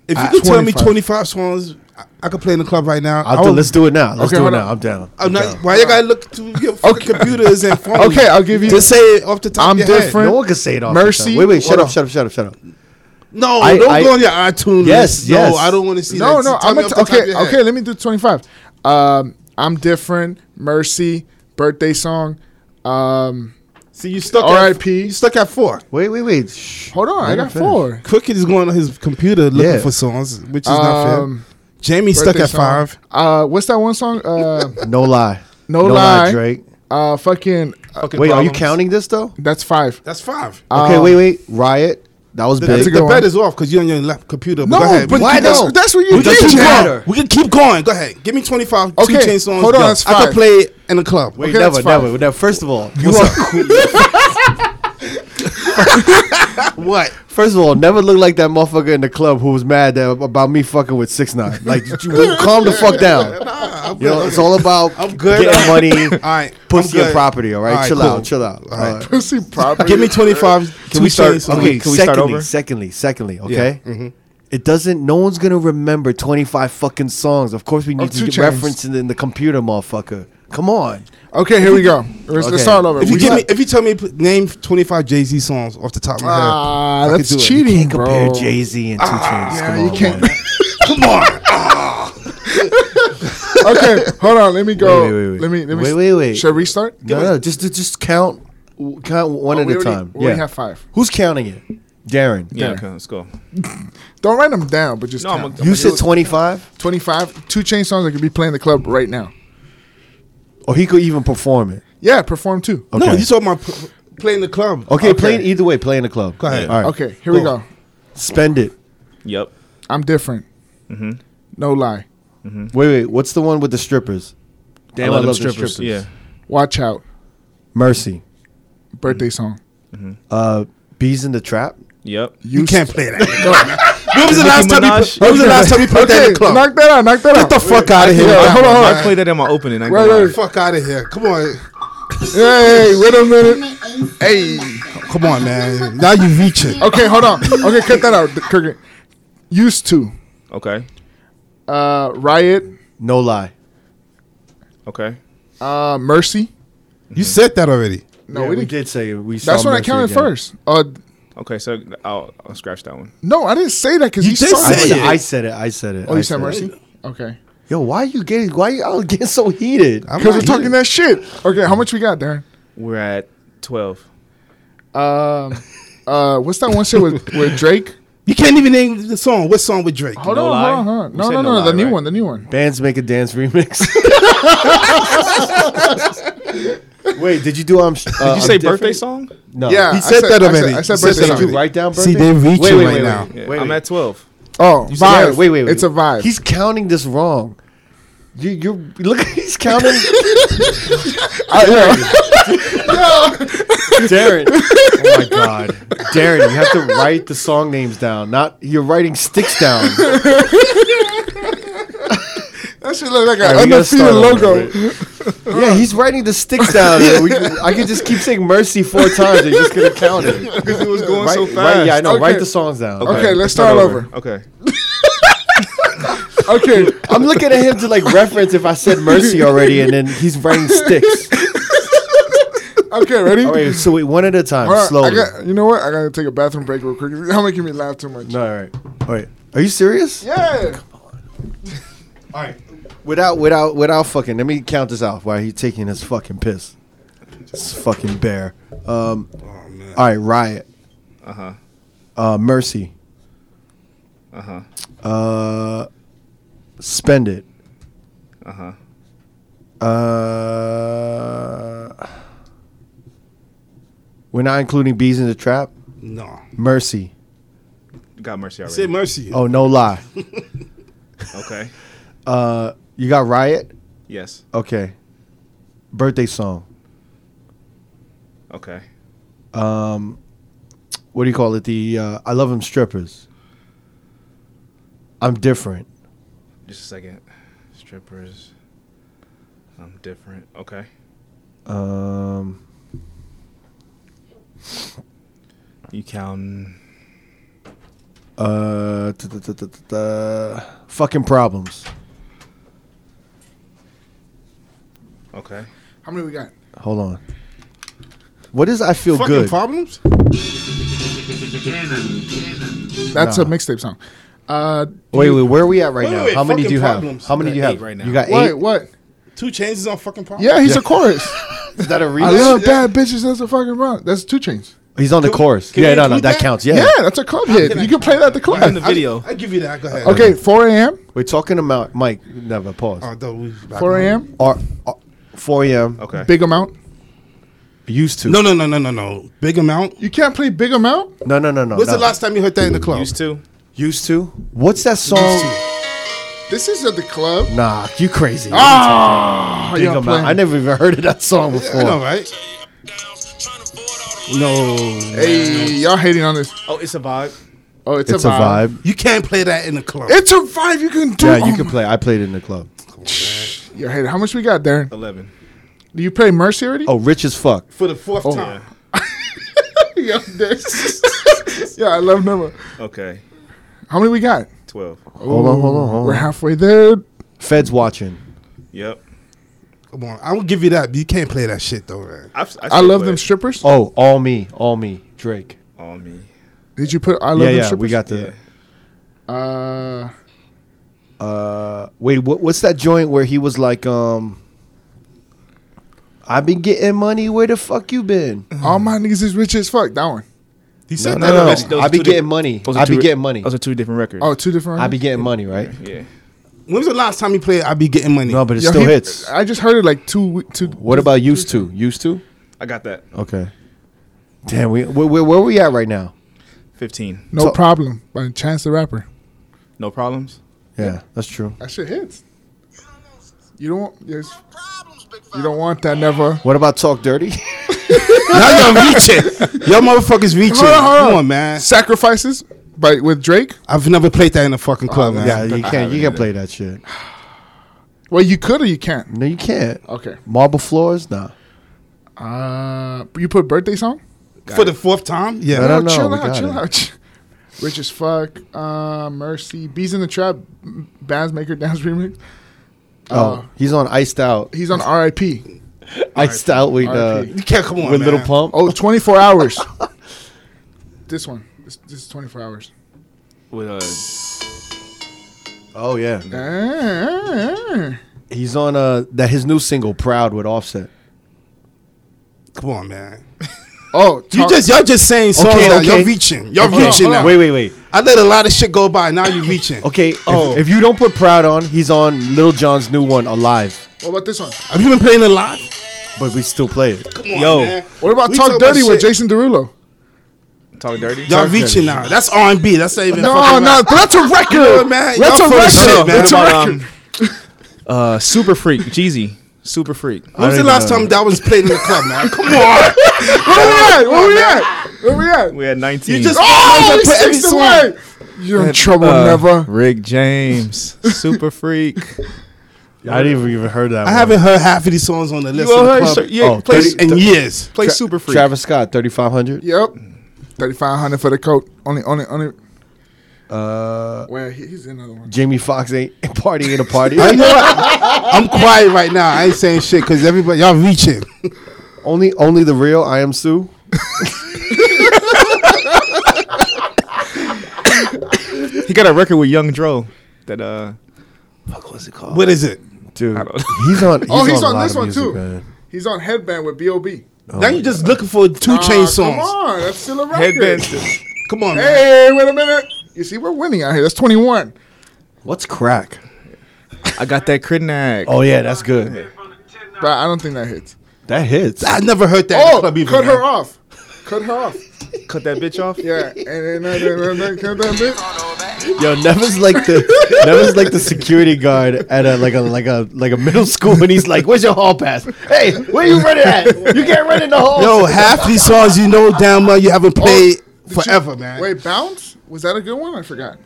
S4: If you
S3: Uh,
S4: could tell me
S3: 25.
S4: twenty five songs, I, I could play in the club right now.
S1: I'll
S4: I
S1: do-
S4: would-
S1: let's do it now. Let's
S3: Okay,
S1: do it
S3: hold on.
S1: now. I'm down.
S4: I'm not. Why you gotta look to your fucking computers and phones?
S3: Okay, I'll give you.
S4: Just say it off the top
S3: I'm
S4: of your
S3: different.
S1: No one can say it off. the
S3: Mercy.
S1: top. Wait, wait. Shut
S3: Hold
S1: up.
S3: on.
S1: Shut up. Shut up. Shut up.
S4: head. No,
S1: I-
S4: don't
S1: I-
S4: go on your iTunes.
S1: Yes, yes.
S4: No, I don't want to <laughs> see
S3: no,
S4: that.
S3: no.
S4: Tell
S3: I'm
S4: me
S3: a
S4: off the
S3: t-
S4: top of
S3: okay,
S4: your head.
S3: okay. Let me do twenty five. Um, I'm different. Mercy, birthday song. Um,
S4: See, you stuck. At,
S3: R.I.P..
S4: you stuck at four.
S1: Wait, wait, wait. Shh.
S3: hold on,
S1: Let
S3: I
S1: him
S3: got
S1: finish.
S3: four.
S4: Crooked is going on his computer looking
S1: Yeah.
S4: for songs, which is not
S3: Um,
S4: fair. Jamie's stuck
S3: birthday
S4: at
S3: song.
S4: five.
S3: Uh, what's that one song? Uh, <laughs>
S1: No lie.
S3: No Lie.
S1: Drake.
S3: uh, fucking. uh,
S1: Wait, are you counting this though?
S3: that's five.
S4: That's five.
S1: Okay,
S3: Um,
S1: wait, wait. Riot. That was
S4: The,
S1: big.
S3: that's
S4: the
S3: a good
S4: bet
S3: one.
S4: is off because you're on your lap computer.
S3: No,
S4: go ahead.
S3: but
S1: Why
S3: that's,
S1: though?
S3: that's what you
S4: we can
S3: did.
S4: keep
S1: Doesn't
S3: Jack.
S1: matter.
S4: going. We can keep going. Go ahead. Give me 25 okay.
S3: Okay,
S4: Chainz songs.
S3: hold on,
S4: Yo,
S3: that's
S4: I
S3: five.
S4: could play it in the club.
S1: Wait,
S3: Okay,
S1: never,
S3: that's fine.
S1: never, never. First of all, you
S4: What's
S1: are cool.
S4: <laughs> What?
S1: First of all, never look like that motherfucker in the club who was mad that, about me fucking with six nine. Like,
S4: <laughs>
S1: you, calm the fuck down.
S4: Nah, I'm
S1: You know,
S4: good.
S1: it's all about
S4: <laughs> I'm good.
S1: getting money,
S4: <laughs> All right. I'm
S1: pussy,
S4: good.
S1: and property. All right,
S4: All right,
S1: chill
S4: cool.
S1: out, chill out.
S4: All right. <laughs>
S1: All right.
S3: <laughs> Pussy property.
S4: Give me 25.
S2: Can we
S4: two
S2: start-
S4: Chainz songs.
S1: Okay,
S2: Can we start
S1: secondly,
S2: over?
S1: secondly, secondly, okay.
S4: mm-hmm.
S1: It doesn't. No one's gonna remember twenty five fucking songs. Of course, we
S4: Oh,
S1: need
S3: Of Two
S1: to get
S3: Chainz.
S1: reference in the, in the computer, motherfucker. Come on.
S3: Okay, here we go. Let's,
S1: Okay.
S3: let's start over.
S4: If you
S3: We
S4: give
S3: got-
S4: me, if you tell me, put- name 25 Jay Z songs off the top of my head.
S1: Oh,
S3: ah,
S4: I could
S3: that's
S4: do it. You
S3: cheating,
S1: Can't compare
S3: bro.
S1: Jay Z and Two Chainz.
S3: Ah, yeah,
S1: Come
S3: you
S1: on,
S3: <laughs> can't-
S1: man.
S4: Come on.
S3: <laughs> okay, hold on. Let me go.
S1: Wait, wait, wait, wait.
S3: Let me. Let me.
S1: Wait, wait, wait.
S3: Should I restart?
S1: No, no, just just count, count one
S3: Oh,
S1: at
S3: we
S1: a
S3: already-
S1: time.
S3: We
S1: yeah.
S3: already have five.
S1: Who's counting it? Darren.
S2: Yeah, okay, let's go.
S3: Don't write them down, but just
S2: No, I'm
S3: count.
S2: a-
S1: You said twenty five,
S3: twenty-five. Two chain songs that could be playing the club right now.
S1: or Oh, he could even perform it.
S3: Yeah, perform two.
S1: Okay.
S4: No, you talking about p- playing the club. Uh,
S1: Okay, play it either way. Play in the club. Go
S4: ahead.
S1: All right.
S3: Okay, here we
S4: Cool.
S3: go.
S1: Spend it.
S2: Yep.
S3: I'm different.
S1: Mm-hmm.
S3: No lie.
S1: Wait, wait. What's the one with the strippers? Damn, I,
S2: them
S1: love the strippers.
S2: Yeah.
S3: Watch out.
S1: Mercy. Mm.
S3: Birthday song.
S1: Uh, bees in the trap.
S2: Yep.
S4: You
S3: Used
S4: can't
S3: to-
S4: play that. Come on, man. When was the last time you?
S2: Minaj.
S4: put- When was the last time you played that in the club?
S3: Knock that out. Knock that out.
S4: Get the fuck out of here.
S3: Yeah, hold on, hold on.
S2: I played that in my opening. I ain't
S3: Right,
S2: gonna
S3: right.
S2: lie.
S4: Fuck out of here. Come on.
S3: Hey, wait
S1: <laughs>
S3: a minute. Hey.
S4: Come on, man. Now you reaching.
S3: Okay, hold on. Okay, cut that out. Kirk it. Used to.
S2: Okay.
S3: Uh, Riot.
S1: No lie.
S2: Okay.
S3: Uh, Mercy.
S4: You said that already.
S3: No,
S1: Yeah,
S3: we
S1: we
S3: didn't.
S1: did say we. Saw
S3: That's what I
S1: Mercy
S3: counted
S1: again.
S3: first. Uh,
S2: Okay. So I'll, I'll scratch that one.
S3: no, I didn't say that because
S4: You
S3: you
S4: did
S3: saw
S1: I
S4: say
S3: it.
S1: said,
S4: it.
S1: I said it. I said it.
S3: Oh,
S1: I
S3: you said
S1: said it.
S3: Mercy. Okay.
S1: Yo, why you getting? Why you all getting so heated?
S4: I'm
S3: Because
S4: not
S3: we're talking
S4: here.
S3: that shit. Okay, how much we got, Darren?
S2: We're at twelve.
S3: Um, uh, what's that one shit with, with Drake?
S4: You can't even name the song. What song with Drake?
S3: Hold
S2: No
S3: on,
S2: Lie?
S3: hold on, hold on.
S2: You
S3: No,
S2: said
S3: no,
S2: No
S3: no, the
S2: Lie,
S3: new
S2: right?
S3: one, the new one.
S1: Bands make a dance remix. <laughs> Wait, did you do um? Did
S3: Uh,
S2: Did you say birthday song?
S1: No.
S3: Yeah.
S4: He
S3: I
S4: said
S3: said-
S4: that
S3: I said-
S4: already.
S3: I said
S4: He that
S3: birthday
S1: Did you
S4: already.
S1: write down birthday?
S4: See, they're reaching
S1: Wait, wait,
S4: right
S1: wait,
S4: now.
S1: wait.
S2: Yeah, I'm at twelve.
S3: Oh,
S1: You said-
S3: vibe.
S1: Wait, wait, wait.
S3: It's a vibe.
S1: He's counting this wrong. You, you look. <laughs> He's counting.
S3: I- yeah.
S1: Darren. Oh my God, Darren! You have to write the song names down. Not you're writing sticks down.
S3: That shit look like
S1: All
S3: an
S1: right, we gotta
S3: undefeated
S1: start over.
S3: logo. <laughs>
S1: Yeah, he's writing the sticks <laughs> down. and we- I could just keep saying mercy four times. They're just gonna count it.
S2: Because it was going
S1: Right,
S2: so
S1: right-
S2: fast.
S1: yeah, I know.
S3: Okay.
S1: Write the songs down.
S3: Okay, let's start
S2: Okay.
S3: Okay,
S1: I'm looking at him to like reference if I said mercy already, and then he's writing sticks. <laughs>
S3: okay, ready?
S1: All right, so Oh, wait, one at a time,
S3: All right, I
S1: slowly.
S3: got, you know what? I gotta take a bathroom break real quick. <laughs> Y'all making me laugh too much.
S1: No, all right, all right. Are you serious?
S3: Yeah.
S4: All right.
S1: Without, without, without fucking. Let me count this out while he's taking his fucking piss. This fucking bear. Um,
S4: Oh, man. Uh-huh.
S1: all right, riot.
S2: Uh huh.
S1: Uh, mercy.
S2: Uh
S4: Uh-huh.
S2: huh.
S1: Uh, spend it.
S2: Uh huh.
S1: Uh, we're not including bees in the trap.
S4: No.
S1: Mercy.
S2: Got mercy already.
S4: Say mercy.
S1: Oh
S4: <laughs>
S1: no lie.
S2: Okay.
S1: Uh, you got riot.
S2: Yes.
S1: Okay. Birthday song.
S2: Okay.
S1: Um, what do you call it? The uh, I love him strippers. I'm different.
S2: Just a second. Strippers. I'm different. Okay.
S1: Um,
S2: You count.
S1: uh, t- t- t- t- t- uh, fucking problems.
S2: Okay.
S3: How many we got?
S1: Hold on. What is I feel
S4: Fucking
S1: good?
S4: problems?
S3: That's a mixtape song. Uh,
S1: wait, wait. Where are we at right
S4: Wait,
S1: now?
S4: wait,
S1: How many do
S4: fucking
S1: you have?
S4: problems.
S1: How many
S2: We
S1: do you
S2: got
S1: have
S2: eight right now.
S1: You got
S3: wait,
S1: eight.
S3: what?
S4: Two chains is on fucking problems?
S3: Yeah, he's
S1: <laughs>
S3: a chorus.
S1: Is that a
S3: I
S1: relapse?
S3: love bad bitches. That's a fucking wrong. That's two chains.
S1: He's on the
S4: Can-
S1: chorus.
S4: can
S1: yeah,
S4: we
S1: no, no,
S4: include
S1: that,
S4: that?
S1: counts.
S3: Yeah,
S1: Yeah.
S3: that's a club hit.
S4: can I-
S3: You can play that at the
S2: In the
S3: club.
S2: video.
S4: I give you that. Go ahead.
S3: Okay, 4 a.m.
S1: We're talking about Mike. Never pause.
S4: Oh, though, we-
S3: 4 a.m.
S1: Or, or 4 a.m.
S2: Okay.
S3: Big amount.
S1: Used to.
S4: No, no, no, no, no, no. Big amount.
S3: You can't play big amount.
S1: no, no, no, no.
S4: When's
S1: no.
S4: the last time you heard that in the club? Oh.
S2: Used to.
S1: Used to. What's that song?
S3: This is at the club.
S1: Nah, you crazy.
S3: Ah,
S1: Dig
S3: y'all
S1: 'em out.
S3: playing.
S1: I never even heard of that song before.
S4: I know, right? No.
S3: Hey, y'all hating on this?
S2: Oh, it's a vibe.
S3: Oh, it's,
S1: It's a vibe.
S4: You can't play that in the club.
S3: It's a vibe. You can do.
S1: Yeah, you
S3: oh
S1: can play. I played it in the club.
S3: Yo, hey, how much we got, Darren?
S2: Eleven.
S3: Do you play Mercy already?
S1: Oh, rich as fuck.
S4: for the fourth
S2: Oh.
S4: time.
S3: yeah, Darren. <laughs> yeah, I love number.
S2: Okay.
S3: How many we got?
S2: Twelve.
S1: Hold on, hold on, hold on.
S3: We're halfway there.
S1: Feds watching.
S2: Yep.
S4: Come on. I will give you that, but you can't play that shit, though, man.
S2: I've, I,
S3: I
S2: still
S3: love
S2: play
S3: them
S2: it.
S3: strippers.
S1: Oh, all me, all me. Drake.
S2: All me.
S3: Did you put I love
S1: Yeah,
S3: them
S1: yeah.
S3: strippers?
S1: We got
S2: Yeah.
S1: the.
S3: Uh,
S1: Uh, wait, what, what's that joint where he was like, um, I've been getting money. Where the fuck you been?
S3: all my niggas is rich as fuck. That one.
S4: He
S1: No,
S4: said
S1: no,
S4: that
S1: no.
S4: already.
S2: Those are
S1: I be
S2: two
S1: getting
S2: di-
S1: money.
S2: those are
S1: I
S2: two
S1: be
S2: re-
S1: getting money.
S2: Those are two different records.
S3: Oh, two different.
S1: I be getting money, right?
S2: Yeah.
S4: When was the last time you played I Be Getting Money?
S1: No, but it
S3: Yo,
S1: still
S3: he-
S1: hits.
S3: I just heard it like two. Two.
S1: What about used to? Used to?
S2: I got that.
S1: Okay. Damn, we where, where, where we at right now?
S2: Fifteen.
S3: No
S1: So-
S3: problem. By Chance the Rapper.
S2: No problems.
S1: Yeah, that's true.
S3: That shit hits. You don't. Yes. You don't want that never.
S1: What about talk dirty? <laughs>
S4: now
S2: <laughs>
S4: y'all reaching. Y'all motherfuckers reaching.
S3: Hold on, hold
S4: Come
S3: on.
S4: on, man.
S3: Sacrifices by with Drake.
S4: I've never played that in a fucking club, man.
S1: Oh, Yeah, you can't. You
S2: haven't
S1: can't
S2: either.
S1: play that shit.
S3: Well, you could or you can't.
S1: No, you can't.
S3: Okay.
S1: Marble floors, nah.
S3: Uh, you put birthday song.
S4: For the fourth time? Yeah.
S1: I don't know,
S3: chill
S1: we
S3: out,
S1: got
S3: chill
S1: it.
S3: out. <laughs> Rich as fuck. Uh, Mercy. Bees in the trap. Bands maker <laughs> dance remix. Uh,
S1: Oh, he's on iced out.
S3: He's on R.I.P.
S1: Iced out with uh,
S3: RIP.
S4: You can't come on,
S1: with
S4: man.
S1: Little Pump.
S3: Oh, 24 hours. <laughs> this one. This, this is 24 hours.
S2: With uh,
S1: Oh yeah,
S3: Ah,
S1: he's on uh that his new single "Proud" with Offset.
S4: Come on, man.
S3: Oh,
S4: You
S3: talk-
S4: just y'all just saying songs
S1: Okay,
S4: now.
S1: okay.
S4: Y'all reaching. Y'all
S3: Okay.
S4: reaching
S3: Hold
S4: now.
S3: on.
S1: Wait, wait, wait.
S4: I let a lot of shit go by. Now you reaching.
S1: Okay. if-
S4: Oh.
S1: If, you don't put "Proud" on, he's on Lil Jon's new one, "Alive,"
S3: What about this one?
S4: Have you been playing a lot?
S1: but we still play it.
S4: Come on,
S2: Yo.
S4: man.
S3: What about
S4: We
S3: Talk
S4: talk about
S3: Dirty with
S4: shit.
S3: Jason Derulo?
S2: Talk Dirty.
S4: Y'all reaching now. That's R and B. That's not even.
S3: No,
S4: fucking
S3: no,
S4: rap.
S3: that's a record,
S4: Yeah, man,
S3: That's
S4: y'all
S3: a
S4: full of
S3: record.
S4: shit, man.
S3: that's a
S1: Um,
S4: What
S3: record.
S4: about,
S2: uh, Super Freak, Jeezy, Super Freak.
S1: I
S4: When was the
S1: don't
S4: last
S1: know.
S4: time that was played in the club, man? Come on.
S3: Where we at? Where we at? Where we at?
S2: We had 19.
S4: You just-
S3: Oh,
S4: Put
S3: we
S4: every
S3: six
S4: song.
S3: away. You're in trouble,
S2: Uh,
S3: never.
S2: Rick James, Super Freak.
S1: I didn't even heard that.
S4: I haven't heard half of these songs on the list. in the club
S2: yeah,
S1: Oh,
S2: play,
S1: Dirty-
S4: in years.
S2: play Super Freak.
S1: Travis Scott, thirty five hundred.
S3: Yep. Thirty five hundred for the coat. Only, only, only.
S1: Uh,
S3: Well, he- he's another one.
S1: Jamie Foxx ain't <laughs> party ain't a party.
S4: I know.
S3: <laughs>
S4: I- I'm quiet right now. I ain't saying shit because everybody y'all reaching.
S1: only, only the real. I am Sue.
S2: He got a record with Young Dro. That uh,
S4: What is it?
S1: Dude,
S2: I don't-
S1: he's on. He's
S3: Oh, he's
S1: a
S3: on
S1: lot
S3: this
S1: of
S3: one
S1: music,
S3: too.
S1: man.
S3: He's on Headband with B.O.B.
S1: Oh.
S4: now you just looking for two
S3: Ah,
S4: chain
S3: Come
S4: songs.
S3: on, that's still a record.
S2: Headband.
S4: Come on, man.
S3: Hey, wait a minute. You see, we're winning out here. That's twenty one.
S1: What's crack?
S2: I got that Kridnack.
S1: Oh yeah, that's good.
S3: But I don't think that hits.
S1: That hits.
S4: I never heard that. in the
S3: Oh,
S4: club even,
S3: cut
S4: man.
S3: her off. Cut her off.
S2: cut that bitch off.
S3: Yeah, and then and then- and then cut that bitch.
S1: Yo, Nevin's like the Nevin's like the security guard at a like a like a like a middle school, and he's like, "Where's your hall pass? Hey, where you running at? You can't run in the hall."
S4: Yo, half these songs you know damn well you haven't played forever, man.
S3: Oh, Wait, bounce? Was that a good one? I forgot.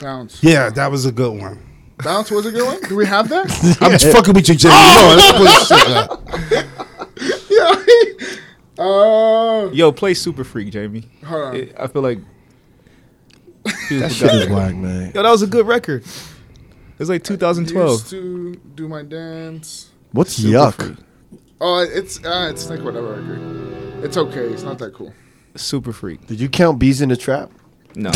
S3: Bounce.
S4: Yeah, that was a good one.
S3: Bounce was a good one. Do we
S4: <laughs>
S3: have that?
S4: I'm just fucking with you, Jimmy. Oh, No, that's bullshit. man.
S3: yeah. <laughs> Uh,
S2: Yo, play Super Freak, Jamie.
S3: hold on.
S2: It- I feel like
S1: that shit is whack, man.
S2: yo, that was a good record. It was like
S3: Used
S2: 2012.
S3: to do my dance.
S1: What's
S2: Super
S1: yuck?
S2: Freak.
S3: Oh, it's uh, it's like whatever. I agree. It's okay. It's not that cool.
S2: Super Freak.
S1: Did you count bees in the trap?
S2: No,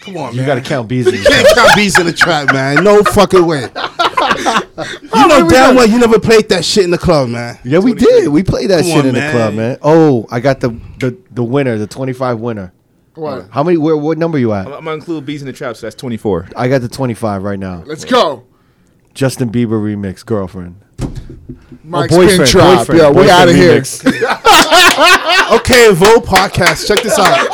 S4: Come on, man.
S1: You gotta count bees in the trap.
S4: can't count bees in the trap, man. No fucking <laughs> way. you know damn well you never played that shit in the club, man.
S1: Yeah, we did. We played that
S4: Come
S1: shit
S4: on,
S1: in the
S4: man.
S1: club, man. Oh, I got the the the winner, the twenty five winner.
S3: What?
S1: How many? Where? What number you at?
S2: I'm, I'm gonna include Bees in the Trap, so that's 24.
S1: I got the twenty five right now.
S3: Let's go.
S1: Justin Bieber remix, girlfriend.
S3: Mike's
S1: boyfriend,
S3: Pin Trap.
S1: boyfriend,
S3: yeah, we
S1: boyfriend
S3: out of here.
S1: remix.
S4: Okay, Vogue podcast. Check this <laughs> out.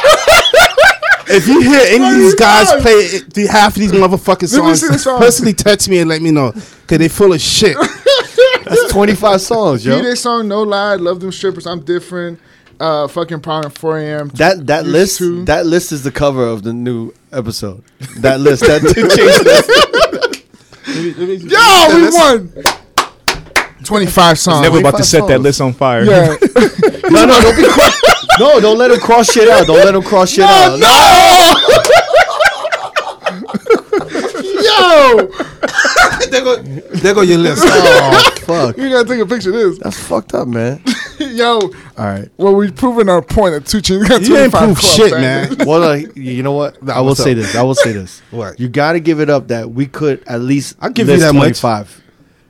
S4: If you hear any of these guys play it- the half of these motherfucking
S3: Let me see
S4: songs,
S3: the song.
S4: personally text me and let me know because they full of shit.
S1: That's twenty five songs, yo.
S3: Yep. this song, no lie. Love them strippers. I'm different. Uh, fucking proud at 4 a.m.
S1: That that
S3: Used
S1: list
S3: to.
S1: that list is the cover of the new episode. That list that changed list.
S3: Yo, we won. Twenty-five songs.
S2: Never about to
S1: 25
S2: set that
S1: songs.
S2: list on fire. <laughs>
S3: yeah.
S1: No, no, don't be cross. No, don't let him cross shit out. Don't let him cross shit out.
S3: <laughs> Yo,
S4: <laughs> there, go, there go your list.
S1: Oh
S3: <laughs>
S1: fuck,
S3: we gotta take a picture of
S1: that's fucked up, man.
S3: this. <laughs> Yo,
S1: All right.
S3: well, we've proven our point that two chains got
S4: You ain't
S3: twenty-five
S4: proof
S3: clubs,
S4: shit, man.
S1: Well, uh, you know what? I will
S4: what's
S1: say
S4: up?
S1: this. I will say this.
S4: <laughs> What?
S1: You got to give it up that we could at least
S4: I'll give you that much.
S1: twenty five.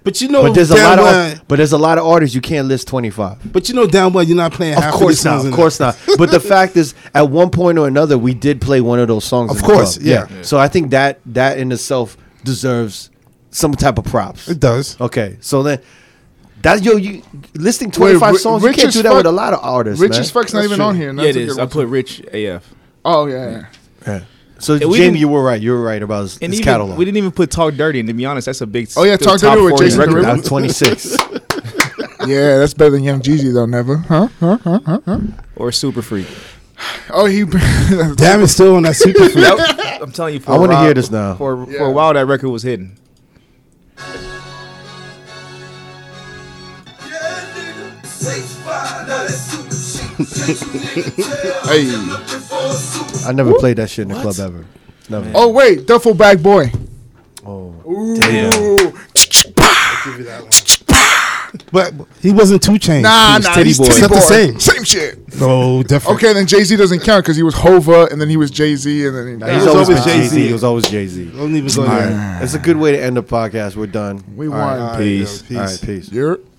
S4: But you know,
S1: But there's a
S4: damn
S1: lot
S4: well,
S1: of but there's a lot of artists you can't list twenty five.
S4: But you know damn well you're not playing half
S1: Of
S4: of these
S1: course
S4: songs
S1: not. Of
S4: in
S1: course not. But the fact is, at one point or another, we did play one of those songs.
S4: Of
S1: in the
S4: course,
S1: club.
S4: yeah.
S1: So I think that that in itself deserves some type of props.
S4: It does.
S1: Okay. So then, that yo, you listing twenty five
S3: Ri-
S1: songs. you
S3: Rich
S1: can't
S3: as
S1: do that
S3: fuck-
S1: with a lot of artists.
S3: <laughs> Rich
S1: man.
S3: as fuck's not even on here. and
S2: yeah, it
S3: that's a
S2: is.
S3: good
S2: I
S3: one.
S2: put Rich AF.
S3: Oh yeah, yeah.
S1: Yeah. So
S2: we
S1: Jamie,
S2: didn't-
S1: you were right. You were right about his,
S2: And
S1: his
S2: even,
S1: catalog.
S2: we didn't even put Talk Dirty, and to be honest, that's a big.
S3: Oh, yeah,
S2: still
S3: Talk
S2: top
S3: Dirty with
S2: 40
S3: Jason
S2: record. <laughs>
S3: Derulo.
S1: That's twenty six.
S3: yeah, that's better than Young Jeezy though. Never, huh? Huh? Huh? Huh? huh?
S2: or super freak.
S3: Oh, he. <laughs>
S4: Damn, it's still on that super freak.
S2: That- I'm telling you, for
S1: I
S2: a
S1: wanna
S2: while-
S1: hear this now.
S2: For, for
S3: Yeah.
S2: a while, that record was hidden.
S3: Hey.
S1: I never played that shit in the club ever. Never.
S3: Oh wait, duffel bag boy.
S1: Oh,
S3: Ooh.
S4: But he wasn't two chains.
S3: Nah,
S4: he was
S3: nah,
S4: Titty
S3: he's
S4: boy.
S3: Titty
S4: It's not the
S3: Boy.
S4: same.
S3: Same shit.
S4: No, different.
S3: Okay, then Jay Z doesn't count because he was Hova, and then he was Jay Z, and then he,
S1: He's
S4: was
S1: always,
S4: always
S1: Jay
S4: Jay-Z.
S1: Z. He was always Jay Z.
S4: Don't even go
S1: It's a good way to end the podcast. We're done.
S3: We
S1: All right,
S3: won.
S1: peace.
S4: Peace.
S1: All right, peace.
S3: You're.